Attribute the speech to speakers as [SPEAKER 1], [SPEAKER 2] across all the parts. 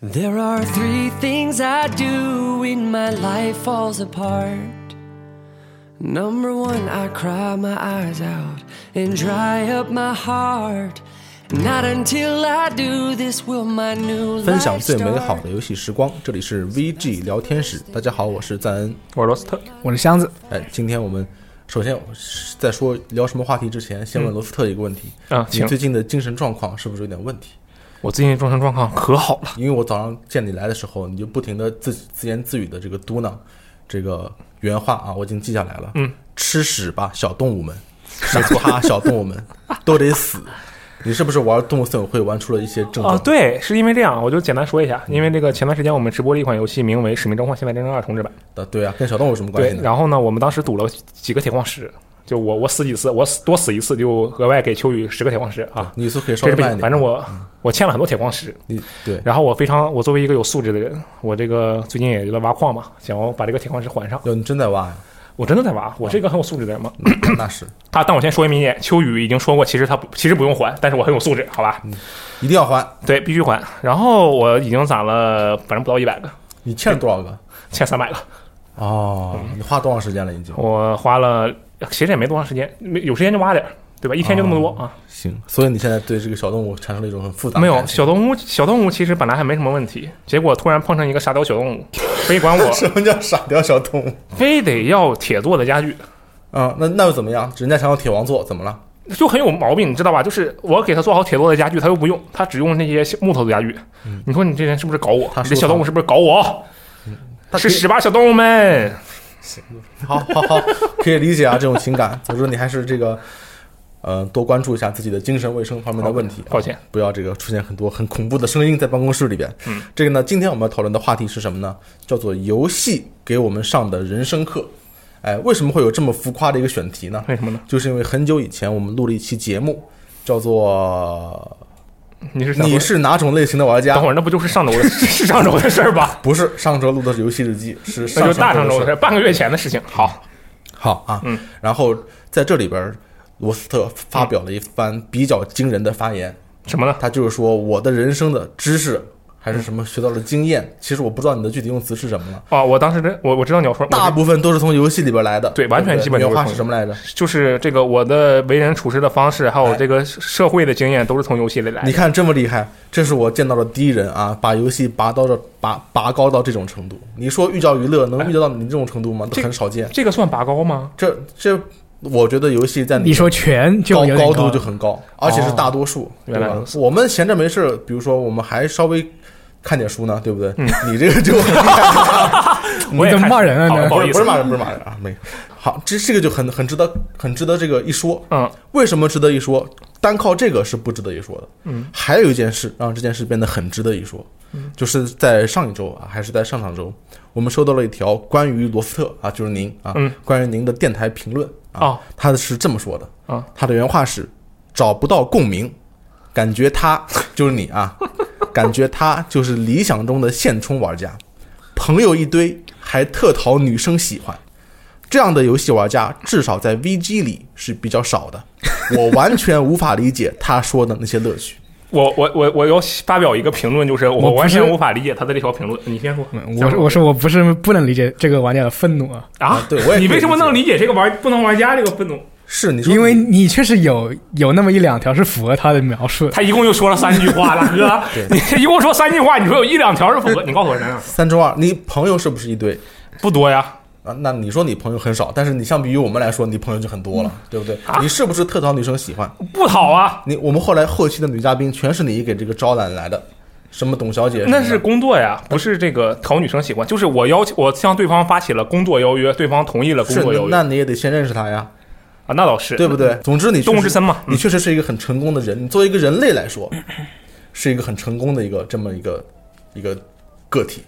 [SPEAKER 1] There are three things I do when my life falls apart. Number one, I cry my eyes out and dry up my heart. Not until I do this will my new life
[SPEAKER 2] 分享最美
[SPEAKER 1] start.
[SPEAKER 2] 好的游戏时光，这里是 VG 聊天室。大家好，我是赞恩。
[SPEAKER 3] 我是罗斯特，
[SPEAKER 4] 我是箱子，
[SPEAKER 2] 哎，今天我们首先在说聊什么话题之前，先问罗斯特一个问题：
[SPEAKER 3] 啊
[SPEAKER 2] 你
[SPEAKER 3] 请
[SPEAKER 2] 最近的精神状况是不是有点问题？
[SPEAKER 3] 我最近精神状况可好了，
[SPEAKER 2] 因为我早上见你来的时候，你就不停的自自言自语的这个嘟囔，这个原话啊，我已经记下来了。嗯，吃屎吧，小动物们！傻哈哈，小动物 们都得死！你是不是玩动物森友会玩出了一些症
[SPEAKER 3] 哦，
[SPEAKER 2] 状？
[SPEAKER 3] 对，是因为这样，我就简单说一下，因为这个前段时间我们直播了一款游戏，名为《使命召唤：现代战争二重置版
[SPEAKER 2] 啊，对啊，跟小动物有什么》。关
[SPEAKER 3] 对嗯
[SPEAKER 2] 系，呢？
[SPEAKER 3] 然后呢，我们当时赌了几个铁矿石，就我我死几次，我死多死一次就额外给秋雨十个铁矿石啊。
[SPEAKER 2] 你是可以稍
[SPEAKER 3] 这
[SPEAKER 2] 微
[SPEAKER 3] 是被
[SPEAKER 2] 慢一点，
[SPEAKER 3] 反正我我欠了很多铁矿石，
[SPEAKER 2] 你对，
[SPEAKER 3] 然后我非常我作为一个有素质的人，我这个最近也在挖矿嘛，想要把这个铁矿石还上。
[SPEAKER 2] 哟，你真在挖 呀？
[SPEAKER 3] 我真的在挖，我是一个很有素质的人嘛。
[SPEAKER 2] 那是
[SPEAKER 3] 啊，但我先说明一点，秋雨已经说过，其实他不其实不用还，但是我很有素质，好吧？
[SPEAKER 2] 一定要还。
[SPEAKER 3] 对，必须还。然后我已经攒了，反正不到一百个，
[SPEAKER 2] 你欠了多少个？
[SPEAKER 3] 欠三百个。
[SPEAKER 2] 哦，你花多长时间了？已经
[SPEAKER 3] 我花了，其实也没多长时间，没有时间就挖点儿，对吧？一天就那么多
[SPEAKER 2] 哦
[SPEAKER 3] 啊。
[SPEAKER 2] 行，所以你现在对这个小动物产生了一种很复杂的
[SPEAKER 3] 没有
[SPEAKER 2] 感情
[SPEAKER 3] 小动物，小动物其实本来还没什么问题，结果突然碰上一个沙雕小动物，非 管我，
[SPEAKER 2] 什么叫傻屌小动物？
[SPEAKER 3] 非得要铁做的家具，
[SPEAKER 2] 啊，那那又怎么样？人家想要铁王座，怎么了？
[SPEAKER 3] 就很有毛病，你知道吧？就是我给他做好铁做的家具，他又不用，他只用那些木头的家具。你说你这人是不是搞我？
[SPEAKER 2] 嗯他
[SPEAKER 3] 你
[SPEAKER 2] 收
[SPEAKER 3] 这小动物是不是搞我？
[SPEAKER 2] 他
[SPEAKER 3] 吃屎吧，小动物们！
[SPEAKER 2] 好好好，可以理解啊，这种情感。我说你还是这个，呃，多关注一下自己的精神卫生方面的问题。啊
[SPEAKER 3] 抱歉，
[SPEAKER 2] 不要这个出现很多很恐怖的声音在办公室里边。嗯，这个呢，今天我们要讨论的话题是什么呢？叫做游戏给我们上的人生课。哎，为什么会有这么浮夸的一个选题呢？
[SPEAKER 3] 为什么呢？
[SPEAKER 2] 就是因为很久以前我们录了一期节目，叫做
[SPEAKER 3] 你
[SPEAKER 2] “
[SPEAKER 3] 是想
[SPEAKER 2] 你
[SPEAKER 3] 说
[SPEAKER 2] 是哪种类型的玩家
[SPEAKER 3] 等会儿，那不就是上周的是上周的事儿吧？”？
[SPEAKER 2] 不是上周录的是游戏日 记，是
[SPEAKER 3] 那
[SPEAKER 2] 上
[SPEAKER 3] 就是大上
[SPEAKER 2] 的
[SPEAKER 3] 周的
[SPEAKER 2] 事
[SPEAKER 3] 事儿，半个月前的事情。好，
[SPEAKER 2] 好啊，嗯，然后在这里边儿，罗斯特发表了一番比较惊人的发言，
[SPEAKER 3] 什么呢？
[SPEAKER 2] 他就是说我的人生的知识还是什么学到了经验，其实我不知道你的具体用词是什么了，
[SPEAKER 3] 哦，我当时真我我知道你要说，
[SPEAKER 2] 大
[SPEAKER 3] 我
[SPEAKER 2] 部分都是从游戏里边来的，
[SPEAKER 3] 对完全
[SPEAKER 2] 不
[SPEAKER 3] 基本都是
[SPEAKER 2] 原话
[SPEAKER 3] 从
[SPEAKER 2] 是什么来着？
[SPEAKER 3] 就是这个我的为人处事的方式，还有这个社会的经验，都是从游戏里来
[SPEAKER 2] 你
[SPEAKER 3] 的。
[SPEAKER 2] 看这么厉害，这是我见到的第一人啊，把游戏拔到这拔拔高到这种程度。你说寓教于乐，能遇到你这种程度吗？都
[SPEAKER 3] 哎这
[SPEAKER 2] 很少见。
[SPEAKER 3] 这个算拔高吗？
[SPEAKER 2] 这这，我觉得游戏在
[SPEAKER 4] 你说全就
[SPEAKER 2] 高
[SPEAKER 4] 有点
[SPEAKER 2] 高度
[SPEAKER 4] 了
[SPEAKER 2] 就很高，而且是大多数。对
[SPEAKER 3] 哦原来
[SPEAKER 2] 吧
[SPEAKER 3] 如？此
[SPEAKER 2] 我们闲着没事儿，比如说我们还稍微看点书呢，对不对？
[SPEAKER 3] 嗯
[SPEAKER 2] 你这个就很厉害
[SPEAKER 3] 我也
[SPEAKER 4] 怎么
[SPEAKER 3] 看
[SPEAKER 4] 骂人啊
[SPEAKER 3] 好 不
[SPEAKER 4] 你
[SPEAKER 2] 不
[SPEAKER 3] 好
[SPEAKER 2] 是
[SPEAKER 3] 意
[SPEAKER 2] 不
[SPEAKER 3] 思
[SPEAKER 2] 是，骂人，不是骂人啊，没有。好，这这个就很很值得，很值得这个一说。
[SPEAKER 3] 嗯，
[SPEAKER 2] 为什么值得一说？单靠这个是不值得一说的。嗯，还有一件事让这件事变得很值得一说，
[SPEAKER 3] 嗯
[SPEAKER 2] 就是在上一周啊，还是在上上周，我们收到了一条关于罗斯特啊，就是您啊，
[SPEAKER 3] 嗯
[SPEAKER 2] 关于您的电台评论啊
[SPEAKER 3] 哦，
[SPEAKER 2] 他是这么说的
[SPEAKER 3] 啊，
[SPEAKER 2] 他的原话是找不到共鸣，感觉他就是你啊， 感觉他就是理想中的现充玩家，朋友一堆，还特讨女生喜欢。这样的游戏玩家至少在 VG 里是比较少的，我完全无法理解他说的那些乐趣。
[SPEAKER 3] 我我我我要发表一个评论，就是我
[SPEAKER 4] 我不
[SPEAKER 3] 完
[SPEAKER 4] 是
[SPEAKER 3] 全无法理解他的这条评论。你先说，
[SPEAKER 4] 我说我说我不是不能理解这个玩家的愤怒啊，
[SPEAKER 3] 啊，
[SPEAKER 2] 对我也
[SPEAKER 3] 你为什么
[SPEAKER 2] 可以理解
[SPEAKER 3] 能理解这个玩不能玩家这个愤怒？
[SPEAKER 2] 是你说你，
[SPEAKER 4] 因为你确实有有那么一两条是符合他的描述的。
[SPEAKER 3] 他一共就说了三句话，大哥，你一共说三句话，你说有一两条是符合？你告诉我哪两条？
[SPEAKER 2] 三中二，你朋友是不是一堆
[SPEAKER 3] 不多呀，
[SPEAKER 2] 啊？那你说你朋友很少，但是你相比于我们来说，你朋友就很多了，
[SPEAKER 4] 嗯
[SPEAKER 2] 对不对？
[SPEAKER 4] 啊
[SPEAKER 2] 你是不是特讨女生喜欢？
[SPEAKER 3] 不讨啊，
[SPEAKER 2] 你我们后来后期的女嘉宾全是你给这个招揽来的，什么董小姐什么的，
[SPEAKER 3] 那是工作呀，不是这个讨女生喜欢。就是我要求，我向对方发起了工作邀约，对方同意了工
[SPEAKER 2] 是
[SPEAKER 3] 作邀约
[SPEAKER 2] 那你也得先认识她呀，
[SPEAKER 3] 啊，那倒是，
[SPEAKER 2] 对不对？总之你确实
[SPEAKER 3] 动物之森嘛嗯
[SPEAKER 2] 你确实是一个很成功的人，你作为一个人类来说，是一个很成功的一个这么一个一个个体。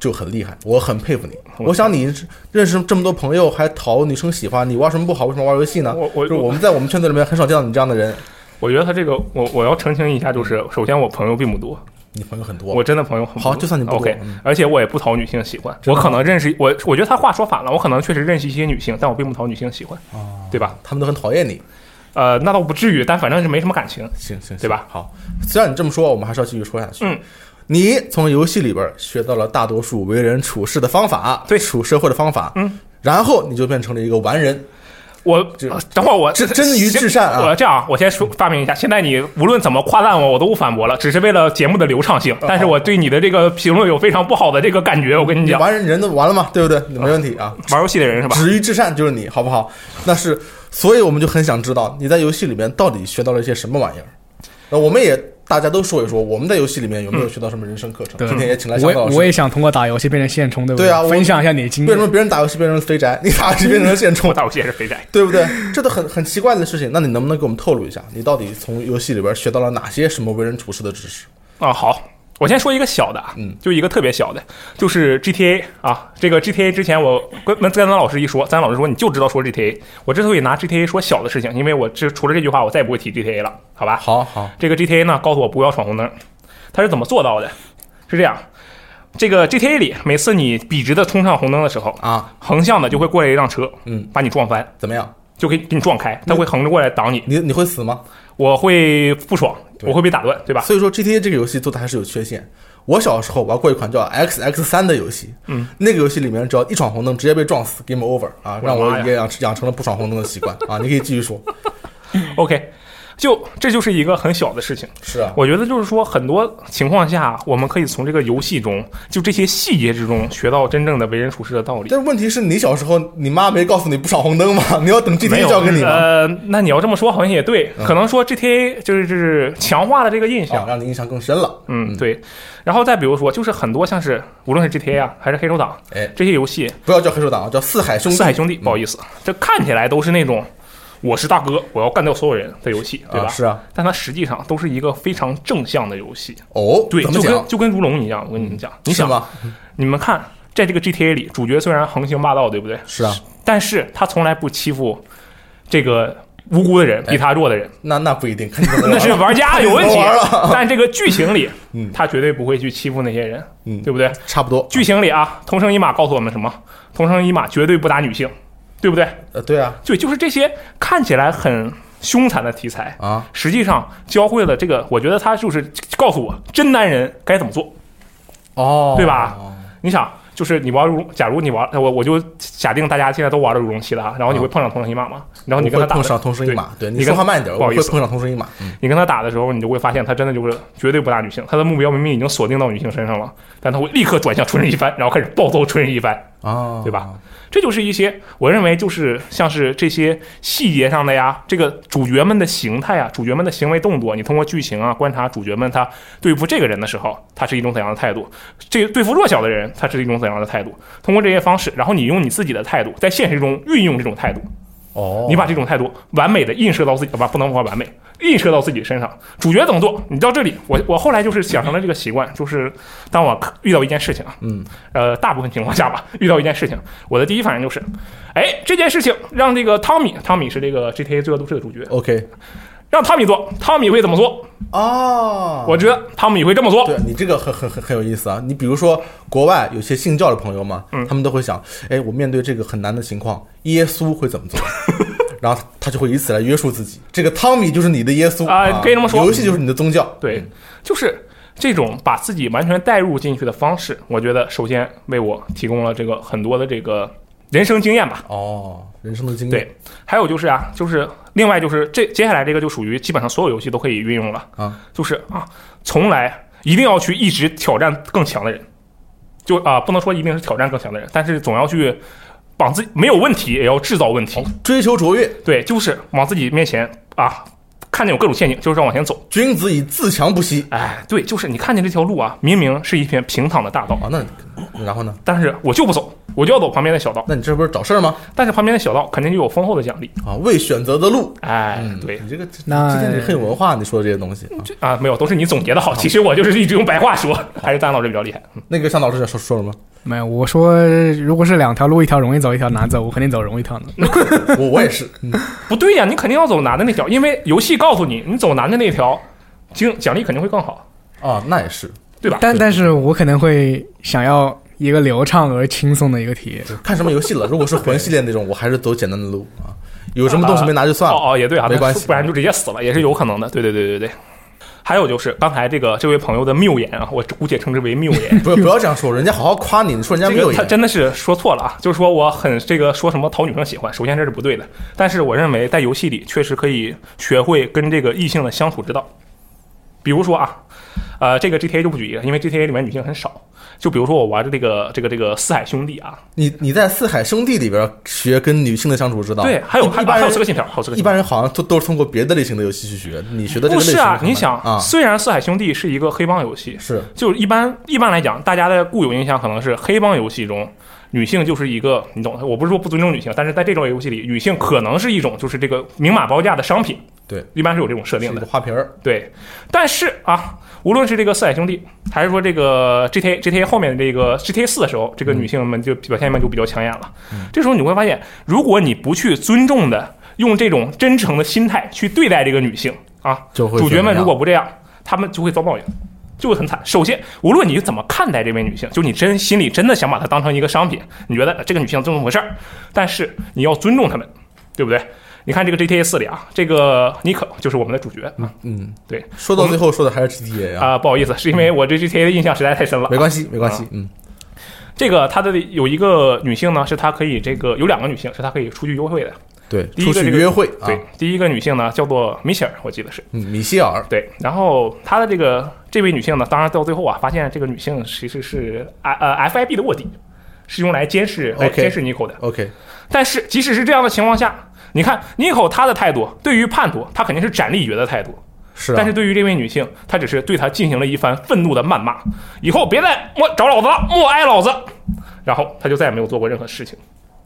[SPEAKER 2] 就很厉害，我很佩服你。我想你认识这么多朋友，还讨女生喜欢，你玩什么不好？为什么玩游戏呢？
[SPEAKER 3] 我我
[SPEAKER 2] 就是我们在我们圈子里面很少见到你这样的人，
[SPEAKER 3] 我觉得他这个，我我要澄清一下，就是首先我朋友并不多，
[SPEAKER 2] 你朋友很多。
[SPEAKER 3] 我真的朋友很不
[SPEAKER 2] 好
[SPEAKER 3] 多
[SPEAKER 2] 就算你不多
[SPEAKER 3] OK，
[SPEAKER 2] 嗯
[SPEAKER 3] 而且我也不讨女性喜欢，我可能认识我，我觉得他话说反了，我可能确实认识一些女性，但我并不讨女性喜欢，
[SPEAKER 2] 哦
[SPEAKER 3] 对吧？
[SPEAKER 2] 他们都很讨厌你。
[SPEAKER 3] 呃，那倒不至于，但反正是没什么感情。
[SPEAKER 2] 行行，行
[SPEAKER 3] 对吧？
[SPEAKER 2] 好，虽然你这么说，我们还是要继续说下去。
[SPEAKER 3] 嗯，
[SPEAKER 2] 你从游戏里边学到了大多数为人处事的方法，
[SPEAKER 3] 对
[SPEAKER 2] 处社会的方法，嗯，然后你就变成了一个完人，
[SPEAKER 3] 我呃
[SPEAKER 2] 这
[SPEAKER 3] 等会儿我
[SPEAKER 2] 这真于至善啊
[SPEAKER 3] 我这样，我先说发明一下。现在你无论怎么夸赞我，我都不反驳了，只是为了节目的流
[SPEAKER 2] 哦
[SPEAKER 3] 畅性。但是我对你的这个评论有非常不好的这个感觉，我跟你
[SPEAKER 2] 你
[SPEAKER 3] 讲，
[SPEAKER 2] 完人人都完了嘛，对不对？没问题啊，
[SPEAKER 3] 玩游戏的人是吧？
[SPEAKER 2] 止于至善就是你，好不好？那是，所以我们就很想知道你在游戏里面到底学到了一些什么玩意儿。那我们也大家都说一说，我们在游戏里面有没有学到什么人生课程？
[SPEAKER 4] 对
[SPEAKER 2] 今天也请来
[SPEAKER 4] 我
[SPEAKER 2] 小
[SPEAKER 4] 也
[SPEAKER 2] 高老
[SPEAKER 4] 我也
[SPEAKER 2] 师。
[SPEAKER 4] 想通过打游戏变成现充，对不
[SPEAKER 2] 对啊我
[SPEAKER 4] 分享一下你的经
[SPEAKER 2] 为什么
[SPEAKER 4] 验。
[SPEAKER 2] 别人打游戏变成肥宅，你打游戏变成现充
[SPEAKER 3] 我，打游戏也是肥宅。
[SPEAKER 2] 对不对？ 这都很很奇怪的事情。那你能不能给我们透露一下，你到底从游戏里边学到了哪些什么为人处事的知识？
[SPEAKER 3] 啊，好，我先说一个小的，啊
[SPEAKER 2] 嗯，
[SPEAKER 3] 就一个特别小的，就是 GTA 啊。这个 GTA 之前我跟跟咱老师一说，咱老师说你就知道说 GTA。我之所以拿 GTA 说小的事情，因为我这除了这句话，我再也不会提 GTA 了，好吧？
[SPEAKER 2] 好好，
[SPEAKER 3] 这个 GTA 呢，告诉我不要闯红灯，它是怎么做到的？是这样，这个 GTA 里，每次你笔直的冲上红灯的时候，
[SPEAKER 2] 啊，
[SPEAKER 3] 横向的就会过来一辆车，
[SPEAKER 2] 嗯，
[SPEAKER 3] 把你撞翻，
[SPEAKER 2] 怎么样？
[SPEAKER 3] 就给给你撞开，它会横着过来挡你，
[SPEAKER 2] 你你会死吗？
[SPEAKER 3] 我会不爽，
[SPEAKER 2] 对
[SPEAKER 3] 我会被打断，对吧？
[SPEAKER 2] 所以说 GTA 这个游戏做的还是有缺陷。我小时候玩过一款叫 XX 三的游戏，嗯，那个游戏里面只要一闯红灯，直接被撞死，game over 啊，
[SPEAKER 3] 我的
[SPEAKER 2] 让我
[SPEAKER 3] 妈呀
[SPEAKER 2] 也养养成了不闯红灯的习惯啊。你可以继续说，
[SPEAKER 3] OK，就这就是一个很小的事情。
[SPEAKER 2] 是啊，
[SPEAKER 3] 我觉得 就是说，很多情况下，我们可以从这个游戏中，就这些细节之中，学到真正的为人处事的道理。
[SPEAKER 2] 但问题是你小时候你妈没告诉你不闯红灯吗？ 你要等
[SPEAKER 3] 没
[SPEAKER 2] GTA
[SPEAKER 3] 有
[SPEAKER 2] 教给你吗？嗯
[SPEAKER 3] 呃，那你要这么说好像也对，可能说 GTA 就是就是强化了这个印
[SPEAKER 2] 啊，
[SPEAKER 3] 象。
[SPEAKER 2] 让你印象更深了。
[SPEAKER 3] 嗯，对。然后再比如说，就是很多像是无论是 GTA 啊，还是黑手党
[SPEAKER 2] 哎嗯
[SPEAKER 3] 这些游戏，
[SPEAKER 2] 不要叫黑手党啊，叫四海兄弟。
[SPEAKER 3] 四海兄弟，不好意思，这看起来都是那种我是大哥，我要干掉所有人的游戏，对
[SPEAKER 2] 啊
[SPEAKER 3] 吧？
[SPEAKER 2] 是啊，
[SPEAKER 3] 但它实际上都是一个非常正向的游戏。
[SPEAKER 2] 哦，
[SPEAKER 3] 对，
[SPEAKER 2] 怎么
[SPEAKER 3] 就
[SPEAKER 2] 讲嗯
[SPEAKER 3] 跟？就跟如龙一样，我跟你们讲，你
[SPEAKER 2] 是
[SPEAKER 3] 想吧，
[SPEAKER 2] 吗？
[SPEAKER 3] 你们看，在这个 GTA 里，主角虽然横行霸道，对不对？
[SPEAKER 2] 是啊，
[SPEAKER 3] 但是他从来不欺负这个无辜的人，
[SPEAKER 2] 哎
[SPEAKER 3] 比他弱的人，
[SPEAKER 2] 那那不一定， 看你怎么玩
[SPEAKER 3] 那是玩家有问题
[SPEAKER 2] 哎玩了。
[SPEAKER 3] 但这个剧情里
[SPEAKER 2] 嗯，
[SPEAKER 3] 他绝对不会去欺负那些人，
[SPEAKER 2] 嗯
[SPEAKER 3] 对不对？
[SPEAKER 2] 差不多。
[SPEAKER 3] 剧情里啊，同生一马告诉我们什么？同生一马绝对不打女性，对不对？
[SPEAKER 2] 呃，对啊，
[SPEAKER 3] 对，就是这些看起来很凶残的题材，
[SPEAKER 2] 啊，
[SPEAKER 3] 实际上教会了这个，我觉得他就是告诉我真男人该怎么做。
[SPEAKER 2] 哦，
[SPEAKER 3] 对吧？你想，就是你玩如龙，假如你玩我，我就假定大家现在都玩了如龙七了啊，然后你会碰上同生一马吗？然后你跟
[SPEAKER 2] 嗯
[SPEAKER 3] 他
[SPEAKER 2] 会
[SPEAKER 3] 打
[SPEAKER 2] 碰
[SPEAKER 3] 的，
[SPEAKER 2] 上同声一马，对
[SPEAKER 3] 对
[SPEAKER 2] 你
[SPEAKER 3] 你
[SPEAKER 2] 说
[SPEAKER 3] 跟
[SPEAKER 2] 话慢一点，
[SPEAKER 3] 不
[SPEAKER 2] 我
[SPEAKER 3] 好
[SPEAKER 2] 会
[SPEAKER 3] 意思
[SPEAKER 2] 碰上同声一马。嗯
[SPEAKER 3] 你跟他打的时候，你就会发现他真的就是绝对不打女性，他的目标明明已经锁定到女性身上了，但他会立刻转向春日一番，然后开始暴揍春日一番，
[SPEAKER 2] 啊，
[SPEAKER 3] 对吧？这就是一些我认为就是像是这些细节上的呀，这个主角们的形态啊，主角们的行为动作，你通过剧情啊观察主角们他对付这个人的时候，他是一种怎样的态度；这对付弱小的人，他是一种怎样的态度。通过这些方式，然后你用你自己的态度在现实中运用这种态度，
[SPEAKER 2] 哦，
[SPEAKER 3] 你把这种态度完美的映射到自己，不不能说完美，映射到自己身上。主角怎么做？你到这里，我我后来就是养成了这个习惯，就是当我遇到一件事情啊，
[SPEAKER 2] 嗯，
[SPEAKER 3] 呃，大部分情况下吧，遇到一件事情，我的第一反应就是，哎，这件事情让这个汤米，汤米是这个 GTA 罪恶都市的主角，
[SPEAKER 2] OK
[SPEAKER 3] 让汤米做，汤米会怎么做？
[SPEAKER 2] 哦，
[SPEAKER 3] 我觉得汤米会这么做。
[SPEAKER 2] 对你这个很很很很有意思啊！你比如说，国外有些信教的朋友嘛，
[SPEAKER 3] 嗯
[SPEAKER 2] 他们都会想，哎，我面对这个很难的情况，耶稣会怎么做？ 然后他就会以此来约束自己。这个汤米就是你的耶稣
[SPEAKER 3] 啊可以这么说
[SPEAKER 2] 游戏就是你的宗教。
[SPEAKER 3] 对，就是这种把自己完全带入进去的方式，我觉得首先为我提供了这个很多的这个人生经验吧。
[SPEAKER 2] 哦，人生的经历。
[SPEAKER 3] 对，还有就是啊，就是另外就是这接下来这个就属于基本上所有游戏都可以运用了
[SPEAKER 2] 啊，
[SPEAKER 3] 就是啊，从来一定要去一直挑战更强的人，就啊、不能说一定是挑战更强的人，但是总要去往自己没有问题也要制造问题，
[SPEAKER 2] 追求卓越，
[SPEAKER 3] 对，就是往自己面前啊。看见有各种陷阱，就是要往前走。
[SPEAKER 2] 君子以自强不息
[SPEAKER 3] 哎，对，就是你看见这条路啊，明明是一片平坦的大道，
[SPEAKER 2] 啊。那然后呢？
[SPEAKER 3] 但是我就不走，我就要走旁边的小道。
[SPEAKER 2] 那你这不是找事儿吗？
[SPEAKER 3] 但是旁边的小道肯定就有丰厚的奖励。
[SPEAKER 2] 啊，未选择的路。
[SPEAKER 3] 哎，
[SPEAKER 2] 嗯，
[SPEAKER 3] 对，
[SPEAKER 2] 你这个今
[SPEAKER 4] 那
[SPEAKER 2] 天你很有文化，你说的这些东西。啊
[SPEAKER 3] 这啊，没有，都是你总结的好。其实我就是一直用白话说，还是丹老师比较厉害。
[SPEAKER 2] 那个向导师说说什么？
[SPEAKER 4] 没有，我说如果是两条路，一条容易走，一条难走，我肯定走容易一条难。
[SPEAKER 2] 我我也是，嗯
[SPEAKER 3] 不对呀、你肯定要走难的那条，因为游戏告诉你，你走难的那条，经奖励肯定会更好，
[SPEAKER 2] 啊，那也是，
[SPEAKER 3] 对吧？
[SPEAKER 4] 但但是我可能会想要一个流畅而轻松的一个体验。
[SPEAKER 2] 看什么游戏了。如果是魂系列那种，我还是走简单的路啊。有什么东西没拿就算了。
[SPEAKER 3] 哦哦，也对啊，
[SPEAKER 2] 没关系。
[SPEAKER 3] 不然就直接死了也是有可能的。对对对对对。还有就是刚才这个这位朋友的谬言啊，我姑且称之为谬言
[SPEAKER 2] 不不要这样说，人家好好夸你，你说人家
[SPEAKER 3] 这
[SPEAKER 2] 没有
[SPEAKER 3] 个他
[SPEAKER 2] 演，
[SPEAKER 3] 真的是说错了啊，就是说我很这个说什么讨女生喜欢，首先这是不对的。但是我认为在游戏里确实可以学会跟这个异性的相处之道，比如说啊，呃，这个 GTA 就不举例了，因为 GTA 里面女性很少。就比如说我玩的这个这个这个四海兄弟啊，
[SPEAKER 2] 你你在《四海兄弟》里边学跟女性的相处之道，
[SPEAKER 3] 对，还有还
[SPEAKER 2] 一
[SPEAKER 3] 有
[SPEAKER 2] 般
[SPEAKER 3] 还有
[SPEAKER 2] 人
[SPEAKER 3] 刺客信条，还有刺客
[SPEAKER 2] 一
[SPEAKER 3] 信条。
[SPEAKER 2] 般人好像都都是通过别的类型的游戏去学，你学的这
[SPEAKER 3] 不
[SPEAKER 2] 个类型
[SPEAKER 3] 是啊，
[SPEAKER 2] 很
[SPEAKER 3] 你
[SPEAKER 2] 难
[SPEAKER 3] 想，
[SPEAKER 2] 啊，
[SPEAKER 3] 虽然四海兄弟是一个黑帮游戏，
[SPEAKER 2] 是
[SPEAKER 3] 就一般一般来讲，大家的固有印象可能是黑帮游戏中。女性就是一个，你懂的？我不是说不尊重女性，但是在这种游戏里，女性可能是一种就是这个明码标价的商品，
[SPEAKER 2] 对，
[SPEAKER 3] 一般是有这种设定
[SPEAKER 2] 是
[SPEAKER 3] 的
[SPEAKER 2] 个。花瓶儿，
[SPEAKER 3] 对，但是啊，无论是这个四海兄弟，还是说这个 GTA GTA 后面的这个 GTA 四的时候，这
[SPEAKER 2] 嗯
[SPEAKER 3] 个女性们就表现们就比较抢眼了。这时候你会发现，如果你不去尊重的用这种真诚的心态去对待这个女性啊，
[SPEAKER 2] 就会
[SPEAKER 3] 主
[SPEAKER 2] 怎
[SPEAKER 3] 角
[SPEAKER 2] 么
[SPEAKER 3] 们
[SPEAKER 2] 样
[SPEAKER 3] 如果不这样，他们就会遭报应。就会很惨。首先，无论你怎么看待这位女性，就你真心里真的想把她当成一个商品，你觉得呃这个女性这么回事儿，但是你要尊重她们，对不对？你看这个 GTA 四里啊，这个妮可就是我们的主角，
[SPEAKER 2] 嗯，
[SPEAKER 3] 对，
[SPEAKER 2] 说到最后说的还是 GTA 啊，
[SPEAKER 3] 啊、不好意思，是因为我对 GTA 的印象实在太深了。
[SPEAKER 2] 没关系没
[SPEAKER 3] 啊
[SPEAKER 2] 关系，嗯，
[SPEAKER 3] 这个它的有一个女性呢，是她可以这个有两个女性是她可以出去约会的。
[SPEAKER 2] 对，
[SPEAKER 3] 第一
[SPEAKER 2] 出
[SPEAKER 3] 个
[SPEAKER 2] 去
[SPEAKER 3] 这个
[SPEAKER 2] 约会啊
[SPEAKER 3] 对，，第一个女性呢叫做米歇尔，我记得是
[SPEAKER 2] 嗯，米歇尔，
[SPEAKER 3] 对。然后她的这个这位女性呢，当然到最后啊，发现这个女性其实是 I 呃 FIB 的卧底，是用来监视来
[SPEAKER 2] OK
[SPEAKER 3] 监视妮蔻的。
[SPEAKER 2] OK，
[SPEAKER 3] 但是即使是这样的情况下，你看妮蔻她的态度，对于叛徒，她肯定是斩立决的态度。
[SPEAKER 2] 是啊，
[SPEAKER 3] 但是对于这位女性，她只是对她进行了一番愤怒的谩骂，以后别再莫找老子了，莫挨老子。然后她就再也没有做过任何事情。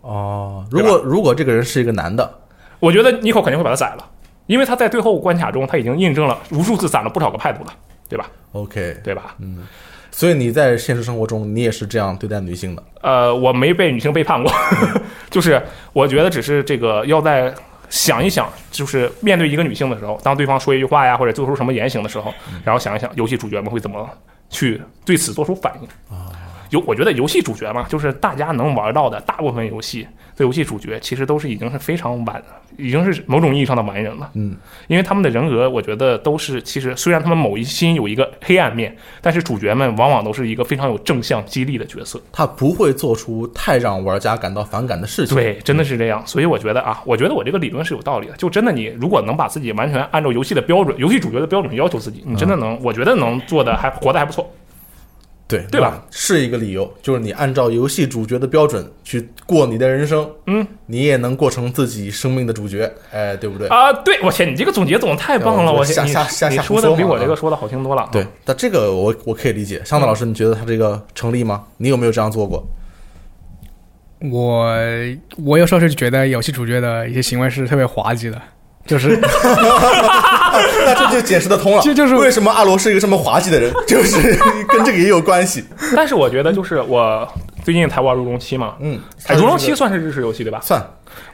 [SPEAKER 2] 哦，如果如果这个人是一个男的，
[SPEAKER 3] 我觉得妮蔻肯定会把她宰了，因为她在最后关卡中，她已经印证了无数次斩了不少个叛徒了，对吧？
[SPEAKER 2] OK，
[SPEAKER 3] 对吧？
[SPEAKER 2] 所以你在现实生活中你也是这样对待女性的，
[SPEAKER 3] 呃，我没被女性背叛过， 就是我觉得只是这个要在想一想，就是面对一个女性的时候，当对方说一句话呀，或者做出什么言行的时候，然后想一想游戏主角们会怎么去对此做出反应游我觉得游戏主角嘛，就是大家能玩到的大部分游戏的游戏主角，其实都是已经是非常完，已经是某种意义上的完人了。
[SPEAKER 2] 嗯，
[SPEAKER 3] 因为他们的人格，我觉得都是其实虽然他们某一心有一个黑暗面，但是主角们往往都是一个非常有正向激励的角色。
[SPEAKER 2] 他不会做出太让玩家感到反感的事情，
[SPEAKER 3] 对，真的是这样。所以我觉得啊，我觉得我这个理论是有道理的。就真的你如果能把自己完全按照游戏的标准、游戏主角的标准要求自己，你
[SPEAKER 2] 嗯
[SPEAKER 3] 真的能，我觉得能做的还活得还不错。
[SPEAKER 2] 对
[SPEAKER 3] 对吧？
[SPEAKER 2] 是一个理由，就是你按照游戏主角的标准去过你的人生，
[SPEAKER 3] 嗯，
[SPEAKER 2] 你也能过成自己生命的主角，哎，对不对？
[SPEAKER 3] 啊，对，我天，你这个总结总太棒了，
[SPEAKER 2] 我
[SPEAKER 3] 我
[SPEAKER 2] 下
[SPEAKER 3] 天，你
[SPEAKER 2] 下下
[SPEAKER 3] 你
[SPEAKER 2] 下
[SPEAKER 3] 说
[SPEAKER 2] 胡
[SPEAKER 3] 的
[SPEAKER 2] 说
[SPEAKER 3] 比
[SPEAKER 2] 嘛
[SPEAKER 3] 我这
[SPEAKER 2] 啊
[SPEAKER 3] 个说的好听多了。
[SPEAKER 2] 对，，但这个我我可以理解。香
[SPEAKER 3] 嗯
[SPEAKER 2] 港老师，你觉得他这个成立吗？你有没有这样做过？
[SPEAKER 4] 我我有时候是觉得游戏主角的一些行为是特别滑稽的，就是
[SPEAKER 2] 那这就解释得通了，
[SPEAKER 4] 这就是
[SPEAKER 2] 为什么阿罗是一个这么滑稽的人，就是 跟这个也有关系。
[SPEAKER 3] 但是我觉得就是我最近才玩《如龙七》嘛，
[SPEAKER 2] 嗯，
[SPEAKER 3] 哎，《如龙七
[SPEAKER 2] 这》个
[SPEAKER 3] 算是日式游戏对吧？
[SPEAKER 2] 算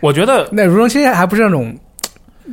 [SPEAKER 3] 我觉得
[SPEAKER 4] 那如龙现在还不是那种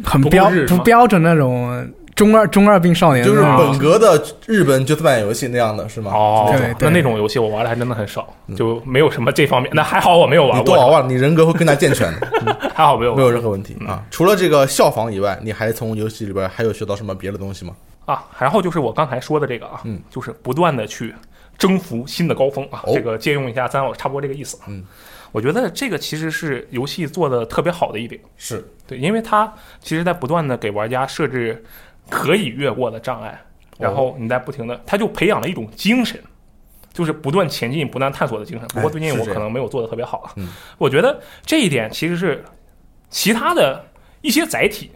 [SPEAKER 4] 很
[SPEAKER 3] 不
[SPEAKER 4] 标
[SPEAKER 3] 过日是吗
[SPEAKER 4] 不标准那种中二中二病少年的
[SPEAKER 2] 就是啊
[SPEAKER 4] 那种，
[SPEAKER 2] 本格的日本角色扮演游戏那样的是吗？
[SPEAKER 3] 哦
[SPEAKER 4] 对，
[SPEAKER 3] 那
[SPEAKER 4] 对
[SPEAKER 3] 那种游戏我玩的还真的很少，就没有什么这方面。那还好我没有
[SPEAKER 2] 嗯
[SPEAKER 3] 玩
[SPEAKER 2] 你多
[SPEAKER 3] 过，
[SPEAKER 2] 玩玩，你人格会更加健全 的，
[SPEAKER 3] 还好没有
[SPEAKER 2] 没有任何问题啊。除了这个效仿以外，你还从游戏里边还有学到什么别的东西吗？
[SPEAKER 3] 啊，然后就是我刚才说的这个啊，
[SPEAKER 2] 嗯，
[SPEAKER 3] 就是不断的去征服新的高峰啊，
[SPEAKER 2] 哦
[SPEAKER 3] 这个借用一下咱老师差不多这个意思。啊
[SPEAKER 2] 嗯，
[SPEAKER 3] 我觉得这个其实是游戏做的特别好的一点，
[SPEAKER 2] 是
[SPEAKER 3] 对，因为它其实在不断的给玩家设置可以越过的障碍，
[SPEAKER 2] 哦
[SPEAKER 3] 然后你在不停的，它就培养了一种精神。就是不断前进、不断探索的精神。不过最
[SPEAKER 2] 哎
[SPEAKER 3] 近
[SPEAKER 2] 是
[SPEAKER 3] 我
[SPEAKER 2] 这
[SPEAKER 3] 可
[SPEAKER 2] 样
[SPEAKER 3] 能没有做的特别好啊。
[SPEAKER 2] 嗯
[SPEAKER 3] 我觉得这一点其实是其他的一些载体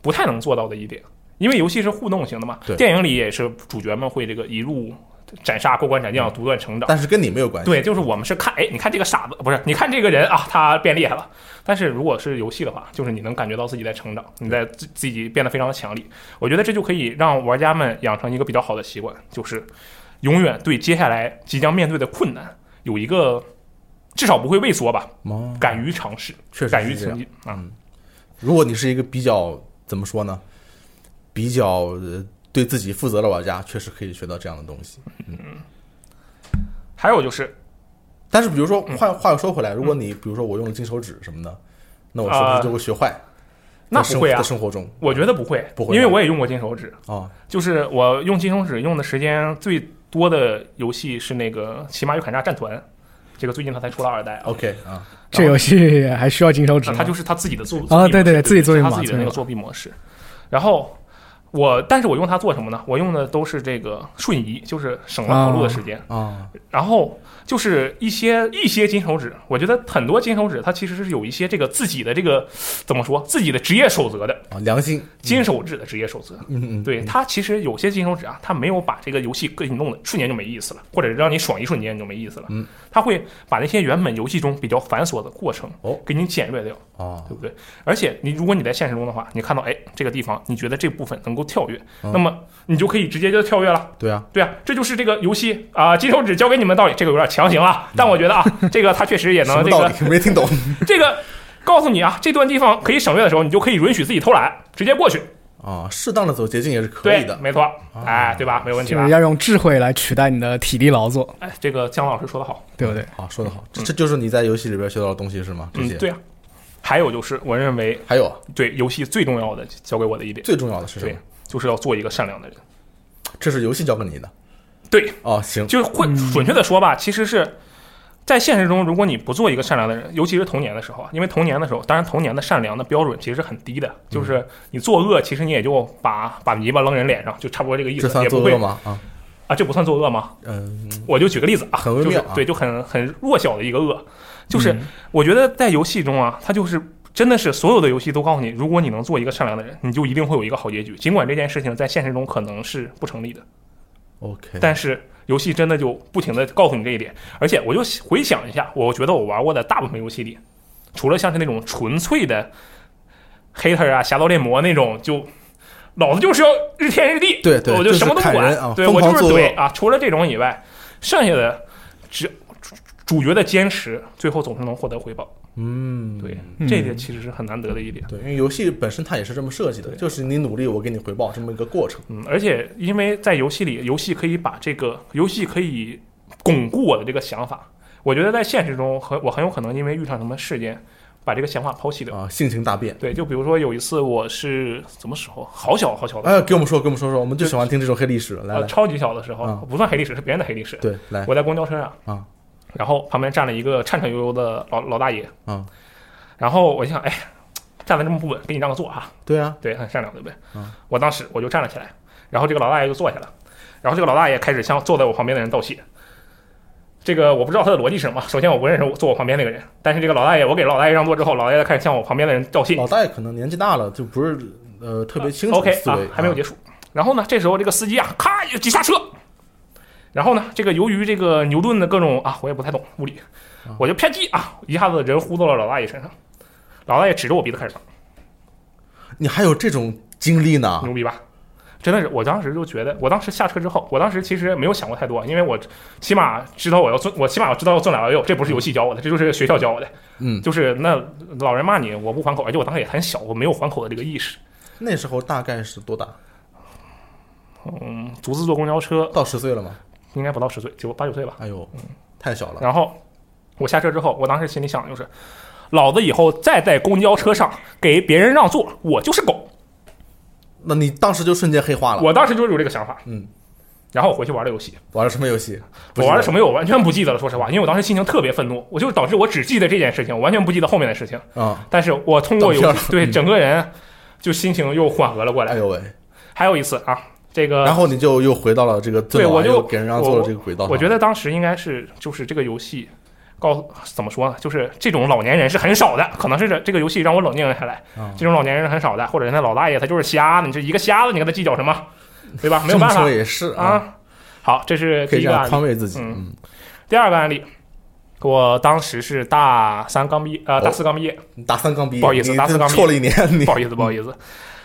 [SPEAKER 3] 不太能做到的一点，因为游戏是互动型的嘛
[SPEAKER 2] 对。
[SPEAKER 3] 电影里也是主角们会这个一路斩杀、过关斩
[SPEAKER 2] 嗯
[SPEAKER 3] 将、独断成长。
[SPEAKER 2] 但是跟你没有关系。
[SPEAKER 3] 对，就是我们是看，哎，你看这个傻子，不是，你看这个人啊，他变厉害了。但是如果是游戏的话，就是你能感觉到自己在成长，你在自自己变得非常的强力。我觉得这就可以让玩家们养成一个比较好的习惯，就是永远对接下来即将面对的困难有一个至少不会畏缩吧，
[SPEAKER 2] 哦，
[SPEAKER 3] 敢于尝试，
[SPEAKER 2] 确实
[SPEAKER 3] 敢于
[SPEAKER 2] 是这
[SPEAKER 3] 前
[SPEAKER 2] 样。嗯
[SPEAKER 3] 进啊。
[SPEAKER 2] 如果你是一个比较怎么说呢，比较呃对自己负责的玩家，确实可以学到这样的东西。
[SPEAKER 3] 还有就是
[SPEAKER 2] 但是比如说
[SPEAKER 3] 嗯
[SPEAKER 2] 话话又说回来，如果你比如说我用了金手指什么的，那我是不
[SPEAKER 3] 啊
[SPEAKER 2] 是就会学坏？
[SPEAKER 3] 那
[SPEAKER 2] 在生
[SPEAKER 3] 不会啊
[SPEAKER 2] 在，生活中
[SPEAKER 3] 我觉得不会，
[SPEAKER 2] 不会吗
[SPEAKER 3] 因为我也用过金手指，
[SPEAKER 2] 啊，
[SPEAKER 3] 就是我用金手指用的时间最多的游戏是那个《骑马与砍价战团》，这个最近它才出了二代啊。
[SPEAKER 2] OK 啊，
[SPEAKER 4] 这游戏还需要金手指
[SPEAKER 3] 那
[SPEAKER 4] 吗？
[SPEAKER 3] 它就是它自己的作
[SPEAKER 4] 啊对对对
[SPEAKER 3] 自
[SPEAKER 4] 自己作
[SPEAKER 3] 弊
[SPEAKER 4] 弊
[SPEAKER 3] 模式它
[SPEAKER 4] 码
[SPEAKER 3] 自己的那个作弊模式。然后我，但是我用它做什么呢？我用的都是这个瞬移，就是省了跑路的时间。
[SPEAKER 2] 啊，
[SPEAKER 3] 然后就是一些一些金手指，我觉得很多金手指它其实是有一些这个自己的这个怎么说自己的职业守则的
[SPEAKER 2] 啊，良心，
[SPEAKER 3] 金手指的职业守则。
[SPEAKER 2] 嗯嗯，
[SPEAKER 3] 对它其实有些金手指啊，它没有把这个游戏给你弄的瞬间就没意思了，或者让你爽一瞬间就没意思了。
[SPEAKER 2] 嗯，
[SPEAKER 3] 它会把那些原本游戏中比较繁琐的过程
[SPEAKER 2] 哦
[SPEAKER 3] 给你简略掉。
[SPEAKER 2] 啊
[SPEAKER 3] 对不对？而且你如果你在现实中的话，你看到哎这个地方，你觉得这部分能够跳跃，
[SPEAKER 2] 嗯
[SPEAKER 3] 那么你就可以直接就跳跃了。
[SPEAKER 2] 对啊，
[SPEAKER 3] 对啊，这就是这个游戏啊、金手指教给你们的道理，这个有点强行了，但我觉得啊，这个它确实也
[SPEAKER 2] 嗯 什
[SPEAKER 3] 能
[SPEAKER 2] 么
[SPEAKER 3] 这
[SPEAKER 2] 道
[SPEAKER 3] 个
[SPEAKER 2] 理？没听懂
[SPEAKER 3] 这个告诉你啊，这段地方可以省略的时候，你就可以允许自己偷懒，直接过去。
[SPEAKER 2] 啊，适当的走捷径也是可以
[SPEAKER 3] 对
[SPEAKER 2] 的，啊
[SPEAKER 3] 没错，哎，对吧？没有问题
[SPEAKER 4] 就
[SPEAKER 3] 吧
[SPEAKER 4] 是？要用智慧来取代你的体力劳作，
[SPEAKER 3] 哎，这个姜老师说的好，
[SPEAKER 4] 对不对？
[SPEAKER 2] 啊，说得好，这这就是你在游戏里边学到的东西是吗？这
[SPEAKER 3] 嗯
[SPEAKER 2] 些，
[SPEAKER 3] 对啊。还有就是，我认为
[SPEAKER 2] 还有啊
[SPEAKER 3] 对游戏最重要的教给我的一点，
[SPEAKER 2] 最重要的是什
[SPEAKER 3] 对
[SPEAKER 2] 么？，
[SPEAKER 3] 就是要做一个善良的人。
[SPEAKER 2] 这是游戏教给你的
[SPEAKER 3] 对，
[SPEAKER 2] 哦，行，
[SPEAKER 3] 就是会准确的说吧，其实是在现实中，如果你不做一个善良的人，尤其是童年的时候啊，因为童年的时候，当然童年的善良的标准其实很低
[SPEAKER 2] 嗯
[SPEAKER 3] 的，就是你作恶，其实你也就把把泥巴扔人脸上，就差不多这个意
[SPEAKER 2] 这
[SPEAKER 3] 思，
[SPEAKER 2] 算
[SPEAKER 3] 也
[SPEAKER 2] 作
[SPEAKER 3] 不
[SPEAKER 2] 恶
[SPEAKER 3] 会
[SPEAKER 2] 吗？啊，
[SPEAKER 3] 啊，这不算作恶吗？
[SPEAKER 2] 嗯，
[SPEAKER 3] 我就举个例子啊，
[SPEAKER 2] 很微
[SPEAKER 3] 就是
[SPEAKER 2] 妙啊嗯
[SPEAKER 3] 对，就很很弱小的一个恶，就是我觉得在游戏中啊，它就是。真的是所有的游戏都告诉你，如果你能做一个善良的人，你就一定会有一个好结局。尽管这件事情在现实中可能是不成立的，
[SPEAKER 2] OK，
[SPEAKER 3] 但是游戏真的就不停的告诉你这一点，而且我就回想一下，我觉得我玩过的大部分游戏里，除了像是那种纯粹的 hater 啊、侠盗猎魔那种，就老子就是要日天日地，
[SPEAKER 2] 对对
[SPEAKER 3] 我就
[SPEAKER 2] 就是
[SPEAKER 3] 什么都不
[SPEAKER 2] 砍
[SPEAKER 3] 管，
[SPEAKER 2] 人啊
[SPEAKER 3] 对
[SPEAKER 2] 疯
[SPEAKER 3] 我
[SPEAKER 2] 狂
[SPEAKER 3] 就是
[SPEAKER 2] 作
[SPEAKER 3] 怼
[SPEAKER 2] 恶
[SPEAKER 3] 啊。除了这种以外，剩下的只主主角的坚持，最后总是能获得回报。
[SPEAKER 2] 嗯，
[SPEAKER 3] 对，这一点其实是很难得的一点。
[SPEAKER 2] 对，因为游戏本身它也是这么设计的，就是你努力，我给你回报这么一个过程。
[SPEAKER 3] 嗯，而且因为在游戏里，游戏可以把这个游戏可以巩固我的这个想法。我觉得在现实中，很我很有可能因为遇上什么事件，把这个想法抛弃掉。
[SPEAKER 2] 啊，性情大变。
[SPEAKER 3] 对，就比如说有一次我是什么时候，好小好小的时
[SPEAKER 2] 哎，
[SPEAKER 3] 候，
[SPEAKER 2] 给我们说，给我们说说，我们就喜欢听这种黑历史。来
[SPEAKER 3] 呃，
[SPEAKER 2] 来，
[SPEAKER 3] 超级小的时候，
[SPEAKER 2] 嗯
[SPEAKER 3] 不算黑历史，是别人的黑历史。
[SPEAKER 2] 对，来
[SPEAKER 3] 我在公交车上
[SPEAKER 2] 啊，
[SPEAKER 3] 然后旁边站了一个颤颤悠悠的老老大爷，
[SPEAKER 2] 啊，
[SPEAKER 3] 然后我就想，哎，站得这么不稳，给你让个座啊，
[SPEAKER 2] 对啊，
[SPEAKER 3] 对，很善良，对不对？
[SPEAKER 2] 嗯
[SPEAKER 3] 我当时我就站了起来，然后这个老大爷就坐下了，然后这个老大爷开始向坐在我旁边的人道谢。这个我不知道他的逻辑是什么。 首先我不认识坐我旁边那个人，但是这个老大爷，我给老大爷让座之后，老大爷开始向我旁边的人道谢。
[SPEAKER 2] 老大爷可能年纪大了，就不是呃特别清楚
[SPEAKER 3] OK
[SPEAKER 2] 思
[SPEAKER 3] 啊
[SPEAKER 2] 维，，
[SPEAKER 3] 还没有结束。然后呢，这时候这个司机啊，咔一急刹车。然后呢，这个由于这个牛顿的各种啊，我也不太懂物理，
[SPEAKER 2] 嗯
[SPEAKER 3] 我就啪叽啊，一下子人呼到了老大爷身上。老大爷指着我鼻子开始骂。
[SPEAKER 2] 啊。你还有这种经历呢？
[SPEAKER 3] 牛逼吧？啊真的是，我当时就觉得，我当时下车之后，我当时其实没有想过太多，因为我起码知道我要遵，我起码我知道要遵两要幼，哎这不是游戏教我的，这就是学校教我的。
[SPEAKER 2] 嗯
[SPEAKER 3] 就是那老人骂你，我不还口，而且我当时也很小，我没有还口的这个意识。
[SPEAKER 2] 那时候大概是多大？
[SPEAKER 3] 嗯，独自坐公交车
[SPEAKER 2] 到十岁了吗？
[SPEAKER 3] 应该不到十岁，九八九岁吧。
[SPEAKER 2] 哎呦，太小了。
[SPEAKER 3] 然后我下车之后，我当时心里想的就是，老子以后再在公交车上给别人让座，我就是狗。
[SPEAKER 2] 那你当时就瞬间黑化了。
[SPEAKER 3] 我当时就是有这个想法。
[SPEAKER 2] 啊嗯，
[SPEAKER 3] 然后我回去玩了游戏，
[SPEAKER 2] 玩了什么游戏？
[SPEAKER 3] 我玩了什
[SPEAKER 2] 么
[SPEAKER 3] 么游我完全不记得了，说实话，因为我当时心情特别愤怒，我就导致我只记得这件事情，我完全不记得后面的事情。
[SPEAKER 2] 啊？
[SPEAKER 3] 但是我通 过
[SPEAKER 2] 懂
[SPEAKER 3] 游
[SPEAKER 2] 事儿
[SPEAKER 3] 戏，对整个人就心情又缓和了过
[SPEAKER 2] 嗯哎
[SPEAKER 3] 来。
[SPEAKER 2] 呦喂！
[SPEAKER 3] 还有一次啊，这个，
[SPEAKER 2] 然后你就又回到了这个尊
[SPEAKER 3] 对
[SPEAKER 2] 老
[SPEAKER 3] 我就
[SPEAKER 2] 又给人让座的这个轨道上。
[SPEAKER 3] 我觉得当时应该是就是这个游戏。告怎么说呢？就是这种老年人是很少的，可能是这这个游戏让我冷静了下来。
[SPEAKER 2] 啊
[SPEAKER 3] 这种老年人是很少的，或者人家老大爷他就是瞎子，你这一个瞎子，你跟他计较什么？对 吧？没有办
[SPEAKER 2] 这么
[SPEAKER 3] 法
[SPEAKER 2] 说也是啊，
[SPEAKER 3] 啊。好，这是
[SPEAKER 2] 可
[SPEAKER 3] 第
[SPEAKER 2] 以
[SPEAKER 3] 一
[SPEAKER 2] 这
[SPEAKER 3] 个案
[SPEAKER 2] 样
[SPEAKER 3] 例。
[SPEAKER 2] 宽慰自己。
[SPEAKER 3] 嗯
[SPEAKER 2] 嗯，
[SPEAKER 3] 第二个案例，我当时是大三刚毕业，呃，
[SPEAKER 2] 哦
[SPEAKER 3] 大四刚毕业，
[SPEAKER 2] 你大三刚毕业，
[SPEAKER 3] 不好意思
[SPEAKER 2] 你
[SPEAKER 3] 大四刚毕业
[SPEAKER 2] 错了一年，你
[SPEAKER 3] 不好意思，不好意思。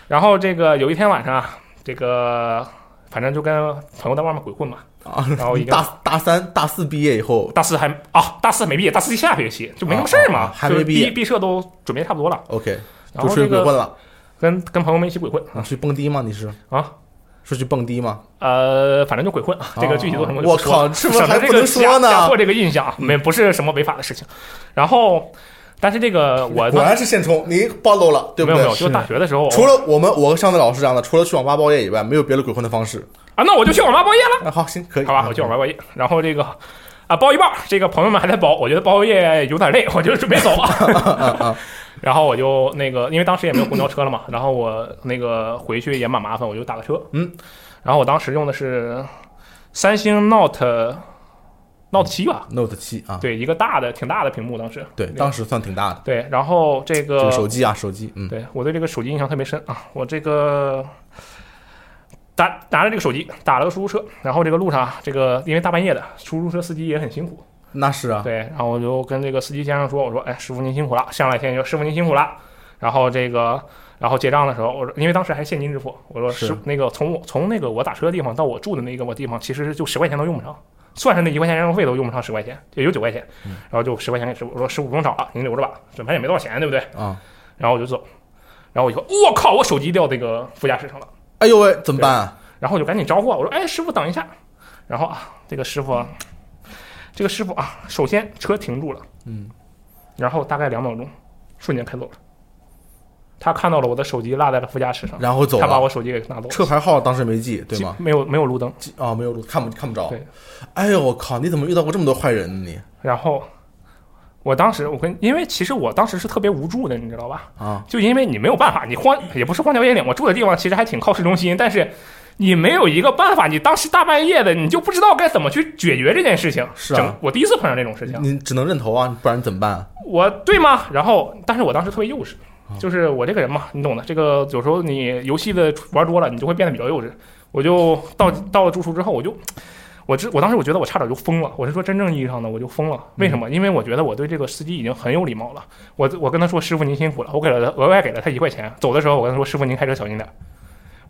[SPEAKER 3] 然后这个有一天晚上啊，这个反正就跟朋友在外面鬼混嘛，
[SPEAKER 2] 啊，
[SPEAKER 3] 然后已经
[SPEAKER 2] 大大三、大四毕业以后
[SPEAKER 3] 大四还啊，大四没毕业，大四下学期就没什么事儿嘛，
[SPEAKER 2] 啊啊还没毕业
[SPEAKER 3] 就是毕毕设都准备差不多了。
[SPEAKER 2] ，OK，就
[SPEAKER 3] 然后
[SPEAKER 2] 出去
[SPEAKER 3] 这
[SPEAKER 2] 鬼混
[SPEAKER 3] 个
[SPEAKER 2] 了。
[SPEAKER 3] 跟跟朋友们一起鬼混
[SPEAKER 2] 啊，去蹦迪吗？你是
[SPEAKER 3] 啊，
[SPEAKER 2] 是去蹦迪吗？
[SPEAKER 3] 呃，反正就鬼混，这个具体做什么就
[SPEAKER 2] 哦我
[SPEAKER 3] 不说了
[SPEAKER 2] 靠，是不是
[SPEAKER 3] 省
[SPEAKER 2] 还不
[SPEAKER 3] 得这个
[SPEAKER 2] 能
[SPEAKER 3] 吓
[SPEAKER 2] 说
[SPEAKER 3] 吓
[SPEAKER 2] 呢嗯
[SPEAKER 3] 破？这个印象啊，没不是什么违法的事情。然后但是这个我
[SPEAKER 2] 果然是现充，你暴露了，对不
[SPEAKER 3] 没有没
[SPEAKER 2] 对
[SPEAKER 3] 有，？就是大学的时候，
[SPEAKER 2] 除了我们，我和上次老师这样的，除了去网吧包夜以外，没有别的鬼混的方式。啊
[SPEAKER 3] 啊，那我就去网吧包夜了。
[SPEAKER 2] 那、好，行，可以，
[SPEAKER 3] 好吧，我去网吧包夜。然后这个啊，包一半儿，这个朋友们还在包，我觉得包夜有点累，我就准备走了。 然后我就那个，因为当时也没有公交车了嘛，然后我那个回去也蛮麻烦，我就打个车。
[SPEAKER 2] 嗯，
[SPEAKER 3] 然后我当时用的是三星 Note Note 七吧，
[SPEAKER 2] Note 七啊，
[SPEAKER 3] 对，一个大的挺大的屏幕，当时
[SPEAKER 2] 对，当时算挺大的，
[SPEAKER 3] 对，然后这
[SPEAKER 2] 这
[SPEAKER 3] 个
[SPEAKER 2] 个手机啊，手机，嗯，
[SPEAKER 3] 呃对我对这个手机印象特别深啊，我这个打拿着这个手机打了个出租车，然后这个路上啊这个因为大半夜的，出租车司机也很辛苦，
[SPEAKER 2] 那是啊，
[SPEAKER 3] 对，然后我就跟这个司机先生说，我说，哎，师傅您辛苦了，上来先生说，师傅您辛苦了，然后这个。然后结账的时候，我说，因为当时还现金支付，我说
[SPEAKER 2] 是
[SPEAKER 3] 师那个从我从那个我打车的地方到我住的那个我地方，其实就十块钱都用不上，算上那一块钱燃油费都用不上十块钱，也就九块钱，
[SPEAKER 2] 嗯
[SPEAKER 3] 然后就十块钱给师傅，我说师傅不用找了，您留着吧，这反正也没多少钱，对不对？
[SPEAKER 2] 啊，
[SPEAKER 3] 然后我就走，然后我就我靠，我手机掉那个副驾驶上了，
[SPEAKER 2] 哎呦喂，怎么办啊？
[SPEAKER 3] 然后我就赶紧招呼啊我说，哎，师傅等一下，然后啊，这个师傅啊，这个师傅啊，首先车停住了，
[SPEAKER 2] 嗯，
[SPEAKER 3] 然后大概两秒钟，瞬间开走了，他看到了我的手机落在了副驾驶上，
[SPEAKER 2] 然后走
[SPEAKER 3] 他把
[SPEAKER 2] 了，
[SPEAKER 3] 我手机给拿走了，
[SPEAKER 2] 车牌号当时没记，对吗？
[SPEAKER 3] 没有没有路灯，
[SPEAKER 2] 记啊，没有路，看不看不着
[SPEAKER 3] 对。
[SPEAKER 2] 哎呦，我靠，你怎么遇到过这么多坏人呢？
[SPEAKER 3] 然后。我当时，我跟，因为其实我当时是特别无助的，你知道吧？
[SPEAKER 2] 你啊，
[SPEAKER 3] 就因为你没有办法，你荒也不是荒郊野岭，我住的地方其实还挺靠市中心，但是你没有一个办法，你当时大半夜的，你就不知道该怎么去解决这件事情。
[SPEAKER 2] 是啊
[SPEAKER 3] 整我第一次碰上这种事情，
[SPEAKER 2] 你只能认头啊，不然怎么办啊？
[SPEAKER 3] 我对吗？然后，但是我当时特别幼稚，就是我这个人嘛，你懂的。这个有时候你游戏的玩多了，你就会变得比较幼稚。我就到到了住处之后，我就。我知，我当时我觉得我差点就疯了，我是说真正意义上的我就疯了。
[SPEAKER 2] 嗯
[SPEAKER 3] 为什么？因为我觉得我对这个司机已经很有礼貌了。我我跟他说师傅您辛苦了，我给了他额外给了他一块钱。走的时候我跟他说师傅您开车小心点儿。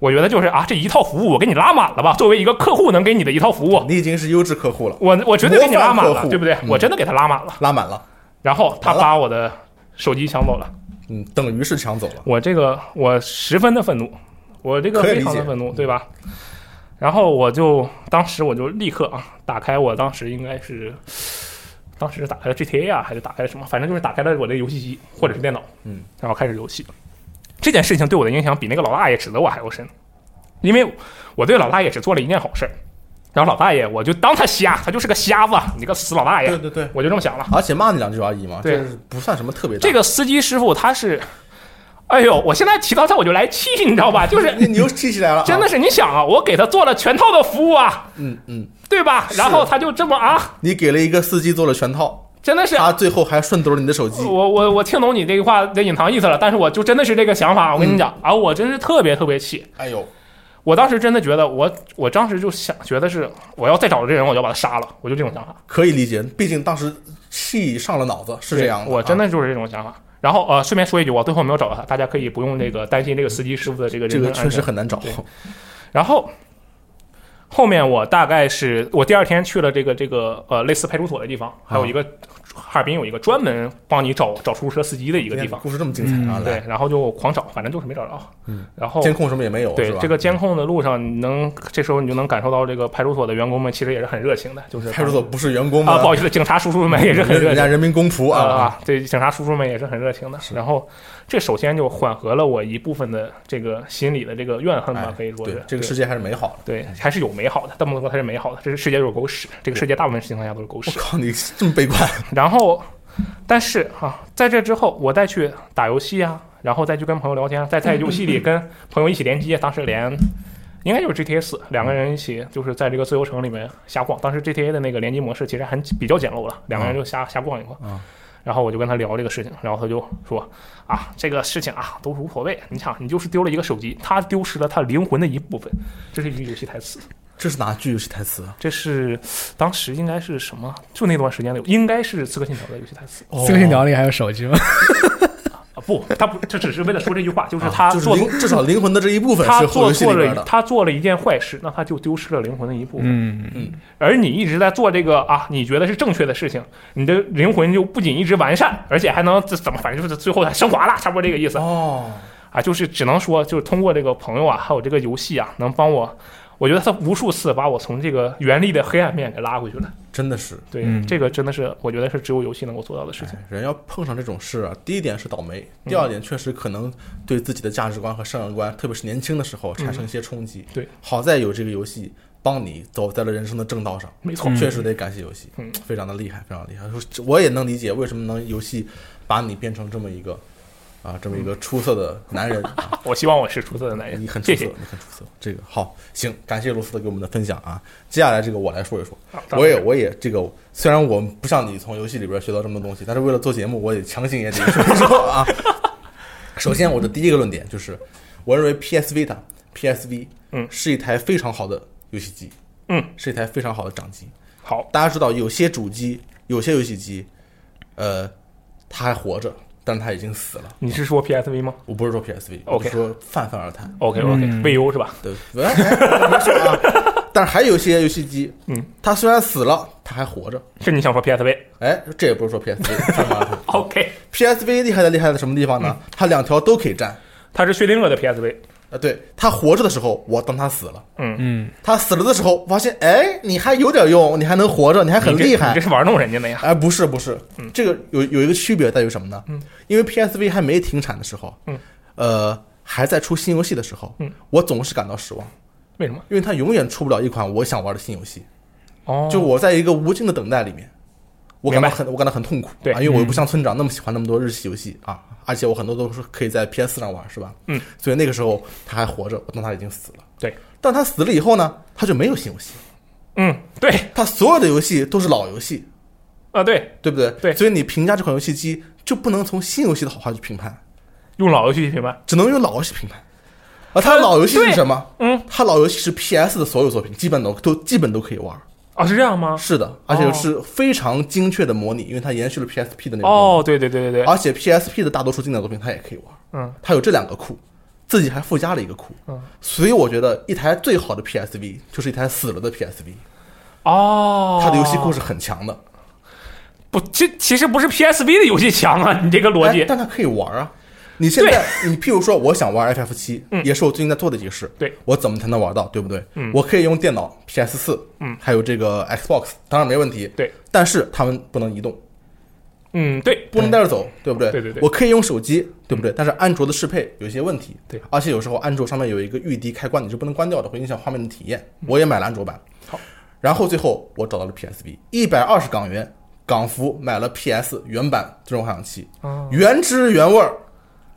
[SPEAKER 3] 我觉得就是啊，这一套服务我给你拉满了吧？作为一个客户能给你的一套服务，
[SPEAKER 2] 你已经是优质客户了，
[SPEAKER 3] 我我绝对给你拉满
[SPEAKER 2] 模范客
[SPEAKER 3] 了，
[SPEAKER 2] 户
[SPEAKER 3] 对不对？
[SPEAKER 2] 嗯
[SPEAKER 3] 我真的给他拉满了。
[SPEAKER 2] 拉满了，
[SPEAKER 3] 然后他
[SPEAKER 2] 完了
[SPEAKER 3] 把我的手机抢走了。
[SPEAKER 2] 嗯，等于是抢走了。
[SPEAKER 3] 我这个我十分的愤怒，我这个
[SPEAKER 2] 可以理
[SPEAKER 3] 非
[SPEAKER 2] 解
[SPEAKER 3] 常的愤怒，对吧？然后我就当时我就立刻啊，打开我当时应该是，当时是打开了 GTA 啊，还是打开了什么？反正就是打开了我的游戏机或者是电脑，
[SPEAKER 2] 嗯，
[SPEAKER 3] 然后开始游戏。这件事情对我的影响比那个老大爷指责我还要深，因为我对老大爷只做了一件好事儿，然后老大爷我就当他瞎，他就是个瞎子，啊你个死老大爷
[SPEAKER 2] 对，对对，
[SPEAKER 3] 我就这么想了。
[SPEAKER 2] 而且骂你两句而已嘛，
[SPEAKER 3] 哎对
[SPEAKER 2] 这是不算什么特别大。
[SPEAKER 3] 这个司机师傅他是，哎呦，我现在提到他我就来气，你知道吧？就是
[SPEAKER 2] 你你又记起来了啊，
[SPEAKER 3] 真的是你想啊，我给他做了全套的服务啊，
[SPEAKER 2] 嗯嗯，
[SPEAKER 3] 对吧？
[SPEAKER 2] 是
[SPEAKER 3] 然后他就这么啊，
[SPEAKER 2] 你给了一个司机做了全套，
[SPEAKER 3] 真的是。
[SPEAKER 2] 他最后还顺走了你的手机，
[SPEAKER 3] 我我我听懂你这句话的隐藏意思了，但是我就真的是这个想法，我跟你
[SPEAKER 2] 嗯
[SPEAKER 3] 讲、啊，我真是特别特别气，
[SPEAKER 2] 哎呦，
[SPEAKER 3] 我当时真的觉得我我当时就想觉得是我要再找这人，我就要把他杀了，我就这种想法。
[SPEAKER 2] 可以理解，毕竟当时气上了脑子，是这样的。啊
[SPEAKER 3] 我真
[SPEAKER 2] 的、
[SPEAKER 3] 的就是这种想法。然后呃，顺便说一句，我最后没有找到他，大家可以不用这个担心这个司机师傅的这个人
[SPEAKER 2] 这个
[SPEAKER 3] 身安
[SPEAKER 2] 确实
[SPEAKER 3] 全
[SPEAKER 2] 很难找。
[SPEAKER 3] 对然后后面我大概是我第二天去了这个这个呃类似派出所的地
[SPEAKER 2] 啊
[SPEAKER 3] 方，还有一个哈尔滨有一个专门帮你找找出租车司机的一
[SPEAKER 2] 一
[SPEAKER 3] 个地方，嗯
[SPEAKER 2] 故事这么精彩啊！
[SPEAKER 3] 对
[SPEAKER 2] 来，，
[SPEAKER 3] 然后就狂找，反正就是没找着。嗯，然后
[SPEAKER 2] 监控什么也没有，
[SPEAKER 3] 对
[SPEAKER 2] 是吧？
[SPEAKER 3] 这个监控的路上，你能这时候你就能感受到这个派出所的员工们其实也是很热情的，就是
[SPEAKER 2] 派出所不是员工吗？
[SPEAKER 3] 啊，不好意思，警察叔叔们也是很
[SPEAKER 2] 人
[SPEAKER 3] 热
[SPEAKER 2] 人
[SPEAKER 3] 情
[SPEAKER 2] 家。人民公仆啊，
[SPEAKER 3] 啊，对，警察叔叔们也是很热情的。然后，这首先就缓和了我一部分的这个心里的这个怨恨吧
[SPEAKER 2] 哎，
[SPEAKER 3] 可以说
[SPEAKER 2] 对
[SPEAKER 3] 是，
[SPEAKER 2] 这个
[SPEAKER 3] 对
[SPEAKER 2] 世界还是美好的。
[SPEAKER 3] 对，还是有美好的，这么说它是美好的。这是世界就是狗屎，这个世界大部分情况下都是狗
[SPEAKER 2] 我
[SPEAKER 3] 屎。
[SPEAKER 2] 靠，你这么悲观，
[SPEAKER 3] 然后，但是啊，在这之后，我再去打游戏啊，然后再去跟朋友聊天，啊再在游戏里跟朋友一起联机，啊当时连。应该就是 GTA 四，两个人一起就是在这个自由城里面瞎逛。当时 GTA 的那个联机模式其实很比较简陋了，两个人就瞎瞎逛一逛。
[SPEAKER 2] 啊
[SPEAKER 3] 然后我就跟他聊这个事情，然后他就说啊，这个事情啊都是无所谓。你想，你就是丢了一个手机，他丢失了他灵魂的一部分，这是一句游戏台词。
[SPEAKER 2] 这是哪句游戏台词啊？
[SPEAKER 3] 这是当时应该是什么？就那段时间的，应该是《刺客信条》的游戏台词
[SPEAKER 2] 哦
[SPEAKER 4] 这个信条里还有手机吗？
[SPEAKER 3] 啊！不，他不，这只是为了说这句话，啊就是他
[SPEAKER 2] 啊就是
[SPEAKER 3] 做
[SPEAKER 2] 灵，至少灵魂的这一部分
[SPEAKER 3] 他
[SPEAKER 2] 是后
[SPEAKER 3] 做
[SPEAKER 2] 游戏
[SPEAKER 3] 错
[SPEAKER 2] 里边
[SPEAKER 3] 了，
[SPEAKER 2] 的。
[SPEAKER 3] 他做了一件坏事，那他就丢失了灵魂的一部分。
[SPEAKER 4] 嗯，
[SPEAKER 3] 而你一直在做这个啊，你觉得是正确的事情，你的灵魂就不仅一直完善，而且还能这怎么，反正就是最后还升华了，差不多这个意思
[SPEAKER 2] 哦，
[SPEAKER 3] 啊。就是只能说，就是通过这个朋友啊，还有这个游戏啊，能帮我，我觉得他无数次把我从这个原力的黑暗面给拉回去了。
[SPEAKER 2] 真的是，
[SPEAKER 3] 对，
[SPEAKER 4] 嗯
[SPEAKER 3] 这个真的是我觉得是只有游戏能够做到的事情。
[SPEAKER 2] 哎，人要碰上这种事啊，第一点是倒霉，
[SPEAKER 3] 嗯
[SPEAKER 2] 第二点确实可能对自己的价值观和善良观，特别是年轻的时候产生一些冲击。
[SPEAKER 3] 嗯对，
[SPEAKER 2] 好在有这个游戏帮你走在了人生的正道上，
[SPEAKER 3] 没错，
[SPEAKER 2] 确实得感谢游戏，
[SPEAKER 3] 嗯
[SPEAKER 2] 非常的厉害，非常厉害。我也能理解为什么能游戏把你变成这么一个啊，这么一个出色的男人，啊
[SPEAKER 3] 我希望我是出色的男人，
[SPEAKER 2] 你很出
[SPEAKER 3] 哎谢
[SPEAKER 2] 色，
[SPEAKER 3] 谢。
[SPEAKER 2] 你很出色。这个好，行，感谢罗斯特给我们的分享啊。接下来这个我来说一说，
[SPEAKER 3] 好
[SPEAKER 2] 我也我也这个，虽然我不像你从游戏里边学到这么多东西，但是为了做节目，我也强行也得说一说 啊。首先，我的第一个论点就是，我认为 PS Vita、PSV
[SPEAKER 3] 嗯
[SPEAKER 2] 是一台非常好的游戏机，
[SPEAKER 3] 嗯，
[SPEAKER 2] 是一台非常好的掌机。
[SPEAKER 3] 好，
[SPEAKER 2] 大家知道，有些主机、有些游戏机，呃，它还活着，但是它已经死了。
[SPEAKER 3] 你是说 PSV 吗
[SPEAKER 2] 我不是说 PSV，我
[SPEAKER 3] OK
[SPEAKER 2] 是说泛泛而谈。
[SPEAKER 3] ？OK
[SPEAKER 2] 嗯
[SPEAKER 3] OK，未优是吧？
[SPEAKER 2] 对，没说啊。但是还有一些游戏机，
[SPEAKER 3] 嗯，
[SPEAKER 2] 它虽然死了，它还活着。
[SPEAKER 3] 是你想说 PSV？OK，、
[SPEAKER 2] 哎，这也不 是说 PSV，看看啊 PSV 厉害在厉害在什么地方
[SPEAKER 3] 嗯
[SPEAKER 2] 呢？它两条都可以站。
[SPEAKER 3] 它是薛定谔的 PSV。
[SPEAKER 2] 啊，对，它活着的时候，我当它死了；
[SPEAKER 4] 嗯，
[SPEAKER 2] 它死了的时候，我发现，哎，你还有点用，你还能活着，你还很
[SPEAKER 3] 你这
[SPEAKER 2] 厉
[SPEAKER 3] 你
[SPEAKER 2] 害
[SPEAKER 3] 这。是嗯玩弄人家的呀。
[SPEAKER 2] 哎，不是不是，这个有有一个区别在于什么呢？因为 PSV 还没停产的时候，
[SPEAKER 3] 嗯，
[SPEAKER 2] 呃，还在出新游戏的时候，
[SPEAKER 3] 嗯，
[SPEAKER 2] 我总是感到失望，
[SPEAKER 3] 为什么？
[SPEAKER 2] 因为它永远出不了一款我想玩的新游戏。
[SPEAKER 3] 哦，
[SPEAKER 2] 就我在一个无尽的等待里面，我感
[SPEAKER 3] 明白
[SPEAKER 2] 到很我感到很痛苦，
[SPEAKER 3] 对嗯
[SPEAKER 2] 啊，因为我又不像村长那么喜欢那么多日系游戏啊，而且我很多都是可以在 PS 上玩，是吧？
[SPEAKER 3] 嗯，
[SPEAKER 2] 所以那个时候他还活着，我当他已经死了。
[SPEAKER 3] 对，
[SPEAKER 2] 但他死了以后呢，他就没有新游戏，
[SPEAKER 3] 嗯，对，
[SPEAKER 2] 他所有的游戏都是老游戏，
[SPEAKER 3] 啊，对，
[SPEAKER 2] 对不对？
[SPEAKER 3] 对
[SPEAKER 2] 所以你评价这款游戏机就不能从新游戏的好坏去评判，
[SPEAKER 3] 用老游戏去评判。
[SPEAKER 2] 只能用老游戏评判。而他的老游戏是
[SPEAKER 3] 呃对
[SPEAKER 2] 什么？
[SPEAKER 3] 嗯，
[SPEAKER 2] 他老游戏是 PS 的所有作品，基本都都基本都可以玩。
[SPEAKER 3] 哦，是这样吗？
[SPEAKER 2] 是的，而且是非常精确的模拟，因为它延续了 PSP 的啊那个模拟
[SPEAKER 3] 哦，对对对对对，
[SPEAKER 2] 而且 PSP 的大多数经典作品它也可以玩，
[SPEAKER 3] 嗯，
[SPEAKER 2] 它有这两个库，自己还附加了一个库，
[SPEAKER 3] 嗯，
[SPEAKER 2] 所以我觉得一台最好的 PSV 就是一台死了的 PSV，
[SPEAKER 3] 哦，
[SPEAKER 2] 它的游戏库是很强的，
[SPEAKER 3] 不，这其实不是 PSV 的游戏强啊，你这个逻
[SPEAKER 2] 哎
[SPEAKER 3] 辑。
[SPEAKER 2] 但它可以玩啊。你现在，你譬如说，我想玩 FF 七、也是我最近在做的一个事。
[SPEAKER 3] 嗯对，
[SPEAKER 2] 我怎么才能玩到，对不对？嗯，我可以用电脑 PS 四，嗯，还有这个 Xbox，当然没问题。
[SPEAKER 3] 对，
[SPEAKER 2] 但是它们不能移动，
[SPEAKER 3] 嗯，对，
[SPEAKER 2] 不能带着走，对不对？
[SPEAKER 3] 对对对
[SPEAKER 2] 我可以用手机，对不对？但是安卓的适配有一些问题，
[SPEAKER 3] 对
[SPEAKER 2] 而且有时候安卓上面有一个预滴开关，你是不能关掉的，会影响画面的体验。我也买了安卓版，
[SPEAKER 3] 嗯好，
[SPEAKER 2] 然后最后我找到了 PSV，一百二十港元港服买了 PS 原版《最终幻想七》
[SPEAKER 3] 啊
[SPEAKER 2] 原汁原味儿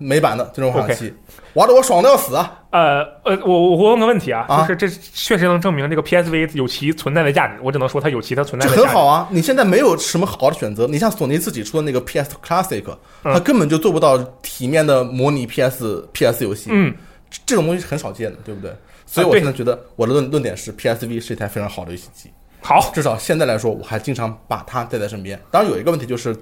[SPEAKER 2] 美版的《最终幻想七》，玩的我爽的要死啊！
[SPEAKER 3] 呃呃，我我我问个问题啊，
[SPEAKER 2] 啊
[SPEAKER 3] 就是这确实能证明这个 PSV 有其存在的价值，我只能说它有其它存在
[SPEAKER 2] 这
[SPEAKER 3] 的价值。
[SPEAKER 2] 很好啊！你现在没有什么好的选择，你像索尼自己出的那个 PS Classic，它
[SPEAKER 3] 嗯
[SPEAKER 2] 根本就做不到体面的模拟 PS PS 游戏，
[SPEAKER 3] 嗯，
[SPEAKER 2] 这这种东西是很少见的，对不对？所以
[SPEAKER 3] 啊
[SPEAKER 2] 我
[SPEAKER 3] 对
[SPEAKER 2] 现在觉得我的论论点是 PSV 是一台非常好的游戏机，
[SPEAKER 3] 好，
[SPEAKER 2] 至少现在来说，我还经常把它带在身边。当然有一个问题就是，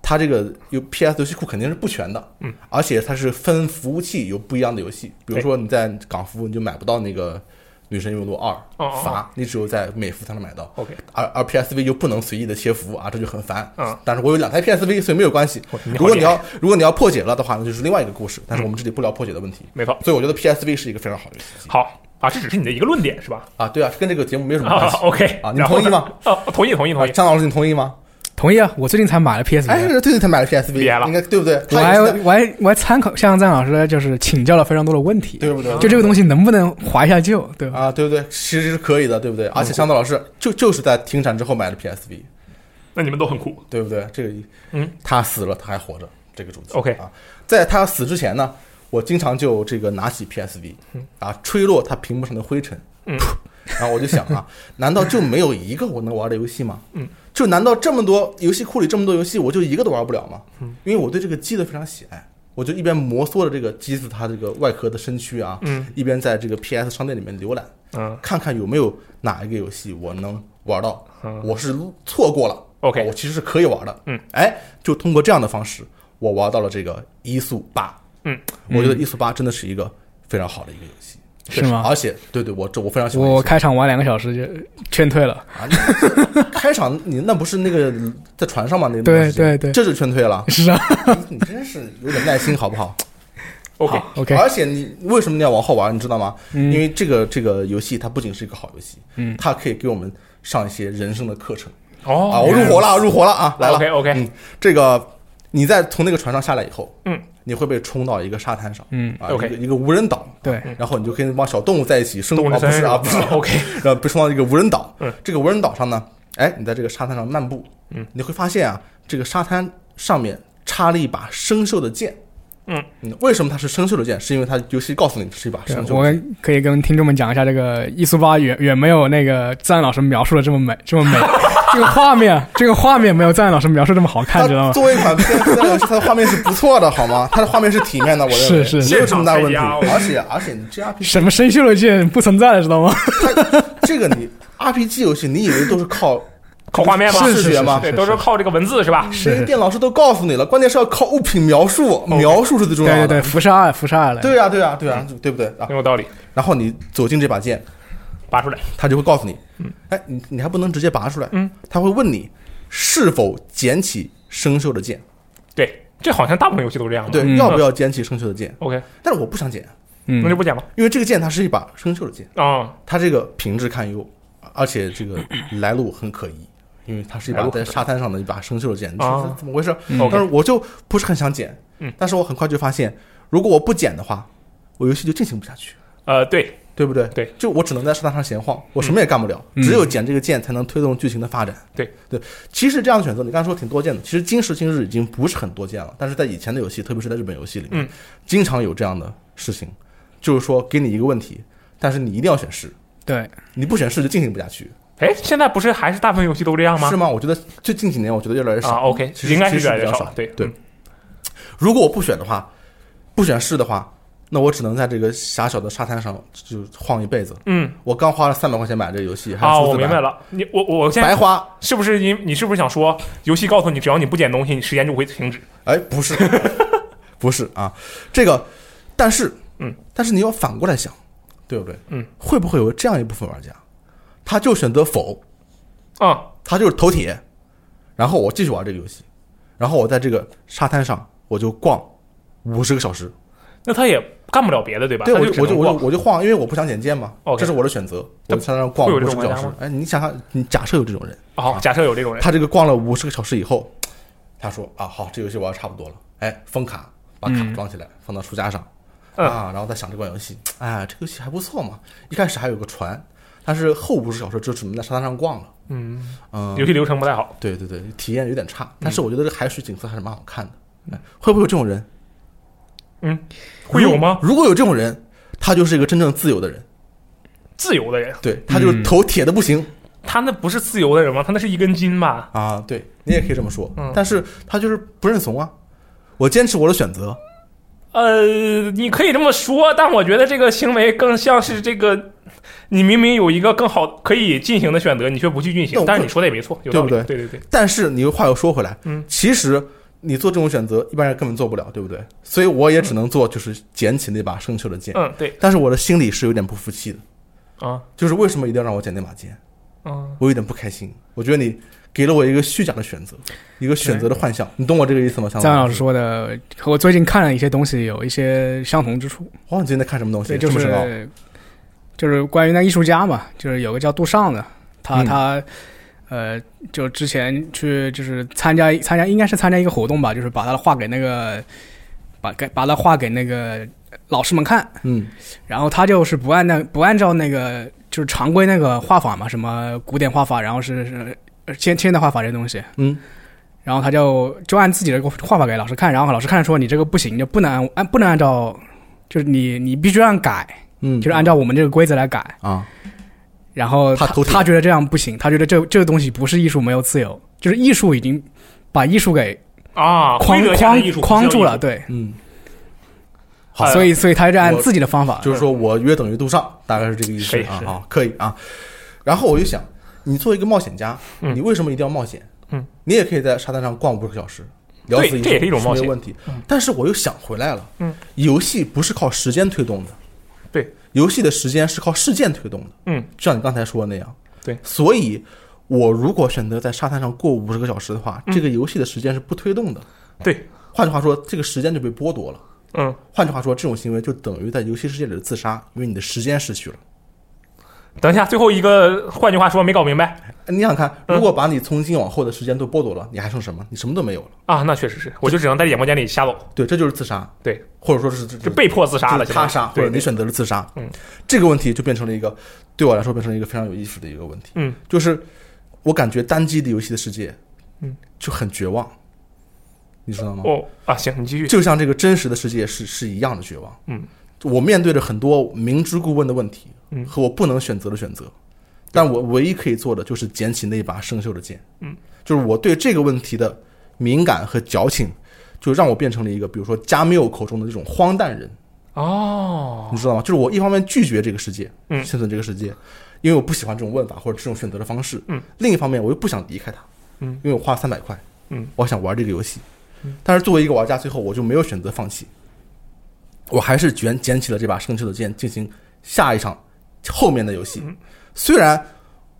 [SPEAKER 2] 它这个有 PS 游戏库肯定是不全的，嗯，而且它是分服务器有不一样的游戏，比如说你在港服你就买不到那个《女神异闻录二
[SPEAKER 3] 哦哦》
[SPEAKER 2] 法，你只有在美服才能买到。
[SPEAKER 3] OK
[SPEAKER 2] 而而 PSV 又不能随意的切服务啊，这就很烦。
[SPEAKER 3] 嗯，
[SPEAKER 2] 但是我有两台 PSV，所以没有关系
[SPEAKER 3] 哇你。好
[SPEAKER 2] 如果你
[SPEAKER 3] 厉害嗯
[SPEAKER 2] 要如果你要破解了的话，那就是另外一个故事。但是我们这里不聊破解的问题。
[SPEAKER 3] 没错，
[SPEAKER 2] 所以我觉得 PSV 是一个非常好的游戏机
[SPEAKER 3] 好啊，这只是你的一个论点是吧？
[SPEAKER 2] 啊，对啊，跟这个节目没有什么
[SPEAKER 3] 啊
[SPEAKER 2] 关系。
[SPEAKER 3] ，OK
[SPEAKER 2] 啊你
[SPEAKER 3] 然后
[SPEAKER 2] 同意
[SPEAKER 3] 呢
[SPEAKER 2] 吗？
[SPEAKER 3] 啊，同意同意同
[SPEAKER 2] 啊，
[SPEAKER 3] 意。
[SPEAKER 2] 张老师，你同意吗？
[SPEAKER 4] 同意啊，我最近才买了 PS，、
[SPEAKER 2] 哎，是最近才买了 PSV，
[SPEAKER 3] 嗯别了
[SPEAKER 2] 应该对不对？
[SPEAKER 4] 我
[SPEAKER 2] 他
[SPEAKER 4] 还
[SPEAKER 2] 也是在
[SPEAKER 4] 我还我还参考向赞老师就是请教了非常多的问题，
[SPEAKER 2] 对不
[SPEAKER 3] 嗯
[SPEAKER 2] 对？
[SPEAKER 4] 就这个东西能不能划一下旧，对吧？
[SPEAKER 2] 哦啊，对不对？其实是可以的，对不对？
[SPEAKER 3] 嗯
[SPEAKER 2] 而且香豆老师就就是在停产之后买的 PSV，
[SPEAKER 3] 那你们都很酷。
[SPEAKER 2] 对不对？这个，
[SPEAKER 3] 嗯，
[SPEAKER 2] 他死了，他还活着，这个主机。
[SPEAKER 3] OK
[SPEAKER 2] 啊，在他死之前呢，我经常就这个拿起 PSV，啊，吹落他屏幕上的灰尘，
[SPEAKER 3] 嗯
[SPEAKER 2] 噗，然后我就想 啊，难道就没有一个我能玩的游戏吗？嗯，就难道这么多游戏库里这么多游戏，我就一个都玩不了吗？嗯，因为我对这个机子非常喜爱。我就一边摩挲着这个机子它这个外壳的身躯啊，
[SPEAKER 3] 嗯，
[SPEAKER 2] 一边在这个 PS 商店里面浏览，
[SPEAKER 3] 嗯
[SPEAKER 2] 看看有没有哪一个游戏我能玩到，
[SPEAKER 3] 嗯
[SPEAKER 2] 我是错过了。
[SPEAKER 3] OK
[SPEAKER 2] 哦我其实是可以玩的。
[SPEAKER 3] 嗯，
[SPEAKER 2] 哎，就通过这样的方式，我玩到了这个《一速八》。
[SPEAKER 3] 嗯，
[SPEAKER 2] 我觉得《一速八》真的是一个非常好的一个游戏，
[SPEAKER 4] 是吗？
[SPEAKER 2] 而且，对对，我这我非常喜欢
[SPEAKER 4] 我
[SPEAKER 2] 游戏。
[SPEAKER 4] 开场玩两个小时就劝退了，
[SPEAKER 2] 啊你开场你那不是那个在船上吗？那
[SPEAKER 4] 对
[SPEAKER 2] 那段时间
[SPEAKER 4] 对对。
[SPEAKER 2] 这就劝退了
[SPEAKER 4] 是啊
[SPEAKER 2] 你真是有点耐心好不 好？
[SPEAKER 3] ，OK，
[SPEAKER 4] 好，OK，
[SPEAKER 2] 而且你为什么你要往后玩，你知道吗？
[SPEAKER 4] 嗯
[SPEAKER 2] 因为这个这个游戏它不仅是一个好游戏，嗯，它可以给我们上一些人生的课程
[SPEAKER 3] 哦
[SPEAKER 2] 啊。我入伙了啊，入伙了啊，来了。
[SPEAKER 3] OK OK，
[SPEAKER 2] 嗯，这个你在从那个船上下来以后，
[SPEAKER 3] 嗯，
[SPEAKER 2] 你会被冲到一个沙滩上，
[SPEAKER 4] 嗯
[SPEAKER 2] 啊
[SPEAKER 3] OK
[SPEAKER 2] 一个一个无人岛，
[SPEAKER 4] 对，
[SPEAKER 2] 然后你就可以帮小动物在一起生
[SPEAKER 3] 嗯动
[SPEAKER 2] 活，
[SPEAKER 3] 物
[SPEAKER 2] 啊
[SPEAKER 3] 的
[SPEAKER 2] 不是 啊，不是，
[SPEAKER 3] OK，
[SPEAKER 2] 然后被冲到一个无人岛，
[SPEAKER 3] 嗯，
[SPEAKER 2] 这个无人岛上呢，哎，你在这个沙滩上漫步，
[SPEAKER 3] 嗯，
[SPEAKER 2] 你会发现啊，这个沙滩上面插了一把生锈的剑，
[SPEAKER 3] 嗯
[SPEAKER 2] 为什么它是生锈的剑？是因为它游戏告诉你是一把
[SPEAKER 4] 对
[SPEAKER 2] 生，锈
[SPEAKER 4] 我
[SPEAKER 2] 的剑，
[SPEAKER 4] 们可以跟听众们讲一下，这个伊苏巴远远没有那个赞老师描述的这么美，这么美。这个画面，这个画面没有赞老师描述这么好看，知道
[SPEAKER 2] 它
[SPEAKER 4] 吗？
[SPEAKER 2] 作为一款 PS 游戏，它的画面是不错的，好吗？它的画面是体面的，我认为
[SPEAKER 4] 是是
[SPEAKER 2] 没有什么大问
[SPEAKER 3] 现
[SPEAKER 2] 题。
[SPEAKER 3] 场参加
[SPEAKER 2] 而且而且你 GRPG
[SPEAKER 4] 什么生锈的剑不存在了，知道吗？
[SPEAKER 2] 这个你 RPG 游戏，你以为都是靠
[SPEAKER 3] 靠画面吗？
[SPEAKER 2] 视觉吗？
[SPEAKER 3] 对，都是靠这个文字是吧？
[SPEAKER 2] 人家店老师都告诉你了，关键是要靠物品描述，描述是最重
[SPEAKER 4] 对
[SPEAKER 2] 要
[SPEAKER 4] 对
[SPEAKER 2] 的。
[SPEAKER 4] 对，福沙尔，福沙尔了。
[SPEAKER 2] 对啊，对啊，对啊，对不对啊？
[SPEAKER 3] 很有道理，
[SPEAKER 2] 然后你走进这把剑，
[SPEAKER 3] 拔出来。
[SPEAKER 2] 他就会告诉你，哎，你你还不能直接拔出来，
[SPEAKER 3] 嗯，
[SPEAKER 2] 他会问你是否捡起生锈的剑，
[SPEAKER 3] 对，这好像大部分游戏都这样吧？
[SPEAKER 2] 对，嗯
[SPEAKER 4] 嗯
[SPEAKER 2] 要不要捡起生锈的剑？
[SPEAKER 3] ，OK，
[SPEAKER 2] 但是我不想捡，
[SPEAKER 3] 那
[SPEAKER 4] 嗯
[SPEAKER 3] 就，不讲了。
[SPEAKER 2] 因为这个剑它是一把生锈的剑，
[SPEAKER 3] 啊，
[SPEAKER 2] 它这个品质堪忧，而且这个来路很可疑。因为它是一
[SPEAKER 3] 来
[SPEAKER 2] 把
[SPEAKER 3] 路很
[SPEAKER 2] 在沙滩上的一把生锈的剑，你说
[SPEAKER 3] 啊
[SPEAKER 2] 这怎么回事？
[SPEAKER 4] 嗯
[SPEAKER 3] OK
[SPEAKER 2] 但是我就不是很想捡，
[SPEAKER 3] 嗯
[SPEAKER 2] 但是我很快就发现，如果我不捡的话，我游戏就进行不下去，
[SPEAKER 3] 呃，对，
[SPEAKER 2] 对不对？
[SPEAKER 3] 对，
[SPEAKER 2] 就我只能在沙滩上闲晃，我什么也干不了，
[SPEAKER 4] 嗯
[SPEAKER 2] 只有捡这个剑才能推动剧情的发展。
[SPEAKER 3] 对
[SPEAKER 2] 对，其实这样的选择，你刚才说挺多见的，其实今时今日已经不是很多见了，但是在以前的游戏，特别是在日本游戏里面，
[SPEAKER 3] 嗯
[SPEAKER 2] 经常有这样的事情，就是说给你一个问题，但是你一定要选是，
[SPEAKER 4] 对，
[SPEAKER 2] 你不选是就进行不下去，
[SPEAKER 3] 哎，现在不是还是大部分游戏都这样啊吗
[SPEAKER 2] 是？吗？我觉得最近几年，我觉得越来越少
[SPEAKER 3] 啊，OK，
[SPEAKER 2] 其实
[SPEAKER 3] 应该是
[SPEAKER 2] 其实
[SPEAKER 3] 越来
[SPEAKER 2] 比
[SPEAKER 3] 越
[SPEAKER 2] 较
[SPEAKER 3] 少
[SPEAKER 2] 少
[SPEAKER 3] 了。。对
[SPEAKER 2] 对，如果我不选的话，不选是的话，那我只能在这个狭小的沙滩上就晃一辈子。
[SPEAKER 3] 嗯，
[SPEAKER 2] 我刚花了三百块钱买这个游戏，还
[SPEAKER 3] 啊，
[SPEAKER 2] 是数
[SPEAKER 3] 我
[SPEAKER 2] 字
[SPEAKER 3] 明
[SPEAKER 2] 版，
[SPEAKER 3] 白了。你我我我现
[SPEAKER 2] 白
[SPEAKER 3] 在
[SPEAKER 2] 花。
[SPEAKER 3] 是不是你你是不是想说，游戏告诉你，只要你不捡东西，你时间就会停止？
[SPEAKER 2] 哎，不是， 不是啊，这个，但是，
[SPEAKER 3] 嗯，
[SPEAKER 2] 但是你要反过来想，对不对？
[SPEAKER 3] 嗯，
[SPEAKER 2] 会不会有这样一部分玩家，他就选择否，
[SPEAKER 3] 啊，
[SPEAKER 2] 他就是头铁，然后我继续玩这个游戏，然后我在这个沙滩上我就逛五十个小时，
[SPEAKER 3] 那他也干不了别的，对吧？
[SPEAKER 2] 对，
[SPEAKER 3] 他
[SPEAKER 2] 我
[SPEAKER 3] 只
[SPEAKER 2] 就我就
[SPEAKER 3] 能
[SPEAKER 2] 我就
[SPEAKER 3] 逛
[SPEAKER 2] 我就晃，因为我不想捡剑嘛
[SPEAKER 3] OK
[SPEAKER 2] 这是我的选择，我
[SPEAKER 3] 这
[SPEAKER 2] 在沙滩上逛
[SPEAKER 3] 会有
[SPEAKER 2] 五
[SPEAKER 3] 这
[SPEAKER 2] 十
[SPEAKER 3] 种
[SPEAKER 2] 个小
[SPEAKER 3] 玩
[SPEAKER 2] 时
[SPEAKER 3] 家吗。
[SPEAKER 2] 哎，你想想，你假设有这种人，
[SPEAKER 3] 哦，假设有这种人，
[SPEAKER 2] 他这个逛了五十个小时以后，他说啊，好，这游戏玩的差不多了，哎，封卡，把卡装起来，放到书架上，
[SPEAKER 3] 嗯
[SPEAKER 2] 啊，然后再想这款游戏，哎，这个游戏还不错嘛，一开始还有个船，但是后五十小时就只能在沙滩上逛了，
[SPEAKER 3] 嗯，
[SPEAKER 2] 嗯，
[SPEAKER 3] 游戏流程不太好。
[SPEAKER 2] 对对对，体验有点差，但是我觉得这海水景色还是蛮好看的，哎会不会有这种人？
[SPEAKER 3] 嗯，会有吗？
[SPEAKER 2] 如如果有这种人，他就是一个真正自由的人，
[SPEAKER 3] 自由的人，
[SPEAKER 2] 对他
[SPEAKER 3] 嗯
[SPEAKER 2] 就是头铁的不行、
[SPEAKER 3] 他那不是自由的人吗？他那是一根筋吧？
[SPEAKER 2] 啊，对你也可以这么说，
[SPEAKER 3] 嗯
[SPEAKER 2] 但是他就是不认怂啊，我坚持我的选择，
[SPEAKER 3] 呃，你可以这么说，但我觉得这个行为更像是这个，你明明有一个更好可以进行的选择，你却不去进
[SPEAKER 2] 那
[SPEAKER 3] 行
[SPEAKER 2] 我。
[SPEAKER 3] 但是你说的也没错，有道理，
[SPEAKER 2] 对不
[SPEAKER 3] 对对对
[SPEAKER 2] 但是你又话又说回来，
[SPEAKER 3] 嗯，
[SPEAKER 2] 其实你做这种选择，一般人根本做不了，对不对？所以我也只能做，就是捡起那把生锈的剑。
[SPEAKER 3] 嗯，对
[SPEAKER 2] 但是我的心里是有点不服气的，
[SPEAKER 3] 啊，
[SPEAKER 2] 就是为什么一定要让我捡那把剑？
[SPEAKER 3] 嗯，
[SPEAKER 2] 我有点不开心。我觉得你给了我一个虚假的选择，一个选择的幻象，你懂我这个意思吗？向
[SPEAKER 4] 赞老师，说的和我最近看了一些东西有一些相同之处。
[SPEAKER 2] 哦，你最近在看什么东西？
[SPEAKER 4] 对，就
[SPEAKER 2] 这么深奥
[SPEAKER 4] 是就是关于那艺术家嘛，就是有个叫杜尚的，他、
[SPEAKER 2] 嗯
[SPEAKER 4] 他呃，就之前去就是参加参加应该是参加一个活动吧，就是把他的画给那个把给把他画给那个老师们看，
[SPEAKER 2] 嗯
[SPEAKER 4] 然后他就是不按那不按照那个就是常规那个画法嘛，什么古典画法，然后是是呃现现代画法这些东西，
[SPEAKER 2] 嗯，
[SPEAKER 4] 然后他就就按自己的画法给老师看，然后老师看说你这个不行，就不能按按不能按照，就是你你必须按改，
[SPEAKER 2] 嗯，
[SPEAKER 4] 就是按照我们这个规则来改。
[SPEAKER 2] 啊，
[SPEAKER 4] 然后
[SPEAKER 2] 他
[SPEAKER 4] 他
[SPEAKER 2] 头铁
[SPEAKER 4] 觉得这样不行，他觉得这这个东西不是艺术，没有自由，就是艺术已经把艺术给
[SPEAKER 3] 啊，
[SPEAKER 4] 框
[SPEAKER 3] 规则下的艺术
[SPEAKER 4] 框框住了，
[SPEAKER 3] 不是
[SPEAKER 4] 对，
[SPEAKER 2] 嗯，
[SPEAKER 3] 好
[SPEAKER 4] 所以所以他就按
[SPEAKER 2] 我
[SPEAKER 4] 自己的方法，
[SPEAKER 2] 就是说我约等于杜尚，大概是这个意思
[SPEAKER 3] 可以
[SPEAKER 2] 啊
[SPEAKER 3] 是
[SPEAKER 2] 啊，可以啊。然后我就想，你作为一个冒险家，
[SPEAKER 3] 嗯
[SPEAKER 2] 你为什么一定要冒险？
[SPEAKER 3] 嗯，
[SPEAKER 2] 你也可以在沙滩上逛五个小时，聊死
[SPEAKER 3] 对
[SPEAKER 2] 一
[SPEAKER 3] 这也是一种
[SPEAKER 2] 没有
[SPEAKER 3] 冒险
[SPEAKER 2] 问题。但是我又想回来了，
[SPEAKER 3] 嗯，
[SPEAKER 2] 游戏不是靠时间推动的，
[SPEAKER 3] 对，
[SPEAKER 2] 游戏的时间是靠事件推动的，
[SPEAKER 3] 嗯，
[SPEAKER 2] 就像你刚才说的那样，
[SPEAKER 3] 对
[SPEAKER 2] 所以。我如果选择在沙滩上过五十个小时的话，
[SPEAKER 3] 嗯
[SPEAKER 2] 这个游戏的时间是不推动的。
[SPEAKER 3] 对，
[SPEAKER 2] 换句话说，这个时间就被剥夺了。
[SPEAKER 3] 嗯，
[SPEAKER 2] 换句话说，这种行为就等于在游戏世界里的自杀，因为你的时间失去了。
[SPEAKER 3] 等一下，最后一个，换句话说，没搞明白，
[SPEAKER 2] 哎你想看，
[SPEAKER 3] 嗯
[SPEAKER 2] 如果把你从今往后的时间都剥夺了，你还剩什么？你什么都没有了。
[SPEAKER 3] 啊，那确实是，我就只能在眼光间里瞎走，
[SPEAKER 2] 对，这就是自杀。
[SPEAKER 3] 对，
[SPEAKER 2] 或者说是这
[SPEAKER 3] 就被迫自杀了，
[SPEAKER 2] 就是他
[SPEAKER 3] 现在
[SPEAKER 2] 杀，或
[SPEAKER 3] 对
[SPEAKER 2] 者你选择了自杀。
[SPEAKER 3] 嗯，
[SPEAKER 2] 这个问题就变成了一个对我来说变成了一个非常有意思的一个问题。
[SPEAKER 3] 嗯，
[SPEAKER 2] 就是我感觉单机的游戏的世界，
[SPEAKER 3] 嗯，
[SPEAKER 2] 就很绝望，你知道吗？
[SPEAKER 3] 哦啊，行，你继续，
[SPEAKER 2] 就像这个真实的世界是是一样的绝望。
[SPEAKER 3] 嗯，
[SPEAKER 2] 我面对着很多明知故问的问题，
[SPEAKER 3] 嗯
[SPEAKER 2] 和我不能选择的选择，但我唯一可以做的就是捡起那把生锈的剑。
[SPEAKER 3] 嗯，
[SPEAKER 2] 就是我对这个问题的敏感和矫情，就让我变成了一个，比如说加缪口中的这种荒诞人。
[SPEAKER 3] 哦，
[SPEAKER 2] 你知道吗？就是我一方面拒绝这个世界，
[SPEAKER 3] 嗯
[SPEAKER 2] 生存这个世界，因为我不喜欢这种问法或者这种选择的方式。
[SPEAKER 3] 嗯，
[SPEAKER 2] 另一方面我又不想离开它，
[SPEAKER 3] 嗯，
[SPEAKER 2] 因为我花三百块，
[SPEAKER 3] 嗯，
[SPEAKER 2] 我想玩这个游戏，但是作为一个玩家，最后我就没有选择放弃，我还是捡捡起了这把生锈的剑，进行下一场后面的游戏。
[SPEAKER 3] 嗯
[SPEAKER 2] 虽然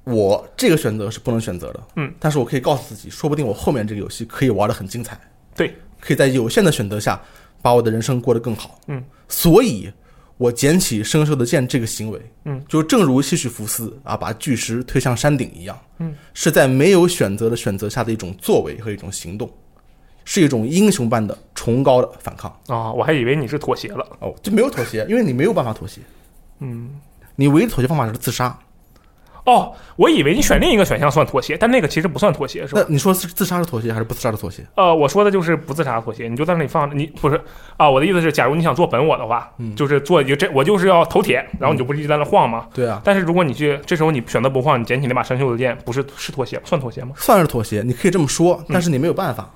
[SPEAKER 2] 我这个选择是不能选择的，
[SPEAKER 3] 嗯，
[SPEAKER 2] 但是我可以告诉自己，说不定我后面这个游戏可以玩得很精彩。
[SPEAKER 3] 对，
[SPEAKER 2] 可以在有限的选择下把我的人生过得更好。
[SPEAKER 3] 嗯，
[SPEAKER 2] 所以我捡起生锈的剑这个行为，
[SPEAKER 3] 嗯，
[SPEAKER 2] 就正如西绪福斯啊把巨石推向山顶一样，
[SPEAKER 3] 嗯，
[SPEAKER 2] 是在没有选择的选择下的一种作为和一种行动，是一种英雄般的崇高的反抗。
[SPEAKER 3] 啊，我还以为你是妥协了，
[SPEAKER 2] 哦，就没有妥协，因为你没有办法妥协，
[SPEAKER 3] 嗯，
[SPEAKER 2] 你唯一的妥协方法就是自杀。
[SPEAKER 3] 哦，我以为你选另一个选项算妥协，但那个其实不算妥协，是吧
[SPEAKER 2] 那？你说是自杀是妥协还是不自杀的妥协？
[SPEAKER 3] 呃，我说的就是不自杀妥协，你就在那里放着，你不是啊？我的意思是，假如你想做本我的话，
[SPEAKER 2] 嗯
[SPEAKER 3] 就是做一个这，我就是要头铁，然后你就不是一直在那晃吗？
[SPEAKER 2] 对啊，
[SPEAKER 3] 但是如果你去，这时候你选择不晃，你捡起那把生锈的剑，不是是妥协吗？算妥协吗？
[SPEAKER 2] 算是妥协，你可以这么说，但是你没有办法。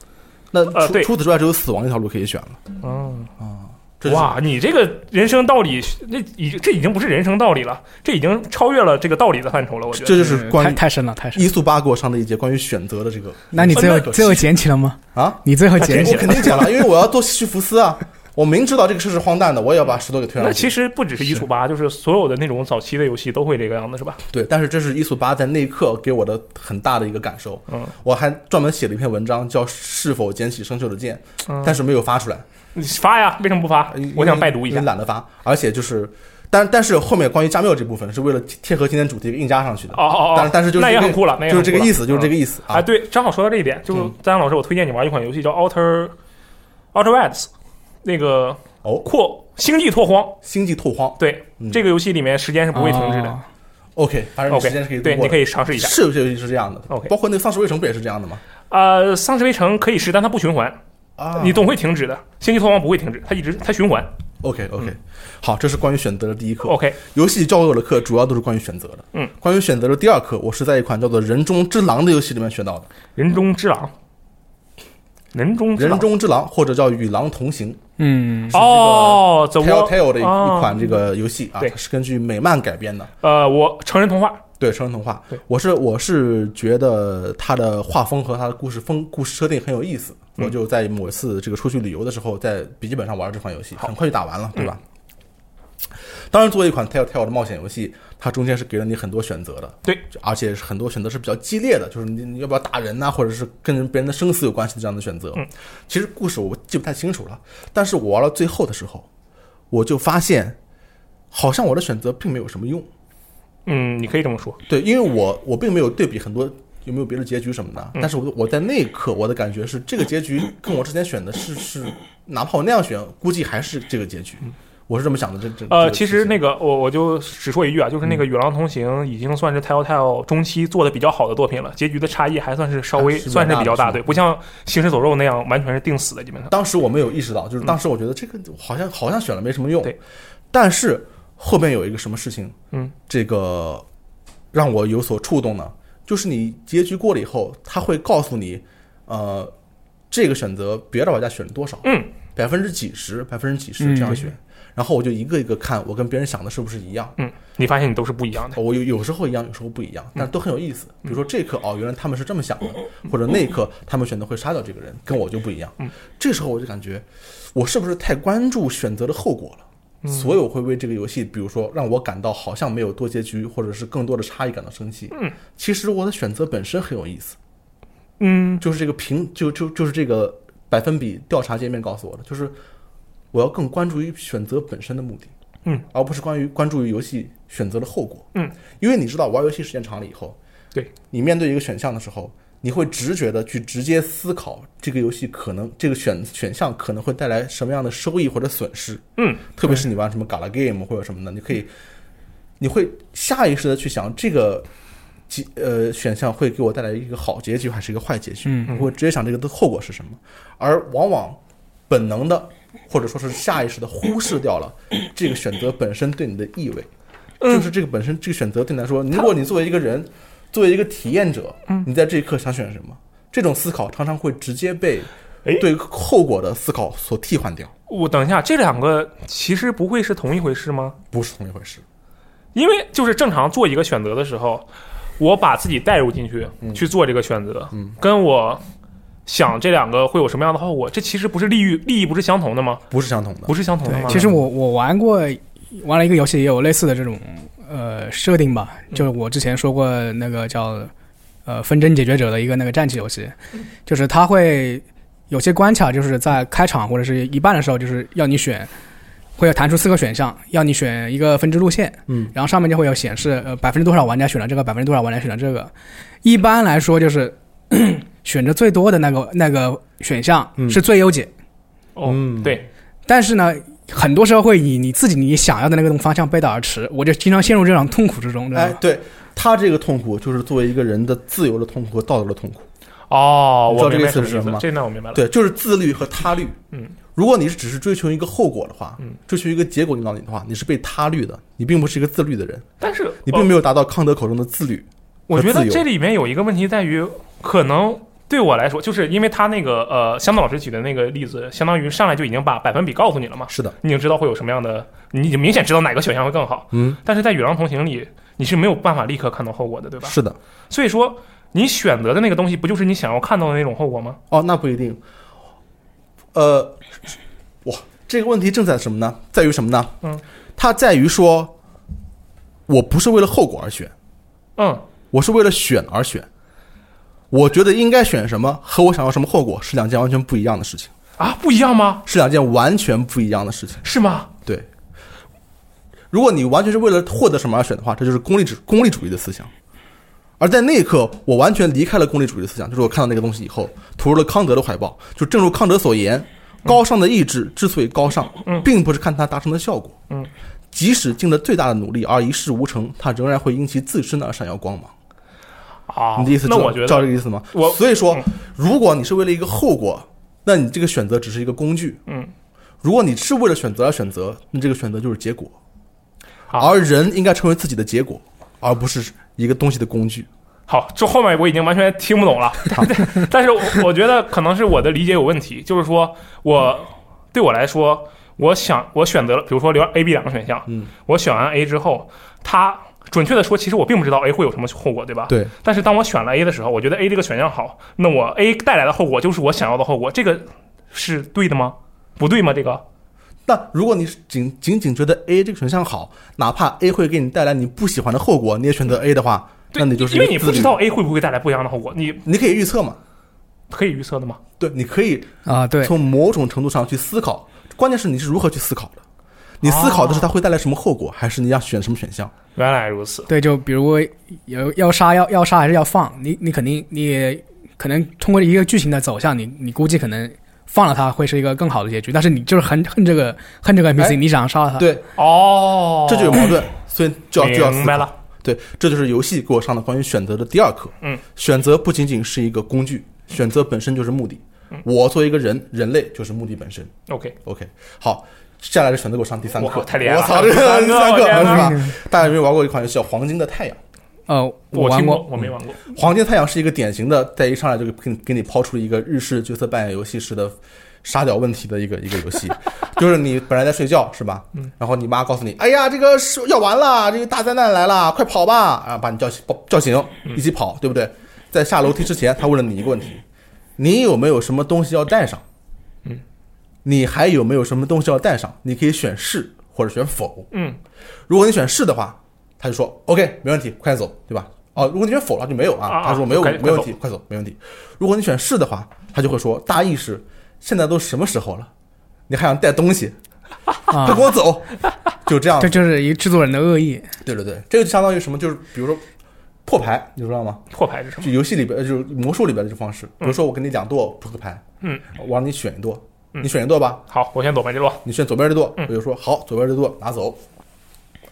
[SPEAKER 2] 那除、
[SPEAKER 3] 嗯呃对
[SPEAKER 2] 除此之外，只有死亡一条路可以选了。啊
[SPEAKER 3] 嗯，
[SPEAKER 2] 这就是
[SPEAKER 3] 哇，你这个人生道理，那已这已经不是人生道理了，这已经超越了这个道理的范畴了。我觉得
[SPEAKER 2] 这就是关
[SPEAKER 4] 太
[SPEAKER 2] 于
[SPEAKER 4] 太深了，太深了。
[SPEAKER 2] 伊速八给我上的一节关于选择的这个，
[SPEAKER 4] 那你最后
[SPEAKER 2] 那个
[SPEAKER 4] 最后捡起了吗？
[SPEAKER 2] 啊，
[SPEAKER 4] 你最后捡
[SPEAKER 3] 他
[SPEAKER 4] 起
[SPEAKER 2] 我
[SPEAKER 4] 了
[SPEAKER 2] 肯
[SPEAKER 3] 捡
[SPEAKER 2] 定讲了，因为我要做西绪福斯啊，我明知道这个事是荒诞的，我也要把石头给推上
[SPEAKER 3] 那
[SPEAKER 2] 去。
[SPEAKER 3] 其实不只是一处八，就是所有的那种早期的游戏都会这个样子，是吧？
[SPEAKER 2] 对，但是这是伊速八在那一刻给我的很大的一个感受。
[SPEAKER 3] 嗯，
[SPEAKER 2] 我还专门写了一篇文章，叫《是否捡起生锈的剑》，
[SPEAKER 3] 嗯
[SPEAKER 2] 但是没有发出来。
[SPEAKER 3] 你发呀，为什么不发？嗯我想拜读一
[SPEAKER 2] 因
[SPEAKER 3] 下
[SPEAKER 2] 为。懒得发，而且就是。但但是后面关于加缪这部分是为了贴合今天主题硬加上去的，
[SPEAKER 3] 哦哦哦
[SPEAKER 2] 但是但是就是
[SPEAKER 3] 那也
[SPEAKER 2] 这个
[SPEAKER 3] 很酷了那也
[SPEAKER 2] 就是
[SPEAKER 3] 很
[SPEAKER 2] 这个
[SPEAKER 3] 酷了
[SPEAKER 2] 意思，就是这个意思
[SPEAKER 3] 啊，
[SPEAKER 2] 啊，嗯
[SPEAKER 3] 对，正好说到这一点，就是张老师，我推荐你玩一款游戏叫 Outer Outer Wilds，那个
[SPEAKER 2] 哦
[SPEAKER 3] 扩星际拓荒，
[SPEAKER 2] 星际拓荒
[SPEAKER 3] 对，
[SPEAKER 2] 嗯
[SPEAKER 3] 这个游戏里面时间是不会停滞的
[SPEAKER 4] 哦。
[SPEAKER 2] ，OK，反正时间是可以
[SPEAKER 3] OK，对，
[SPEAKER 2] 度过
[SPEAKER 3] 你
[SPEAKER 2] 的
[SPEAKER 3] 可以尝试一下。
[SPEAKER 2] 是有些游戏是这样的
[SPEAKER 3] OK
[SPEAKER 2] 包括那个《丧尸围城》不也是这样的吗？
[SPEAKER 3] 呃，丧尸围城可以试，但它不循环，
[SPEAKER 2] 啊
[SPEAKER 3] 你总会停止的。星际拓荒不会停止，它一直它循环。
[SPEAKER 2] OK OK，、好，这是关于选择的第一课。
[SPEAKER 3] 嗯 OK，
[SPEAKER 2] 游戏教给我的课主要都是关于选择的。
[SPEAKER 3] 嗯，
[SPEAKER 2] 关于选择的第二课，我是在一款叫做《人中之狼》的游戏里面学到的。
[SPEAKER 3] 人中之狼，人中之
[SPEAKER 2] 人
[SPEAKER 3] 狼，
[SPEAKER 2] 中之狼，或者叫《与狼同行
[SPEAKER 4] 嗯，
[SPEAKER 3] 哦，The》Wall，
[SPEAKER 2] （Telltale） 的一、
[SPEAKER 3] 哦
[SPEAKER 2] 一款这个游戏啊，
[SPEAKER 3] 对
[SPEAKER 2] 它是根据美漫改编的，
[SPEAKER 3] 呃，我成人童话，
[SPEAKER 2] 对成人童话
[SPEAKER 3] 对。
[SPEAKER 2] 我是我是觉得它的画风和它的故事风故事设定很有意思，
[SPEAKER 3] 嗯
[SPEAKER 2] 我就在某一次这个出去旅游的时候，在笔记本上玩这款游戏，很快就打完了，对
[SPEAKER 3] 嗯
[SPEAKER 2] 吧？当然，作为一款 Telltale 的冒险游戏，它中间是给了你很多选择的，
[SPEAKER 3] 对，
[SPEAKER 2] 而且是很多选择是比较激烈的，就是你你要不要打人啊呐、或者是跟人别人的生死有关系的这样的选择。
[SPEAKER 3] 嗯
[SPEAKER 2] 其实故事我记不太清楚了，但是我玩到最后的时候，我就发现，好像我的选择并没有什么用。
[SPEAKER 3] 嗯，你可以这么说。
[SPEAKER 2] 对，因为我我并没有对比很多有没有别的结局什么的，
[SPEAKER 3] 嗯
[SPEAKER 2] 但是我我在那一刻我的感觉是，这个结局跟我之前选的是是，哪怕我那样选，估计还是这个结局。嗯我是嗯这么想的，这这
[SPEAKER 3] 嗯呃，其实那
[SPEAKER 2] 个
[SPEAKER 3] 个我我就只说一句啊，就是那个《与狼同行》已经算是 Telltale 中期做的比较好的作品了，结局的差异还算是稍微
[SPEAKER 2] 还是比较
[SPEAKER 3] 算是比较
[SPEAKER 2] 大
[SPEAKER 3] 大，
[SPEAKER 2] 的
[SPEAKER 3] 对，不像《行尸走肉》那样完全是定死的，基本上。
[SPEAKER 2] 当时我没有意识到，就是当时我觉得这个好像好像选了没什么用，
[SPEAKER 3] 嗯对。
[SPEAKER 2] 但是后面有一个什么事情，
[SPEAKER 3] 嗯，
[SPEAKER 2] 这个让我有所触动呢，就是你结局过了以后，他会告诉你，呃，这个选择别的玩家选了多少，
[SPEAKER 3] 嗯，
[SPEAKER 2] 百分之几十、百分之几十
[SPEAKER 4] 嗯
[SPEAKER 2] 这样选，然后我就一个一个看，我跟别人想的是不是一样。
[SPEAKER 3] 嗯，你发现你都是不一样的。
[SPEAKER 2] 哦
[SPEAKER 3] 嗯
[SPEAKER 2] 我有有时候一样，有时候不一样，但都很有意思。比如说这一刻哦，原来他们是这么想的，或者那一刻他们选择会杀掉这个人，跟我就不一样。
[SPEAKER 3] 嗯
[SPEAKER 2] 这时候我就感觉，我是不是太关注选择的后果
[SPEAKER 3] 嗯
[SPEAKER 2] 了？所以我会为这个游戏，比如说让我感到好像没有多结局，或者是更多的差异感到生气。其实我的选择本身很有意思，
[SPEAKER 3] 嗯，
[SPEAKER 2] 就是这个评，就就就是这个百分比调查界面告诉我的，就是我要更关注于选择本身的目的，
[SPEAKER 3] 嗯，
[SPEAKER 2] 而不是关于关注于游戏选择的后果，
[SPEAKER 3] 嗯，
[SPEAKER 2] 因为你知道玩游戏时间长了以后，
[SPEAKER 3] 对
[SPEAKER 2] 你面对一个选项的时候，你会直觉的去直接思考这个游戏可能这个选选项可能会带来什么样的收益或者损失。
[SPEAKER 3] 嗯，
[SPEAKER 2] 特别是你玩什么 Gala Game 或者什么的，你可以，你会下意识的去想这个结呃选项会给我带来一个好结局还是一个坏结局，
[SPEAKER 4] 嗯
[SPEAKER 2] 你会直接想这个的后果是什么，而往往本能的或者说是下意识的忽视掉了这个选择本身对你的意味，
[SPEAKER 3] 嗯
[SPEAKER 2] 就是这个本身这个选择对你来说，如果你作为一个人，作为一个体验者，
[SPEAKER 3] 嗯
[SPEAKER 2] 你在这一刻想选什么，这种思考常常会直接被
[SPEAKER 3] 哎
[SPEAKER 2] 对后果的思考所替换掉，
[SPEAKER 3] 我等一下，这两个其实不会是同一回事吗？
[SPEAKER 2] 不是同一回事。
[SPEAKER 3] 因为就是正常做一个选择的时候，我把自己带入进去、
[SPEAKER 2] 嗯
[SPEAKER 3] 去做这个选择，跟我想这两个会有什么样的后果，这其实不是利益利益不是相同的吗？
[SPEAKER 2] 不是相同的
[SPEAKER 3] 不。是相同的吗？
[SPEAKER 4] 其实我我玩过玩了一个游戏，也有类似的这种呃设定吧，就是我之前说过那个叫呃纷争解决者的一个那个战棋游戏，就是它会有些关卡，就是在开场或者是一半的时候，就是要你选。会弹出四个选项，要你选一个分支路线，
[SPEAKER 2] 嗯，
[SPEAKER 4] 然后上面就会有显示，呃，百分之多少玩家选了这个，百分之多少玩家选了这个。一般来说，就是 选择最多的那个那个选项
[SPEAKER 2] 嗯
[SPEAKER 4] 是最优解，
[SPEAKER 3] 哦，
[SPEAKER 2] 嗯
[SPEAKER 3] 对，
[SPEAKER 4] 但是呢，很多时候会以你自己你想要的那个方向背道而驰，我就经常陷入这种痛苦之中，知道
[SPEAKER 2] 哎
[SPEAKER 4] 吗？，
[SPEAKER 2] 对他这个痛苦，就是作为一个人的自由的痛苦和道德的痛苦。
[SPEAKER 3] 哦，
[SPEAKER 2] 你知道
[SPEAKER 3] 我
[SPEAKER 2] 这个
[SPEAKER 3] 明白
[SPEAKER 2] 意思
[SPEAKER 3] 什么
[SPEAKER 2] 是什么吗
[SPEAKER 3] 这那我明白了。
[SPEAKER 2] 对，就是自律和他律。
[SPEAKER 3] 嗯，
[SPEAKER 2] 如果你是只是追求一个后果的话，
[SPEAKER 3] 嗯
[SPEAKER 2] 追求一个结果引导你的话，你是被他律的，你并不是一个自律的人，
[SPEAKER 3] 但是呃
[SPEAKER 2] 你并没有达到康德口中的自律。
[SPEAKER 3] 我觉
[SPEAKER 2] 和
[SPEAKER 3] 得
[SPEAKER 2] 自由
[SPEAKER 3] 这里面有一个问题在于，可能对我来说，就是因为他那个呃，香港老师举的那个例子，相当于上来就已经把百分比告诉你了嘛，
[SPEAKER 2] 是的，
[SPEAKER 3] 你已经知道会有什么样的，你已经明显知道哪个选项会更好。
[SPEAKER 2] 嗯，
[SPEAKER 3] 但是在《与狼同行》里，你是没有办法立刻看到后果的，对吧？
[SPEAKER 2] 是的。
[SPEAKER 3] 所以说，你选择的那个东西，不就是你想要看到的那种后果吗？
[SPEAKER 2] 哦，那不一定。呃，哇，这个问题正在什么呢？在于什么呢？
[SPEAKER 3] 嗯，
[SPEAKER 2] 它在于说，我不是为了后果而选，
[SPEAKER 3] 嗯，
[SPEAKER 2] 我是为了选而选。我觉得应该选什么和我想要什么后果是两件完全不一样的事情。
[SPEAKER 3] 啊，不一样吗？
[SPEAKER 2] 是两件完全不一样的事情。
[SPEAKER 3] 是吗？
[SPEAKER 2] 对，如果你完全是为了获得什么而选的话，这就是功利主功利主义的思想。而在那一刻，我完全离开了功利主义的思想，就是我看到那个东西以后，投入了康德的怀抱。就正如康德所言，高尚的意志之所以高尚，并不是看它达成的效果。
[SPEAKER 3] 嗯，
[SPEAKER 2] 即使尽了最大的努力而一事无成，它仍然会因其自身而闪耀光芒。
[SPEAKER 3] 啊，
[SPEAKER 2] 你的意思
[SPEAKER 3] 那
[SPEAKER 2] 知道
[SPEAKER 3] 我觉
[SPEAKER 2] 知道这
[SPEAKER 3] 得，
[SPEAKER 2] 个意思吗？
[SPEAKER 3] 我
[SPEAKER 2] 所以说
[SPEAKER 3] 嗯，
[SPEAKER 2] 如果你是为了一个后果，那你这个选择只是一个工具。
[SPEAKER 3] 嗯，
[SPEAKER 2] 如果你是为了选择而选择，那这个选择就是结果。
[SPEAKER 3] 好
[SPEAKER 2] 而人应该成为自己的结果，而不是一个东西的工具。
[SPEAKER 3] 好，这后面我已经完全听不懂了。 但但是我，我觉得可能是我的理解有问题，就是说我对我来说，我想我选择了，比如说留 A、B 两个选项，
[SPEAKER 2] 嗯，
[SPEAKER 3] 我选完 A 之后，它准确的说，其实我并不知道 A 会有什么后果，对吧？对
[SPEAKER 2] 对，
[SPEAKER 3] 但是当我选了 A 的时候，我觉得 A 这个选项好，那我 A 带来的后果就是我想要的后果，这个是对的吗？不对吗？这个
[SPEAKER 2] 那如果你是仅仅仅觉得 A 这个选项好，哪怕 A 会给你带来你不喜欢的后果，你也选择 A 的话，
[SPEAKER 3] 对
[SPEAKER 2] 那你就是
[SPEAKER 3] 因为
[SPEAKER 2] 一
[SPEAKER 3] 你
[SPEAKER 2] 个
[SPEAKER 3] 不
[SPEAKER 2] 自律
[SPEAKER 3] 知道，A 会不会带来不一样的后果，你
[SPEAKER 2] 你可以预测嘛？
[SPEAKER 3] 可以预测的吗？
[SPEAKER 2] 对，你可以
[SPEAKER 4] 啊，对，
[SPEAKER 2] 从某种程度上去思考，关键是你是如何去思考的。你思考的是它会带来什么后果，还是你要选什么选项？
[SPEAKER 3] 原来如此，
[SPEAKER 4] 对，就比如有要杀要要杀还是要放，你你肯定你可能通过一个剧情的走向，你你估计可能放了它会是一个更好的结局，但是你就是恨恨这个恨这个 NPC，、
[SPEAKER 2] 哎
[SPEAKER 4] 你想杀了它，
[SPEAKER 2] 对，
[SPEAKER 3] 哦，
[SPEAKER 2] 这就有矛盾，所以就要就要思
[SPEAKER 3] 明
[SPEAKER 2] 考
[SPEAKER 3] 白。了，
[SPEAKER 2] 对，这就是游戏给我上的关于选择的第二课。
[SPEAKER 3] 嗯，
[SPEAKER 2] 选择不仅仅是一个工具，选择本身就是目的。
[SPEAKER 3] 嗯
[SPEAKER 2] 我作为一个人，人类就是目的本身。
[SPEAKER 3] OK，
[SPEAKER 2] OK，好，接下来这选择给我上第三课，
[SPEAKER 3] 哇太厉害了
[SPEAKER 2] 我操，这
[SPEAKER 3] 第
[SPEAKER 2] 个
[SPEAKER 3] 三
[SPEAKER 2] 第
[SPEAKER 3] 课
[SPEAKER 2] 三课
[SPEAKER 3] 我天
[SPEAKER 2] 是
[SPEAKER 3] 哪
[SPEAKER 2] 吧？大家有没有玩过一款游戏叫《黄金的太阳》？
[SPEAKER 4] 呃，
[SPEAKER 3] 我
[SPEAKER 4] 玩
[SPEAKER 3] 听
[SPEAKER 4] 过，
[SPEAKER 3] 我没玩过，
[SPEAKER 2] 《黄金太阳》是一个典型的，在一上来就给你给你抛出一个日式角色扮演游戏式的杀掉问题的一个一个游戏， 就是你本来在睡觉是吧？然后你妈告诉你，哎呀，这个是要完了，这个大灾难来了，快跑吧！啊，把你叫醒，抱叫醒，一起跑，对不对？在下楼梯之前，他问了你一个问题：你有没有什么东西要带上？
[SPEAKER 3] 嗯，
[SPEAKER 2] 你还有没有什么东西要带上？你可以选是或者选否。
[SPEAKER 3] 嗯，
[SPEAKER 2] 如果你选是的话，他就说 OK，没问题，快走，对吧？哦，如果你选否了就没有
[SPEAKER 3] 啊
[SPEAKER 2] 啊，
[SPEAKER 3] 啊
[SPEAKER 2] 他说没有，
[SPEAKER 3] 快快
[SPEAKER 2] 没问题，快走，没问题。如果你选是的话，他就会说大意是现在都什么时候了，你还想带东西，快
[SPEAKER 4] 啊
[SPEAKER 2] 跟，我走，就这样
[SPEAKER 4] 这。就是一个制作人的恶意，
[SPEAKER 2] 对对对，这个就相当于什么？就是比如说破牌，你知道吗？
[SPEAKER 3] 破牌是什么？
[SPEAKER 2] 就游戏里边，呃就是魔术里边的这方式。比如说，我给你两垛扑克牌，
[SPEAKER 3] 嗯，
[SPEAKER 2] 我让你选一垛，
[SPEAKER 3] 嗯
[SPEAKER 2] 你选一垛吧，
[SPEAKER 3] 好，我先走吧，这路。
[SPEAKER 2] 你选左边这垛，
[SPEAKER 3] 嗯
[SPEAKER 2] 我就说好，左边这垛拿走。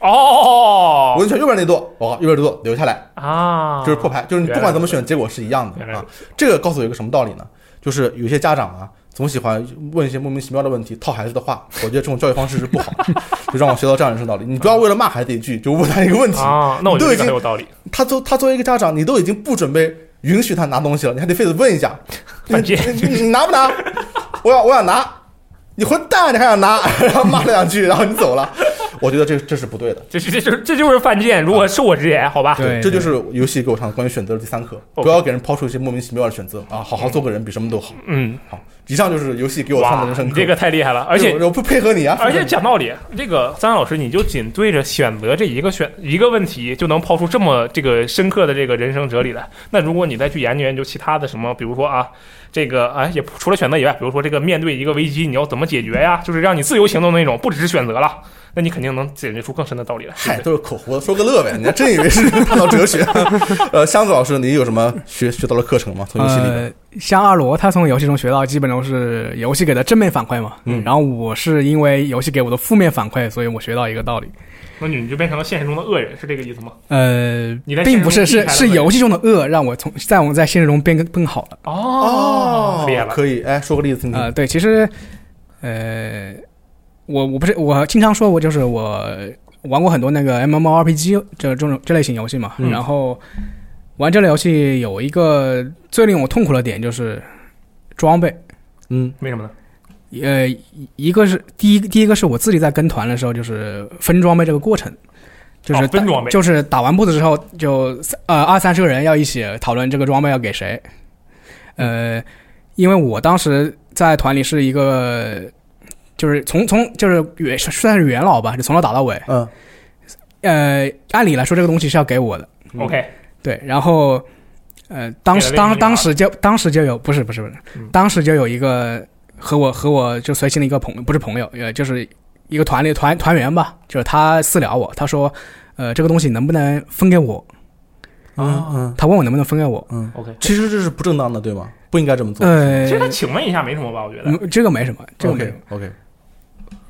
[SPEAKER 2] 我
[SPEAKER 3] 哦
[SPEAKER 2] 给你选右边那垛，我右边这垛留下来，
[SPEAKER 3] 啊，
[SPEAKER 2] 就是破牌，就是你不管怎么选，结果是一样
[SPEAKER 3] 原
[SPEAKER 2] 的
[SPEAKER 3] 来
[SPEAKER 2] 啊
[SPEAKER 3] 如。
[SPEAKER 2] 这个告诉我一个什么道理呢？就是有些家长啊，总喜欢问一些莫名其妙的问题，套孩子的话。我觉得这种教育方式是不好的， 就让我学到这样人生道理。你不要为了骂孩子一句就问他一个问题，
[SPEAKER 3] 啊，那我觉得
[SPEAKER 2] 都已
[SPEAKER 3] 这个
[SPEAKER 2] 经
[SPEAKER 3] 很有道理，
[SPEAKER 2] 他作他作为一个家长，你都已经不准备允许他拿东西了，你还得非得问一 下，你
[SPEAKER 3] 犯贱
[SPEAKER 2] 你你拿不拿？我要我想拿，你混蛋，你还想拿？ 然后骂了两句，然后你走了。我觉得这这是不对的，
[SPEAKER 3] 这是这就是这就是犯贱。如果受我之言，好吧，
[SPEAKER 4] 对，
[SPEAKER 2] 这就是游戏给我上的关于选择的第三课，
[SPEAKER 3] OK
[SPEAKER 2] 不要给人抛出一些莫名其妙的选择啊！好好做个人比什么都好。
[SPEAKER 3] 嗯，
[SPEAKER 2] 好，以上就是游戏给我上
[SPEAKER 3] 哇
[SPEAKER 2] 的人，生
[SPEAKER 3] 你
[SPEAKER 2] 课。
[SPEAKER 3] 这个太厉害了，而且
[SPEAKER 2] 我我不配合你啊！
[SPEAKER 3] 而且讲道理，这个三老师，你就仅对着选择这一个选一个问题，就能抛出这么这个深刻的这个人生哲理来。那如果你再去研究研究其他的什么，比如说啊，这个啊，也除了选择以外，比如说这个面对一个危机，你要怎么解决呀？就是让你自由行动的那种，不只是选择了，那你肯定能解决出更深的道理来。
[SPEAKER 2] 嗨，都是口胡子，说个乐呗。你还真以为是 探讨哲学？呃，箱子老师，你有什么学学到的课程吗？从游戏里面？
[SPEAKER 4] 呃，像阿罗，他从游戏中学到基本都是游戏给的正面反馈嘛。
[SPEAKER 2] 嗯
[SPEAKER 4] 然后我是因为游戏给我的负面反馈，所以我学到一个道理。
[SPEAKER 3] 那你就变成了现实中的恶人，是这个意思吗？
[SPEAKER 4] 呃
[SPEAKER 3] 你在，现实
[SPEAKER 4] 并不是
[SPEAKER 3] 中避开
[SPEAKER 4] 是
[SPEAKER 3] 了
[SPEAKER 4] 是
[SPEAKER 3] 恶
[SPEAKER 4] 游戏中的恶让我从在我在现实中变更更好了。
[SPEAKER 3] 哦厉害了。
[SPEAKER 2] 可以，哎，说个例子，你
[SPEAKER 4] 呃，对，其实，呃，我我不是我经常说，我就是我玩过很多那个 MMORPG 这这种这类型游戏嘛，
[SPEAKER 2] 嗯
[SPEAKER 4] 然后玩这类游戏有一个最令我痛苦的点就是装备，
[SPEAKER 2] 嗯
[SPEAKER 3] 为什么呢？
[SPEAKER 4] 呃，一个是第一第一个是我自己在跟团的时候，就是分装备这个过程。就是
[SPEAKER 3] 哦分
[SPEAKER 4] 打
[SPEAKER 3] 装备
[SPEAKER 4] 就是打完 BOSS 之后，就三呃二三十个人要一起讨论这个装备要给谁。呃，因为我当时在团里是一个，就是从从就是元算是元老吧，就从头打到尾。
[SPEAKER 2] 嗯
[SPEAKER 4] 呃，按理来说这个东西是要给我的，
[SPEAKER 2] 嗯
[SPEAKER 3] OK，
[SPEAKER 4] 对，然后呃，当时
[SPEAKER 3] 给了另一个女
[SPEAKER 4] 当当
[SPEAKER 3] 孩
[SPEAKER 4] 时就当时就有不是不是不是
[SPEAKER 3] 嗯，
[SPEAKER 4] 当时就有一个和我和我就随行的一个朋友，不是朋友，呃，就是一个团里团团员吧，就是他私聊我，他说，呃，这个东西能不能分给我？
[SPEAKER 2] 嗯嗯
[SPEAKER 4] 他问我能不能分给我，
[SPEAKER 2] 嗯，
[SPEAKER 3] OK，
[SPEAKER 2] 其实这是不正当的，对吗？不应该这么做。
[SPEAKER 4] 呃
[SPEAKER 3] 其，实他请问一下没什么吧，我觉得。
[SPEAKER 4] 嗯这个没什么，这个没什
[SPEAKER 2] OK
[SPEAKER 4] 么。
[SPEAKER 2] OK，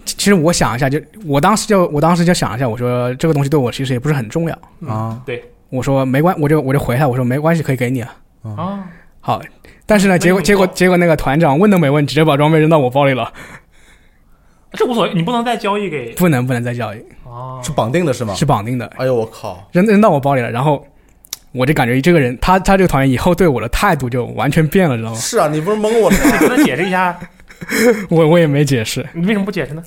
[SPEAKER 4] 其其实我想一下，就我当时就我当时就想一下，我说这个东西对我其实也不是很重要，
[SPEAKER 3] 嗯
[SPEAKER 2] 啊，
[SPEAKER 4] 我说没关，我就我就回他，我说没关系，可以给你啊。
[SPEAKER 3] 啊，
[SPEAKER 4] 好，但是呢，结
[SPEAKER 3] 那
[SPEAKER 4] 果
[SPEAKER 3] 你
[SPEAKER 4] 结果结果那个团长问都没问，直接把装备扔到我包里了，
[SPEAKER 3] 这无所谓，你不能再交易给
[SPEAKER 4] 不能不能再交易。
[SPEAKER 3] 啊
[SPEAKER 2] 是绑定的是吗？
[SPEAKER 4] 是绑定的，
[SPEAKER 2] 哎呦，我靠！
[SPEAKER 4] 扔扔到我包里了。然后我就感觉这个人，他他这个团员以后对我的态度就完全变了，知道吗？
[SPEAKER 2] 是啊，你不是蒙我了吗？
[SPEAKER 3] 你跟他解释一下，
[SPEAKER 4] 我我也没解释，
[SPEAKER 3] 你为什么不解释呢？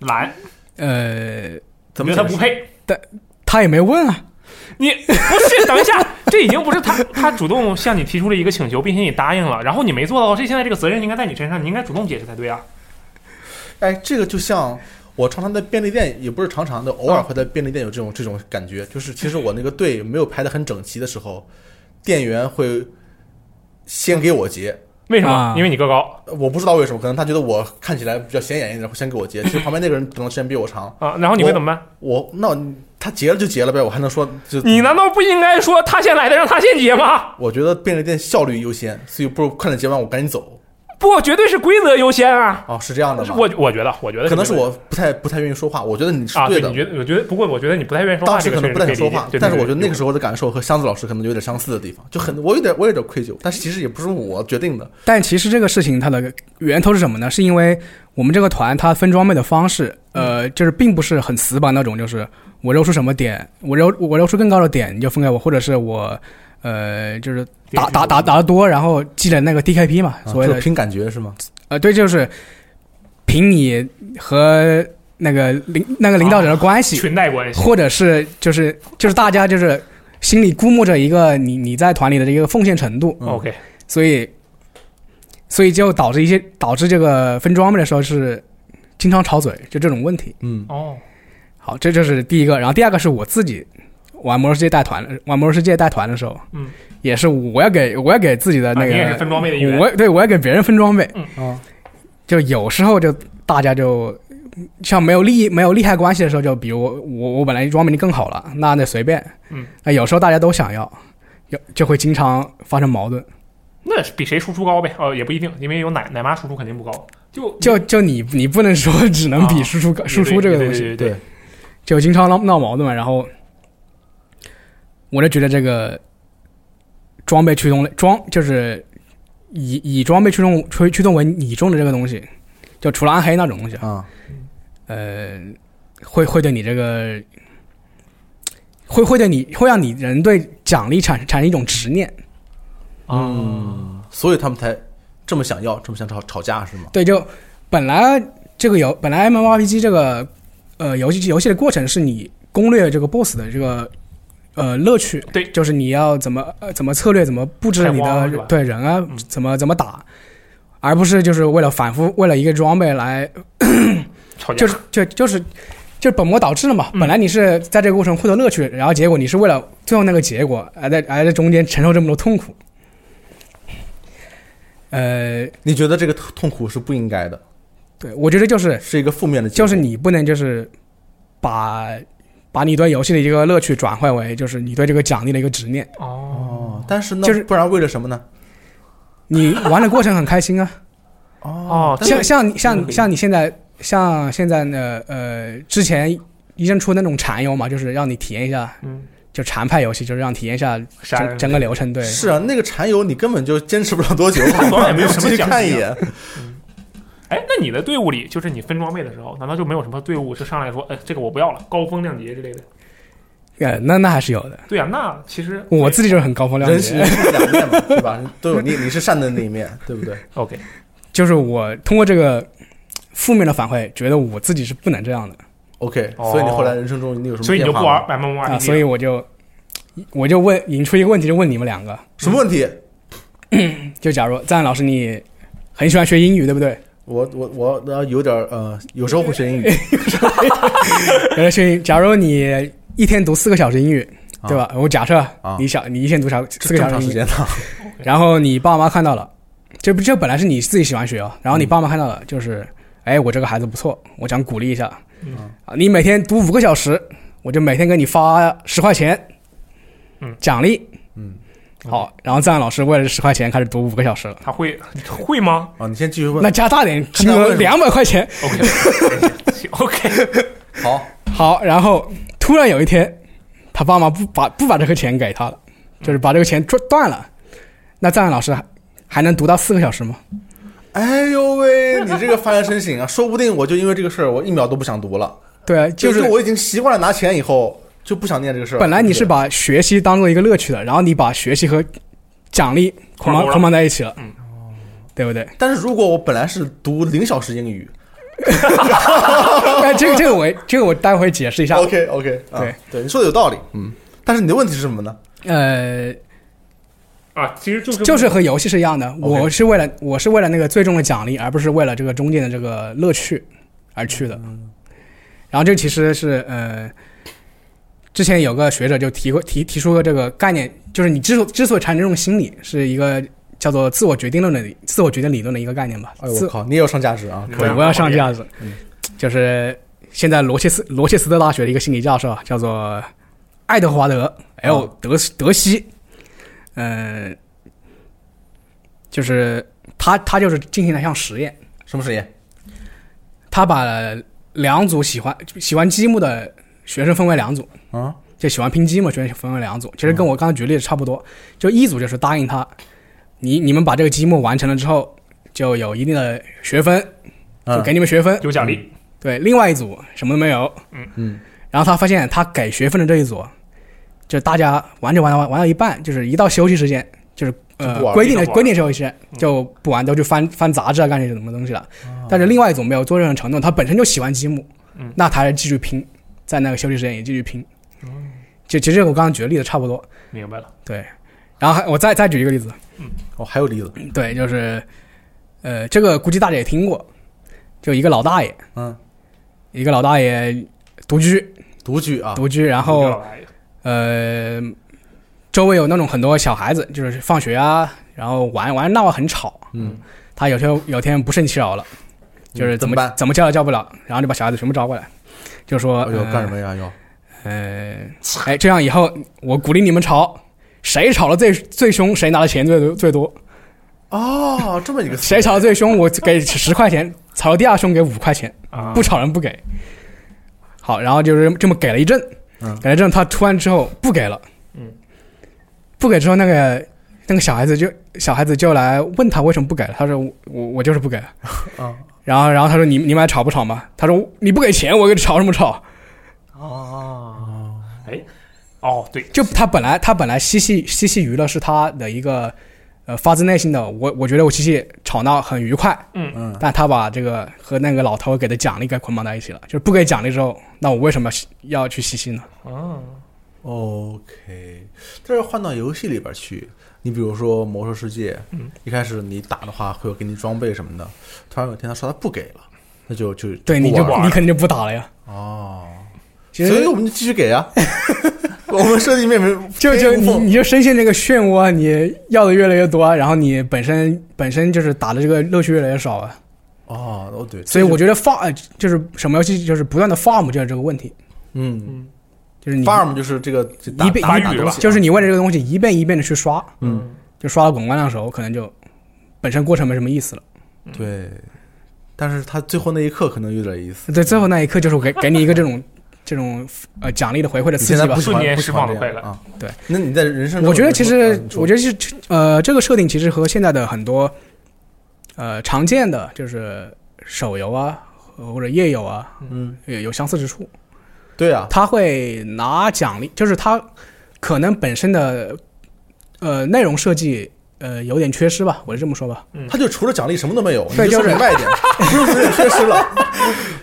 [SPEAKER 3] 懒，
[SPEAKER 4] 呃，
[SPEAKER 2] 怎
[SPEAKER 3] 觉
[SPEAKER 2] 么
[SPEAKER 3] 得他不配。
[SPEAKER 4] 他也没问啊，
[SPEAKER 3] 你不是等一下，这已经不是他他主动向你提出了一个请求，并且你答应了，然后你没做到，这现在这个责任应该在你身上，你应该主动解释才对啊。
[SPEAKER 2] 哎，这个就像我常常在便利店，也不是常常的，
[SPEAKER 3] 啊
[SPEAKER 2] 偶尔会在便利店有这种这种感觉，就是其实我那个队没有排的很整齐的时候，店员会先给我结。
[SPEAKER 3] 为什么？
[SPEAKER 4] 啊
[SPEAKER 3] 因为你个高
[SPEAKER 2] 我不知道为什么，可能他觉得我看起来比较显眼一点，然后先给我结。其实旁边那个人等的时间比我长，
[SPEAKER 3] 啊，然后你会怎么办？
[SPEAKER 2] 我那他结了就结了呗，我还能说就
[SPEAKER 3] 你难道不应该说他先来的让他先结吗？
[SPEAKER 2] 我觉得便利店效率优先，所以不如快点结完，我赶紧走
[SPEAKER 3] 不，绝对是规则优先啊！
[SPEAKER 2] 啊，是这样的吗？
[SPEAKER 3] 我我觉得，我觉得
[SPEAKER 2] 可能是
[SPEAKER 3] 这个
[SPEAKER 2] 我不太不太愿意说话，我觉得你是
[SPEAKER 3] 啊，
[SPEAKER 2] 对
[SPEAKER 3] 对，
[SPEAKER 2] 的。
[SPEAKER 3] 你觉得？我觉得，不过我觉得你不太愿意说话，
[SPEAKER 2] 当时可能不太想说话，但是我觉得那个时
[SPEAKER 3] 候
[SPEAKER 2] 候的感受和箱子老师可能有点相似的地方，就很我有点我有点愧疚，但是其实也不是我决定的。
[SPEAKER 4] 但其实这个事情它的源头是什么呢？是因为我们这个团它分装备的方式，呃，就是并不是很死板那种，就是我揉出什么点，我揉我揉出更高的点你就分给我，或者是我，呃，就是打打打打得多，然后积累那个 DKP 嘛，所
[SPEAKER 2] 啊
[SPEAKER 4] 谓
[SPEAKER 2] 就
[SPEAKER 4] 的
[SPEAKER 2] 是凭感觉是吗？
[SPEAKER 4] 呃，对，就是凭你和那个领那个领导者的关系，
[SPEAKER 3] 裙带关系，
[SPEAKER 4] 或者是就是就是大家就是心里估摸着一个你你在团里的一个奉献程度，
[SPEAKER 2] 嗯
[SPEAKER 3] 哦 OK，
[SPEAKER 4] 所以所以就导致一些导致这个分装备的时候是经常吵嘴，就这种问题。
[SPEAKER 2] 嗯，
[SPEAKER 3] 哦，
[SPEAKER 4] 好，这就是第一个，然后第二个是我自己。玩魔兽世界带团，玩魔兽世界带团的时候，
[SPEAKER 3] 嗯，
[SPEAKER 4] 也是我要给我要给自己的
[SPEAKER 3] 啊
[SPEAKER 4] 那
[SPEAKER 3] 你
[SPEAKER 4] 个，
[SPEAKER 3] 也是分装备的一员
[SPEAKER 4] 我对我要给别人分装备，
[SPEAKER 2] 啊，
[SPEAKER 4] 就有时候就大家就像没有利益、没有利害关系的时候，就比如我我我本来装备力更好了，那那随便，
[SPEAKER 3] 嗯，
[SPEAKER 4] 那有时候大家都想要，有就会经常发生
[SPEAKER 3] 嗯
[SPEAKER 4] 矛盾。
[SPEAKER 3] 那是比谁输出高呗？哦，也不一定，因为有奶奶妈输出肯定不高，就
[SPEAKER 4] 就就你你不能说只能比
[SPEAKER 3] 啊
[SPEAKER 4] 输出高、
[SPEAKER 3] 也
[SPEAKER 4] 输
[SPEAKER 3] 对
[SPEAKER 4] 出这个
[SPEAKER 3] 也
[SPEAKER 4] 东
[SPEAKER 3] 对
[SPEAKER 4] 西，
[SPEAKER 3] 对对对，
[SPEAKER 4] 就经常闹闹矛盾嘛。然后我就觉得这个装备驱动类装就是以以装备驱动驱驱动为倚重的这个东西，就除了暗黑那种东西啊，
[SPEAKER 2] 啊，
[SPEAKER 4] 呃，会会对你这个，会会对你会让你人对奖励产产生一种执念，
[SPEAKER 3] 嗯，
[SPEAKER 2] 所以他们才这么想要，这么想吵吵架是吗？
[SPEAKER 4] 对，就本来这个游本来 M M R P G 这个呃游戏游戏的过程是你攻略这个 BOSS 的这个呃乐趣，
[SPEAKER 3] 对
[SPEAKER 4] 就是你要怎么、呃、怎么策略，怎么布置
[SPEAKER 3] 开
[SPEAKER 4] 你
[SPEAKER 3] 荒
[SPEAKER 4] 的
[SPEAKER 3] 是吧
[SPEAKER 4] 对人啊，
[SPEAKER 3] 嗯
[SPEAKER 4] 怎么怎么打，而不是就是为了反复为了一个装备来
[SPEAKER 3] 吵架
[SPEAKER 4] 就是就就是就是本末倒置了嘛。
[SPEAKER 3] 嗯
[SPEAKER 4] 本来你是在这个过程获得乐趣，然后结果你是为了最后那个结果，而在而在中间承受这么多痛苦。呃，
[SPEAKER 2] 你觉得这个痛痛苦是不应该的，
[SPEAKER 4] 对，我觉得就是
[SPEAKER 2] 是一个负面的结果，
[SPEAKER 4] 就是你不能就是把把你对游戏的一个乐趣转换为就是你对这个奖励的一个执念。
[SPEAKER 3] 哦，
[SPEAKER 2] 哦。但是呢，
[SPEAKER 4] 就是
[SPEAKER 2] 不然为了什么呢？
[SPEAKER 4] 你玩的过程很开心啊，
[SPEAKER 3] 哦
[SPEAKER 2] 但
[SPEAKER 3] 这
[SPEAKER 2] 是嗯
[SPEAKER 4] 像像你
[SPEAKER 3] 这个可以
[SPEAKER 4] 像像你现在像现在呢呃之前医生出那种禅游嘛，就是让你体验一下
[SPEAKER 3] 嗯，
[SPEAKER 4] 就禅派游戏，就是让体验一下
[SPEAKER 3] 杀
[SPEAKER 4] 整
[SPEAKER 3] 人
[SPEAKER 4] 整个流程，对，
[SPEAKER 2] 是啊，那个柴油你根本就坚持不了多久，
[SPEAKER 3] 多少也没有什么
[SPEAKER 2] 进去
[SPEAKER 3] 奖
[SPEAKER 2] 看一
[SPEAKER 3] 金啊
[SPEAKER 2] 眼。
[SPEAKER 3] 哎，那你的队伍里，就是你分装备的时候，难道就没有什么队伍是上来说，哎，这个我不要了，高风亮节之类的？
[SPEAKER 4] 呃，那那还是有的。
[SPEAKER 3] 对呀、那其实
[SPEAKER 4] 我自己就是很高风亮
[SPEAKER 2] 人是
[SPEAKER 4] 节，
[SPEAKER 2] 两面嘛，对吧？都有你，你是善的那一面，对不对？
[SPEAKER 3] OK，
[SPEAKER 4] 就是我通过这个负面的反馈，觉得我自己是不能这样的
[SPEAKER 2] OK，、
[SPEAKER 3] 哦
[SPEAKER 2] 所以你后来人生中你有什么
[SPEAKER 3] 所以你就
[SPEAKER 2] 变
[SPEAKER 3] 不
[SPEAKER 2] 化
[SPEAKER 3] 玩
[SPEAKER 2] 吗
[SPEAKER 3] M M
[SPEAKER 4] 啊，
[SPEAKER 3] R，
[SPEAKER 4] 所以我就我就问引出一个问题，就问你们两个，
[SPEAKER 2] 什么问题？
[SPEAKER 4] 就假如赞老师你很喜欢学英语，对不对？
[SPEAKER 2] 我我我呃有点儿呃，有时候会学英语，
[SPEAKER 4] 有的呃学英，假如你一天读四个小时英语，对吧？我假设
[SPEAKER 2] 啊
[SPEAKER 4] 你想你一天读啥四
[SPEAKER 2] 这
[SPEAKER 4] 个
[SPEAKER 2] 么
[SPEAKER 4] 小
[SPEAKER 2] 长
[SPEAKER 4] 时
[SPEAKER 2] 时
[SPEAKER 4] 英语，
[SPEAKER 2] 间呢？
[SPEAKER 4] 然后你爸妈看到了，这不这本来是你自己喜欢学哦，然
[SPEAKER 3] 嗯
[SPEAKER 4] 后你爸妈看到了，就是，哎，我这个孩子不错，我想鼓励一下，
[SPEAKER 3] 嗯
[SPEAKER 4] 啊，你每天读五个小时，我就每天给你发十块钱，
[SPEAKER 3] 嗯，
[SPEAKER 4] 奖励，
[SPEAKER 2] 嗯，
[SPEAKER 4] 好，然后赞老师为了十块钱开始读五个小时了，
[SPEAKER 3] 他会会吗
[SPEAKER 2] 啊，你先继续问
[SPEAKER 4] 那。加大点，
[SPEAKER 2] 看
[SPEAKER 4] 金
[SPEAKER 2] 他为
[SPEAKER 4] 额
[SPEAKER 2] 什
[SPEAKER 4] 两百块钱，
[SPEAKER 3] ？OK，OK，、
[SPEAKER 2] 好，
[SPEAKER 4] 好，然后突然有一天，他爸妈不把不把这个钱给他了，
[SPEAKER 2] 嗯
[SPEAKER 4] 就是把这个钱断断了，那赞老师还还能读到四个小时吗？
[SPEAKER 2] 哎呦喂，你这个发人深省啊！说不定我就因为这个事儿，我一秒都不想读了。
[SPEAKER 4] 对啊，就是
[SPEAKER 2] 我已经习惯了拿钱以后，就不想念这个事儿。
[SPEAKER 4] 本来你是
[SPEAKER 2] 对不
[SPEAKER 4] 把学习当做一个乐趣的，然后你把学习和奖励
[SPEAKER 3] 捆绑
[SPEAKER 4] 捆绑
[SPEAKER 3] 了
[SPEAKER 4] 捆绑在一起了，
[SPEAKER 3] 嗯
[SPEAKER 4] 对不对？
[SPEAKER 2] 对，但是如果我本来是读零小时英语
[SPEAKER 4] 哎，这个这个我这个我待会儿解释一下。
[SPEAKER 2] ，OK OK，啊、
[SPEAKER 4] 对
[SPEAKER 2] 对，你说的有道理，嗯。但是你的问题是什么呢？
[SPEAKER 4] 呃，
[SPEAKER 3] 啊，其实就是
[SPEAKER 4] 就是和游戏是一样的，
[SPEAKER 2] OK
[SPEAKER 4] 我是为了我是为了那个最终的奖励，而不是为了这个中间的这个乐趣而去的。
[SPEAKER 2] 嗯
[SPEAKER 4] 然后这其实是呃，之前有个学者就提过提提出过这个概念，就是你之所之所以产生这种心理，是一个叫做自我决定论的自我决定理论的一个概念吧。
[SPEAKER 2] 哎呦
[SPEAKER 4] 自
[SPEAKER 2] 我靠，你也要上价值啊！
[SPEAKER 4] 对，我要上架子，就是现在罗切斯罗切斯特大学的一个心理教授啊，叫做爱德华德 L 德斯德西，嗯、就是他他就是进行了一项实验，
[SPEAKER 2] 什么实验？
[SPEAKER 4] 他把两组喜欢喜欢积木的学生分为两组，
[SPEAKER 2] 啊，
[SPEAKER 4] 就喜欢拼积木的学生分为两组，其实跟我刚刚举例子差不多，就一组就是答应他，你你们把这个积木完成了之后，就有一定的学分，就
[SPEAKER 2] 嗯
[SPEAKER 4] 给你们学分，
[SPEAKER 3] 有奖励，
[SPEAKER 4] 对，另外一组什么都没有。
[SPEAKER 2] 嗯，
[SPEAKER 4] 然后他发现他给学分的这一组，就大家玩着玩着玩玩到一半，就是一到休息时间，就是
[SPEAKER 2] 就
[SPEAKER 4] 呃
[SPEAKER 2] 不玩了
[SPEAKER 4] 规定
[SPEAKER 3] 就
[SPEAKER 4] 的
[SPEAKER 3] 不玩了
[SPEAKER 4] 规定休息时间就不玩，都去翻翻杂志啊，干些什么东西了。
[SPEAKER 2] 啊
[SPEAKER 4] 但是另外一组没有做任何承诺，他本身就喜欢积木，
[SPEAKER 3] 嗯
[SPEAKER 4] 那他还是继续拼，在那个休息时间也继续拼。就其实我刚刚举的例子差不多，
[SPEAKER 3] 明白了，
[SPEAKER 4] 对。然后还我再再举一个例子，
[SPEAKER 2] 哦，还有例子，
[SPEAKER 4] 对，就是，呃，这个估计大家也听过，就一个老大爷，
[SPEAKER 2] 嗯，
[SPEAKER 4] 一个老大爷独居，
[SPEAKER 2] 独居啊，
[SPEAKER 4] 独居，然
[SPEAKER 3] 有
[SPEAKER 4] 后
[SPEAKER 3] 老大爷
[SPEAKER 4] 呃，周围有那种很多小孩子，就是放学啊，然后玩玩闹啊很吵。
[SPEAKER 2] 嗯，
[SPEAKER 4] 他有天有天不胜其扰了，就是
[SPEAKER 2] 嗯怎么办
[SPEAKER 4] 怎么叫也叫不了，然后就把小孩子全部招过来，就说
[SPEAKER 2] 哎呦，
[SPEAKER 4] 呃
[SPEAKER 2] 干什么呀？要
[SPEAKER 4] 呃，哎，这样以后我鼓励你们吵，谁吵的最最凶，谁拿的钱最多最多，
[SPEAKER 2] 哦，这么一个
[SPEAKER 4] 谁吵的最凶，我给十块钱；吵的第二凶给五块钱，
[SPEAKER 3] 啊
[SPEAKER 4] 不吵人不给。好，然后就是这么给了一阵，
[SPEAKER 2] 嗯
[SPEAKER 4] 给了一阵，他突然之后不给了，
[SPEAKER 3] 嗯，
[SPEAKER 4] 不给之后，那个那个小孩子就小孩子就来问他为什么不给了，他说我我我就是不给了，
[SPEAKER 2] 啊
[SPEAKER 4] 然后然后他说你你们还吵不吵嘛？他说你不给钱，我跟你吵什么吵？
[SPEAKER 3] 哦，哎，哦，对，
[SPEAKER 4] 就他本来他本来嬉戏嬉戏娱乐是他的一个呃发自内心的，我我觉得我嬉戏吵闹很愉快，
[SPEAKER 2] 嗯
[SPEAKER 4] 但他把这个和那个老头给的奖励给捆绑在一起了，就是不给奖励之后，那我为什么要去嬉戏呢？
[SPEAKER 3] 嗯，
[SPEAKER 2] 哦，OK。但是换到游戏里边去，你比如说《魔兽世界》，
[SPEAKER 3] 嗯
[SPEAKER 2] 一开始你打的话会有给你装备什么的，突然有一天他说他不给了，那就就
[SPEAKER 4] 对，
[SPEAKER 2] 不
[SPEAKER 4] 你就
[SPEAKER 2] 玩
[SPEAKER 4] 你肯定就不打了呀。
[SPEAKER 2] 哦，
[SPEAKER 4] 其
[SPEAKER 2] 所以
[SPEAKER 4] 实
[SPEAKER 2] 我们就继续给 啊，我们设计面没
[SPEAKER 4] 就就你
[SPEAKER 2] 你
[SPEAKER 4] 你就深陷这个漩涡，啊你要的越来越多，啊然后你本身本身就是打的这个乐趣越来越少啊。
[SPEAKER 2] 哦，哦对，
[SPEAKER 4] 所以我
[SPEAKER 2] 就
[SPEAKER 4] 觉得 farm 呃就是什么游戏就是不断的 farm 就是这个问题，
[SPEAKER 2] 嗯
[SPEAKER 4] 就是你
[SPEAKER 2] ，farm 就是这个就打
[SPEAKER 4] 一遍
[SPEAKER 2] 打
[SPEAKER 4] 一
[SPEAKER 2] 打
[SPEAKER 3] 遍
[SPEAKER 2] 东西啊，
[SPEAKER 4] 就是你为了这个东西一遍一遍的去刷，
[SPEAKER 2] 嗯，
[SPEAKER 4] 就刷到滚瓜烂熟，可能就本身过程没什么意思了。
[SPEAKER 3] 嗯
[SPEAKER 2] 对，但是他最后那一刻可能有点意思。
[SPEAKER 4] 对，最后那一刻就是我给给你一个这种 这种呃奖励的回馈的
[SPEAKER 2] 你
[SPEAKER 4] 刺
[SPEAKER 2] 现在
[SPEAKER 4] 激吧
[SPEAKER 2] 不。喜欢
[SPEAKER 3] 瞬间
[SPEAKER 2] 不喜欢
[SPEAKER 3] 释放的
[SPEAKER 2] 这样
[SPEAKER 3] 快乐
[SPEAKER 2] 啊？
[SPEAKER 4] 对，
[SPEAKER 2] 那你在人生中有什么，
[SPEAKER 4] 我觉得其实
[SPEAKER 2] 啊，
[SPEAKER 4] 我觉得是呃，这个设定其实和现在的很多呃常见的就是手游啊或者页游啊
[SPEAKER 2] 得嗯，
[SPEAKER 4] 有有相似之处。
[SPEAKER 2] 对啊，
[SPEAKER 4] 他会拿奖励，就是他可能本身的呃内容设计呃有点缺失吧，我就这么说吧。
[SPEAKER 2] 他就除了奖励什么都没有，哦
[SPEAKER 4] 对
[SPEAKER 2] 你就
[SPEAKER 4] 就
[SPEAKER 2] 说
[SPEAKER 4] 是
[SPEAKER 2] 明白一点，不是不是缺 失了，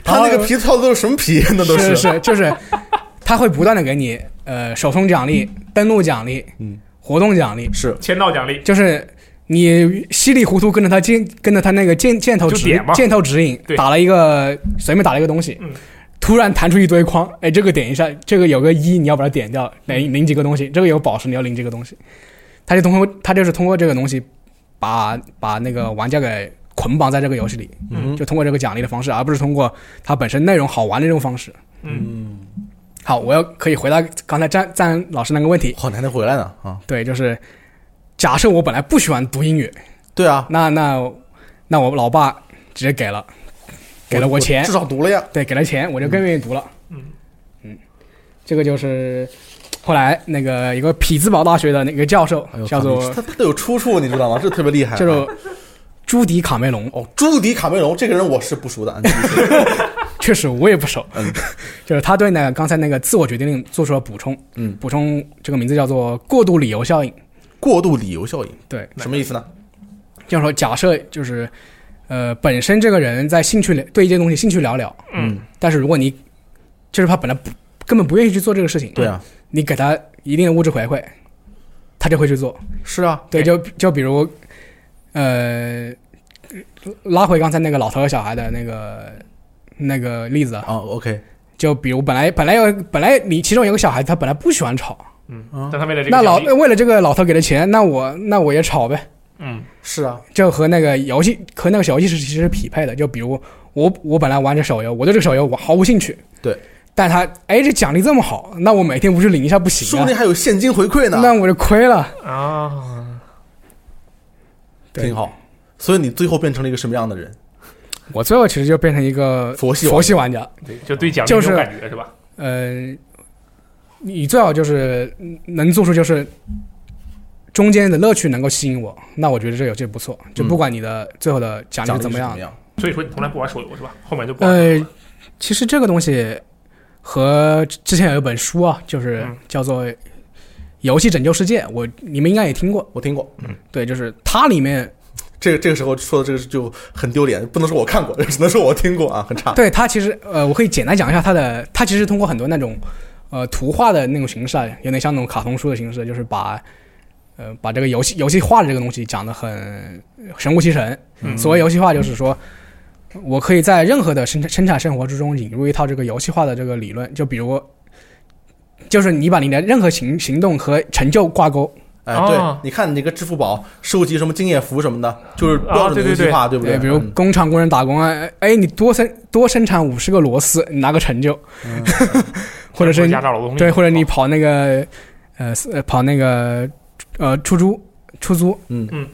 [SPEAKER 2] 他那个皮套都是什么皮？那都
[SPEAKER 4] 是就是，他会不断的给你呃首充奖励、登录奖励、
[SPEAKER 2] 嗯
[SPEAKER 4] 活动奖励，
[SPEAKER 2] 是
[SPEAKER 3] 签到奖励，
[SPEAKER 4] 就是你稀里糊涂跟着他箭跟着他那个箭箭头
[SPEAKER 3] 就
[SPEAKER 4] 指
[SPEAKER 3] 点嘛
[SPEAKER 4] 箭头指引
[SPEAKER 3] 对
[SPEAKER 4] 打了一个随便打了一个东西，
[SPEAKER 3] 嗯
[SPEAKER 4] 突然弹出一堆框，哎，这个点一下，这个有个一你要把它点掉，领领几个东西，这个有宝石你要领几个东西，他就通过他就是通过这个东西把把那个玩家给捆绑在这个游戏里，
[SPEAKER 2] 嗯
[SPEAKER 4] 就通过这个奖励的方式，而不是通过它本身内容好玩的这种方式。
[SPEAKER 3] 嗯，
[SPEAKER 4] 好，我要可以回答刚才詹詹老师那个问题。
[SPEAKER 2] 好难得回来呢啊！
[SPEAKER 4] 对，就是假设我本来不喜欢读英语，
[SPEAKER 2] 对啊，
[SPEAKER 4] 那那那我老爸直接给了，给了我钱
[SPEAKER 2] 至，少读了呀。
[SPEAKER 4] 对，给了钱，我就更愿意读了。
[SPEAKER 3] 嗯
[SPEAKER 4] 嗯这个就是后来那个一个匹兹堡大学的那个教授
[SPEAKER 2] 哎呦
[SPEAKER 4] 叫做
[SPEAKER 2] 他他都有出处，你知道吗？这特别厉害啊。
[SPEAKER 4] 叫做朱迪卡梅隆，
[SPEAKER 2] 哦，朱迪卡梅隆这个人我是不熟的，你继续说
[SPEAKER 4] 确实我也不熟
[SPEAKER 2] 嗯，
[SPEAKER 4] 就是他对那个刚才那个自我决定论做出了补充，
[SPEAKER 2] 嗯
[SPEAKER 4] 补充这个名字叫做过度理由效应，
[SPEAKER 2] 过度理由效 应
[SPEAKER 4] 对。
[SPEAKER 2] 什么意思呢？
[SPEAKER 4] 就是说，假设就是，呃，本身这个人在兴趣了对一件东西兴趣寥寥，
[SPEAKER 3] 嗯，
[SPEAKER 4] 但是如果你就是他本来不根本不愿意去做这个事情，
[SPEAKER 2] 对，啊，
[SPEAKER 4] 你给他一定的物质回馈，他就会去做。
[SPEAKER 2] 是啊，
[SPEAKER 4] 对，
[SPEAKER 3] 对
[SPEAKER 4] 就就比如，呃，拉回刚才那个老头和小孩的那个那个例子啊，
[SPEAKER 2] 啊，OK，
[SPEAKER 4] 就比如本来本来有本来你其中有个小孩子，他本来不喜欢吵，
[SPEAKER 3] 嗯，但他为了这个
[SPEAKER 4] 那老
[SPEAKER 3] 奖励，
[SPEAKER 4] 为了这个老头给的钱，那我那我也吵呗。
[SPEAKER 3] 嗯
[SPEAKER 2] 是啊，
[SPEAKER 4] 就和那个游戏和那个小游戏是其实是匹配的。就比如我我本来玩着手游，我对这个手游我毫无兴趣，
[SPEAKER 2] 对，
[SPEAKER 4] 但他哎这奖励这么好，那我每天不去领一下不行
[SPEAKER 2] 说不
[SPEAKER 4] 啊
[SPEAKER 2] 定？还有现金回馈呢。
[SPEAKER 4] 那我就亏了。
[SPEAKER 3] 啊，
[SPEAKER 4] 对
[SPEAKER 2] 挺好。所以你最后变成了一个什么样的人？
[SPEAKER 4] 我最后其实就变成一个
[SPEAKER 2] 佛系玩家
[SPEAKER 4] 佛系玩家，
[SPEAKER 3] 对，就对奖励
[SPEAKER 4] 就
[SPEAKER 3] 这
[SPEAKER 4] 是
[SPEAKER 3] 种感觉是吧？
[SPEAKER 4] 呃，你最好就是嗯能做出就是。中间的乐趣能够吸引我，那我觉得这游戏不错。就不管你的最后的奖
[SPEAKER 2] 讲
[SPEAKER 4] 励怎么样，
[SPEAKER 2] 样？
[SPEAKER 3] 所以说你从来不玩手游是吧？后面就不玩了
[SPEAKER 4] 呃，其实这个东西和之前有一本书啊，就是
[SPEAKER 3] 嗯
[SPEAKER 4] 叫做《游戏拯救世界》，我你们应该也听过。
[SPEAKER 2] 我听过，
[SPEAKER 4] 对，就是它里面，
[SPEAKER 2] 这这个时候说的这个就很丢脸，不能说我看过，只能说我听过啊，很差。
[SPEAKER 4] 对它其实呃，我可以简单讲一下它的，它其实通过很多那种呃图画的那种形式啊，有点像那种卡通书的形式，就是把。呃，把这个游戏游戏化的这个东西讲得很呃神乎其神。
[SPEAKER 3] 嗯
[SPEAKER 4] 所谓游戏化，就是说，我可以在任何的生产生产生活之中引入一套这个游戏化的这个理论，就比如，就是你把你的任何行行动和成就挂钩，
[SPEAKER 2] 哎，
[SPEAKER 3] 哦
[SPEAKER 2] 对，你看那个支付宝收集什么经验服什么的，就是标
[SPEAKER 3] 啊对
[SPEAKER 2] 准的
[SPEAKER 3] 对
[SPEAKER 2] 游戏化，对不对？
[SPEAKER 4] 比如
[SPEAKER 2] 嗯
[SPEAKER 4] 工厂工人打工啊，哎，你多生多生产五十个螺丝，你拿个成就， 或者是
[SPEAKER 3] 压榨劳动力，
[SPEAKER 4] 对，或者你跑那个呃是呃跑那个呃出租出租，
[SPEAKER 2] 嗯
[SPEAKER 3] 嗯，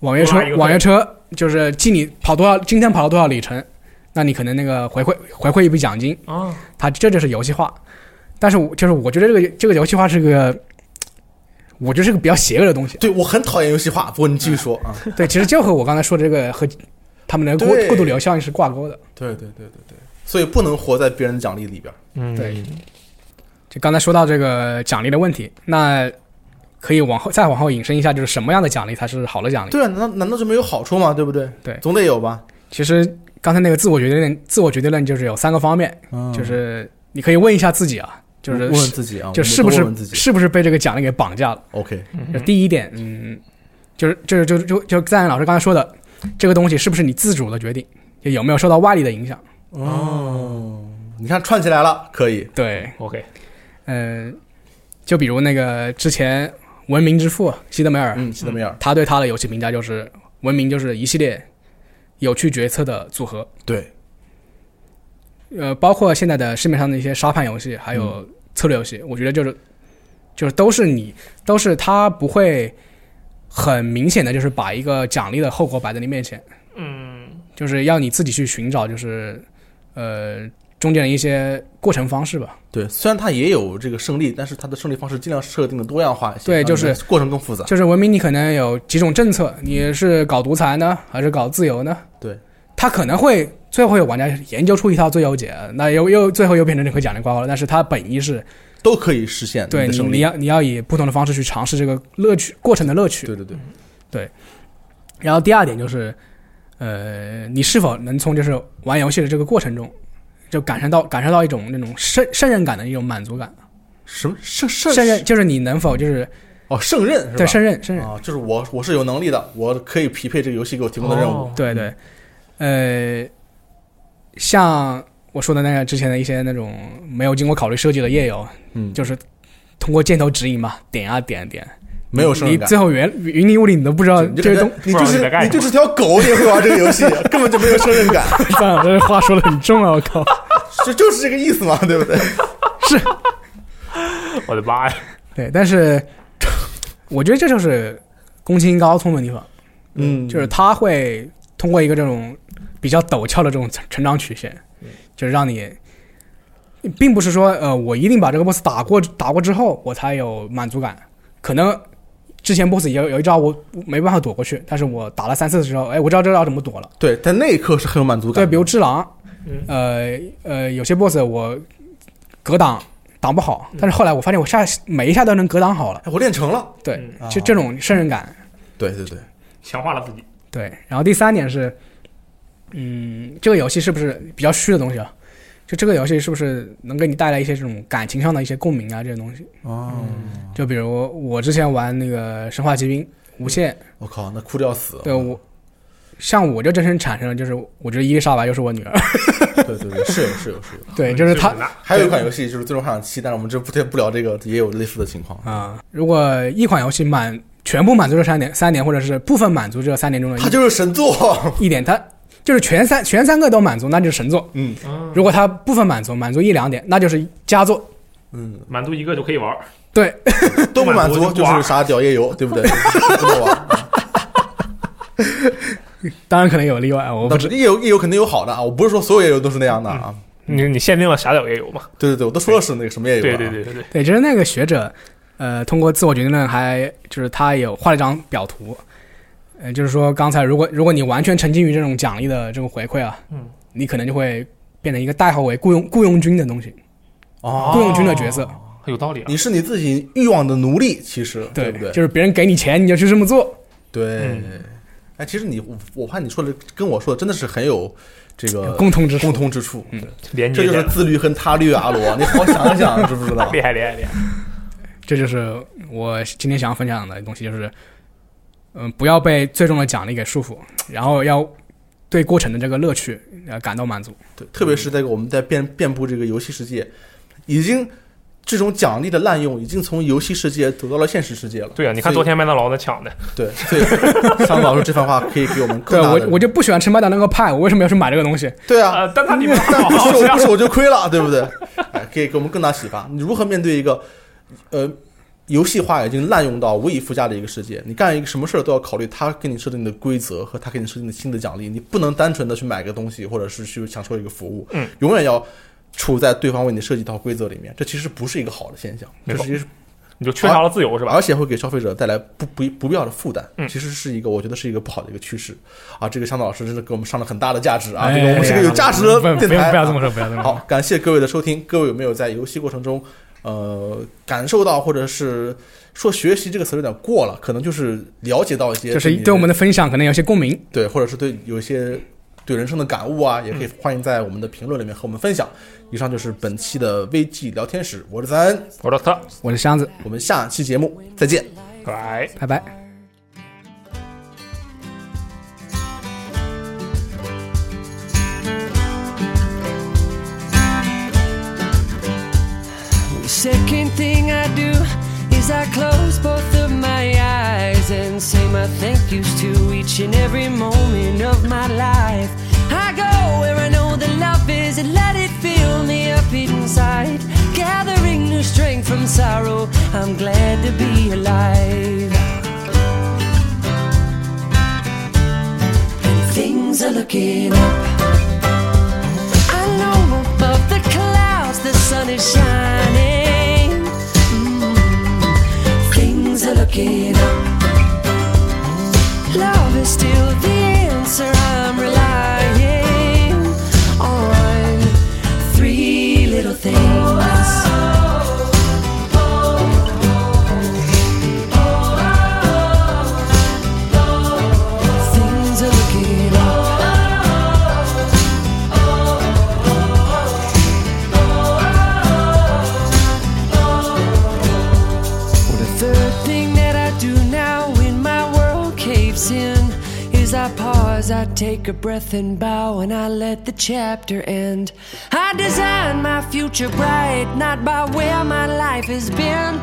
[SPEAKER 4] 网约车
[SPEAKER 3] 多拉一个
[SPEAKER 4] 网约车就是记你跑多少今天跑了多少里程，那你可能那个回馈回馈一笔奖金，
[SPEAKER 3] 啊，
[SPEAKER 4] 它这就是游戏化。但是我就是我觉得这个这个游戏化是个，我觉得是个比较邪恶的 东西。
[SPEAKER 2] 对我很讨厌游戏化。不过你继续说啊，
[SPEAKER 4] 对，其实就和我刚才说的这个和他们的过
[SPEAKER 2] 对
[SPEAKER 4] 过度流效应是挂钩的。
[SPEAKER 2] 对对对对对，所以不能活在别人的奖励里边。
[SPEAKER 3] 嗯，
[SPEAKER 4] 对，就刚才说到这个奖励的问题，那可以往后再往后引申一下，就是什么样的奖励才是好的奖励？
[SPEAKER 2] 对啊，难道难道就没有好处吗？对不对？
[SPEAKER 4] 对
[SPEAKER 2] 总得有吧。
[SPEAKER 4] 其实刚才那个自我决定论，自我决定论就是有三个方面，
[SPEAKER 2] 嗯
[SPEAKER 4] 就是你可以问一下自己啊，就
[SPEAKER 2] 问
[SPEAKER 4] 是
[SPEAKER 2] 问自己啊，
[SPEAKER 4] 就
[SPEAKER 2] 我们
[SPEAKER 4] 是不
[SPEAKER 2] 多
[SPEAKER 4] 是
[SPEAKER 2] 问自己
[SPEAKER 4] 是不是被这个奖励给绑架了？
[SPEAKER 2] ？OK，
[SPEAKER 4] 就第一点，嗯，就是就是就就就赞恩老师刚才说的，这个东西是不是你自主的决定，就有没有受到外力的影响？
[SPEAKER 2] 哦，你看串起来了，可以。
[SPEAKER 4] 对，
[SPEAKER 3] ，OK，
[SPEAKER 4] 嗯，就比如那个之前文明之父西德梅尔，
[SPEAKER 2] 嗯，西德梅尔，
[SPEAKER 4] 他对他的游戏评价就是，文明就是一系列有趣决策的组合，
[SPEAKER 2] 对，
[SPEAKER 4] 呃，包括现在的市面上的一些沙盘游戏，还有策略游戏，我觉得就是就是都是你都是他不会很明显的就是把一个奖励的后果摆在你面前，
[SPEAKER 3] 嗯，
[SPEAKER 4] 就是要你自己去寻找，就是呃中间的一些过程方式吧。
[SPEAKER 2] 对，虽然它也有这个胜利，但是它的胜利方式尽量设定的多样化一些，
[SPEAKER 4] 对
[SPEAKER 2] 让
[SPEAKER 4] 就是
[SPEAKER 2] 你的过程更复杂。
[SPEAKER 4] 就是文明，你可能有几种政策，你是搞独裁呢，还是搞自由呢？
[SPEAKER 2] 对，
[SPEAKER 4] 他可能会最后有玩家研究出一套最优解，那又又最后又变成这个奖励挂钩了。但是它本意是
[SPEAKER 2] 都可以实现
[SPEAKER 4] 对
[SPEAKER 2] 你的
[SPEAKER 4] 你
[SPEAKER 2] 胜
[SPEAKER 4] 你
[SPEAKER 2] 利。
[SPEAKER 4] 要你要以不同的方式去尝试这个乐趣过程的乐趣。
[SPEAKER 2] 对对对，
[SPEAKER 4] 然后第二点就是，呃，你是否能从就是玩游戏的这个过程中，就感受到感受到一种那种胜胜任感的一种满足感？
[SPEAKER 2] 什么胜胜
[SPEAKER 4] 胜任就是你能否就是
[SPEAKER 2] 哦，胜任是吧？
[SPEAKER 4] 对胜任胜任
[SPEAKER 2] 啊，就是我我是有能力的，我可以匹配这个游戏给我提供的任务。
[SPEAKER 3] 哦
[SPEAKER 4] 对对，呃，像我说的那个之前的一些那种没有经过考虑设计的页游，
[SPEAKER 2] 嗯，
[SPEAKER 4] 就是通过箭头指引嘛，点啊点啊点，
[SPEAKER 2] 没有胜
[SPEAKER 4] 你
[SPEAKER 2] 任感
[SPEAKER 4] 最。后原云里雾里你都不知道
[SPEAKER 2] 你就
[SPEAKER 4] 这
[SPEAKER 2] 感
[SPEAKER 4] 个东
[SPEAKER 2] 觉你就
[SPEAKER 3] 不知道你在
[SPEAKER 2] 是
[SPEAKER 3] 干什么
[SPEAKER 2] 你就是条狗，你也会玩这个游戏， 根本就没有胜任 感，
[SPEAKER 4] 西， 我这话说的很重啊，我靠！
[SPEAKER 2] 就就是这个意思嘛，对不对？
[SPEAKER 3] 我的妈呀，
[SPEAKER 4] 对，但是我觉得这就是宫崎英高聪明的地方，
[SPEAKER 2] 嗯，
[SPEAKER 4] 就是他会通过一个这种比较陡峭的这种成成长曲线，就是让你，并不是说呃我一定把这个 boss 打过打过之后我才有满足感，可能之前 boss 有有一招我没办法躲过去，但是我打了三次之后，哎，我知道这招怎么躲了。
[SPEAKER 2] 对，在那一刻是很有满足感
[SPEAKER 4] 对，
[SPEAKER 2] 的。
[SPEAKER 4] 比如智狼
[SPEAKER 3] 嗯，
[SPEAKER 4] 呃呃，有些 boss 我格挡挡不好，但是后来我发现我下每一下都能格挡好了，
[SPEAKER 2] 哎，我练成了。
[SPEAKER 4] 啊对
[SPEAKER 3] 嗯，
[SPEAKER 4] 就这种胜任感，
[SPEAKER 2] 对对对，
[SPEAKER 3] 强化了自己，
[SPEAKER 4] 对，然后第三点是，嗯，这个游戏是不是比较虚的东西啊？就这个游戏是不是能给你带来一些这种感情上的一些共鸣啊？这些东西，
[SPEAKER 2] 哦，
[SPEAKER 4] 就比如我之前玩那个《生化奇兵：无限》，
[SPEAKER 2] 我靠，那哭的要死。
[SPEAKER 4] 对我，像我就真正产生了，就是我觉得伊丽莎白就是我女儿，
[SPEAKER 2] 对对对，是有是有是有。
[SPEAKER 4] 对，啊就是她
[SPEAKER 2] 还有一款游戏就是《最终幻想七》，但是我们这不不聊这个，也有类似的情况。
[SPEAKER 4] 啊、如果一款游戏满全部满足这三点，三点或者是部分满足这三点中的
[SPEAKER 2] 它
[SPEAKER 4] 一
[SPEAKER 2] 就是神作，
[SPEAKER 4] 一点，它就是全三全三个都满足，那就是神作；
[SPEAKER 2] 嗯
[SPEAKER 3] 嗯，
[SPEAKER 4] 如果它部分满足，满足一两点，那就是佳作。
[SPEAKER 2] 嗯，
[SPEAKER 3] 满足一个就可以玩儿，
[SPEAKER 4] 对，
[SPEAKER 2] 都不满
[SPEAKER 3] 不
[SPEAKER 2] 足
[SPEAKER 3] 满
[SPEAKER 2] 就
[SPEAKER 3] 足就不玩
[SPEAKER 2] 是啥屌夜游，对不对？ 不能玩
[SPEAKER 4] 当然可能有例外，我不
[SPEAKER 2] 那
[SPEAKER 4] 知
[SPEAKER 2] 夜游夜游肯定有好的啊，我不是说所有夜游都是那样的啊。
[SPEAKER 3] 你你限定了啥屌也有嘛？
[SPEAKER 2] 对对对，我都说的是那个什么夜游、啊。
[SPEAKER 3] 对对对对对，
[SPEAKER 4] 对，就是那个学者，呃，通过自我决定论还就是他有画了一张表图，呃，就是说刚才如果如果你完全沉浸于这种奖励的这种回馈啊，
[SPEAKER 3] 嗯，
[SPEAKER 4] 你可能就会变成一个代号为雇佣雇佣军的东西，
[SPEAKER 2] 哦，
[SPEAKER 4] 雇佣军的角色，
[SPEAKER 3] 有道理啊，
[SPEAKER 2] 你是你自己欲望的奴隶，其实
[SPEAKER 4] 对
[SPEAKER 2] 不对？
[SPEAKER 4] 就是别人给你钱你就去这么做，
[SPEAKER 2] 对。哎，其实你我我怕你说的跟我说的真的是很有这个
[SPEAKER 4] 共同之处
[SPEAKER 2] 共通之处，对
[SPEAKER 3] 连
[SPEAKER 2] 这
[SPEAKER 3] 接
[SPEAKER 2] 就是
[SPEAKER 3] 点
[SPEAKER 2] 自律跟他律啊，阿罗，你好好想一想，知不知道
[SPEAKER 3] 厉？害厉害厉害，
[SPEAKER 4] 这就是我今天想要分享的东西，就是嗯、不要被最终的奖励给束缚，然后要对过程的这个乐趣呃感到满足。
[SPEAKER 2] 对，特别是在我们在遍遍布这个游戏世界，已经这种奖励的滥用已经从游戏世界走到了现实世界了。
[SPEAKER 3] 对啊，你看
[SPEAKER 2] 所以
[SPEAKER 3] 昨天麦当劳那抢的，
[SPEAKER 2] 对，所以 桑德老师这番话可以给我们
[SPEAKER 4] 对
[SPEAKER 2] 更
[SPEAKER 4] 啊
[SPEAKER 2] 大
[SPEAKER 4] 我
[SPEAKER 2] 的
[SPEAKER 4] 我就不喜欢吃麦当劳那个派，我为什么要去买这个东西？
[SPEAKER 2] 对啊，
[SPEAKER 3] 呃，但它里面
[SPEAKER 2] 但
[SPEAKER 3] 好
[SPEAKER 2] 不
[SPEAKER 3] 好
[SPEAKER 2] 是
[SPEAKER 3] 吃
[SPEAKER 2] 我
[SPEAKER 3] 啊
[SPEAKER 2] 不是我就亏了，对不对？哎，可以给我们更大启发。你如何面对一个呃游戏化已经滥用到无以复加的一个世界？你干一个什么事儿都要考虑他给你设定的规则和他给你设定的新的奖励，你不能单纯的去买个东西或者是去享受一个服务，
[SPEAKER 3] 嗯，
[SPEAKER 2] 永远要处在对方为你设计一套规则里面。这其实不是一个好的现象，
[SPEAKER 3] 没
[SPEAKER 2] 这
[SPEAKER 3] 错
[SPEAKER 2] 其实是
[SPEAKER 3] 你就缺乏了自由是吧？
[SPEAKER 2] 而且会给消费者带来不不不必要的负担
[SPEAKER 3] 嗯，
[SPEAKER 2] 其实是一个我觉得是一个不好的一个趋势啊！这个香港老师真的给我们上了很大的价值啊！
[SPEAKER 4] 哎
[SPEAKER 2] 这个我们是个有价值的
[SPEAKER 4] 不哎要不
[SPEAKER 2] 电
[SPEAKER 4] 要
[SPEAKER 2] 台，
[SPEAKER 4] 不要这么说，不要这么说。
[SPEAKER 2] 好，感谢各位的收听。各位有没有在游戏过程中，呃，感受到或者是说学习这个词有点过了，可能就是了解到一些，
[SPEAKER 4] 就是对我们的分享可能有些共鸣。
[SPEAKER 2] 对，或者是对有一些对人生的感悟啊，也
[SPEAKER 4] 嗯
[SPEAKER 2] 可以欢迎在我们的评论里面和我们分享。以上就是本期的微记聊天室，我是咱，
[SPEAKER 3] 我说他，
[SPEAKER 4] 我是箱子，
[SPEAKER 2] 我们下期节目再见。
[SPEAKER 3] 来。
[SPEAKER 4] 拜拜。
[SPEAKER 1] The second thing I do is I close both of my eyes and say my thank yous to each and every moment of my life. I go where I know that love is and let it fill me up inside. Gathering new strength from sorrow, I'm glad to be alive. And things are looking up. I know above the clouds the sun is shining. Mm. Things are looking up. Love is still the answer I'm relying on. Three little things. Things are looking up. Well, the third thing that I do now when my world caves in is I pause, I take a breath and bow, and I let the chapter end. I design my future bright, not by where my life has been.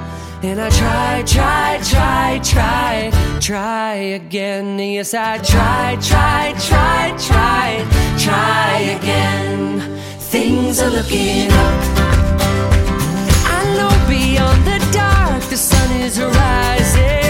[SPEAKER 1] And I try, try, try, try, try again. Yes, I try, try, try, try, try again. Things are looking up. I know beyond the dark the sun is rising. Mm. Mm.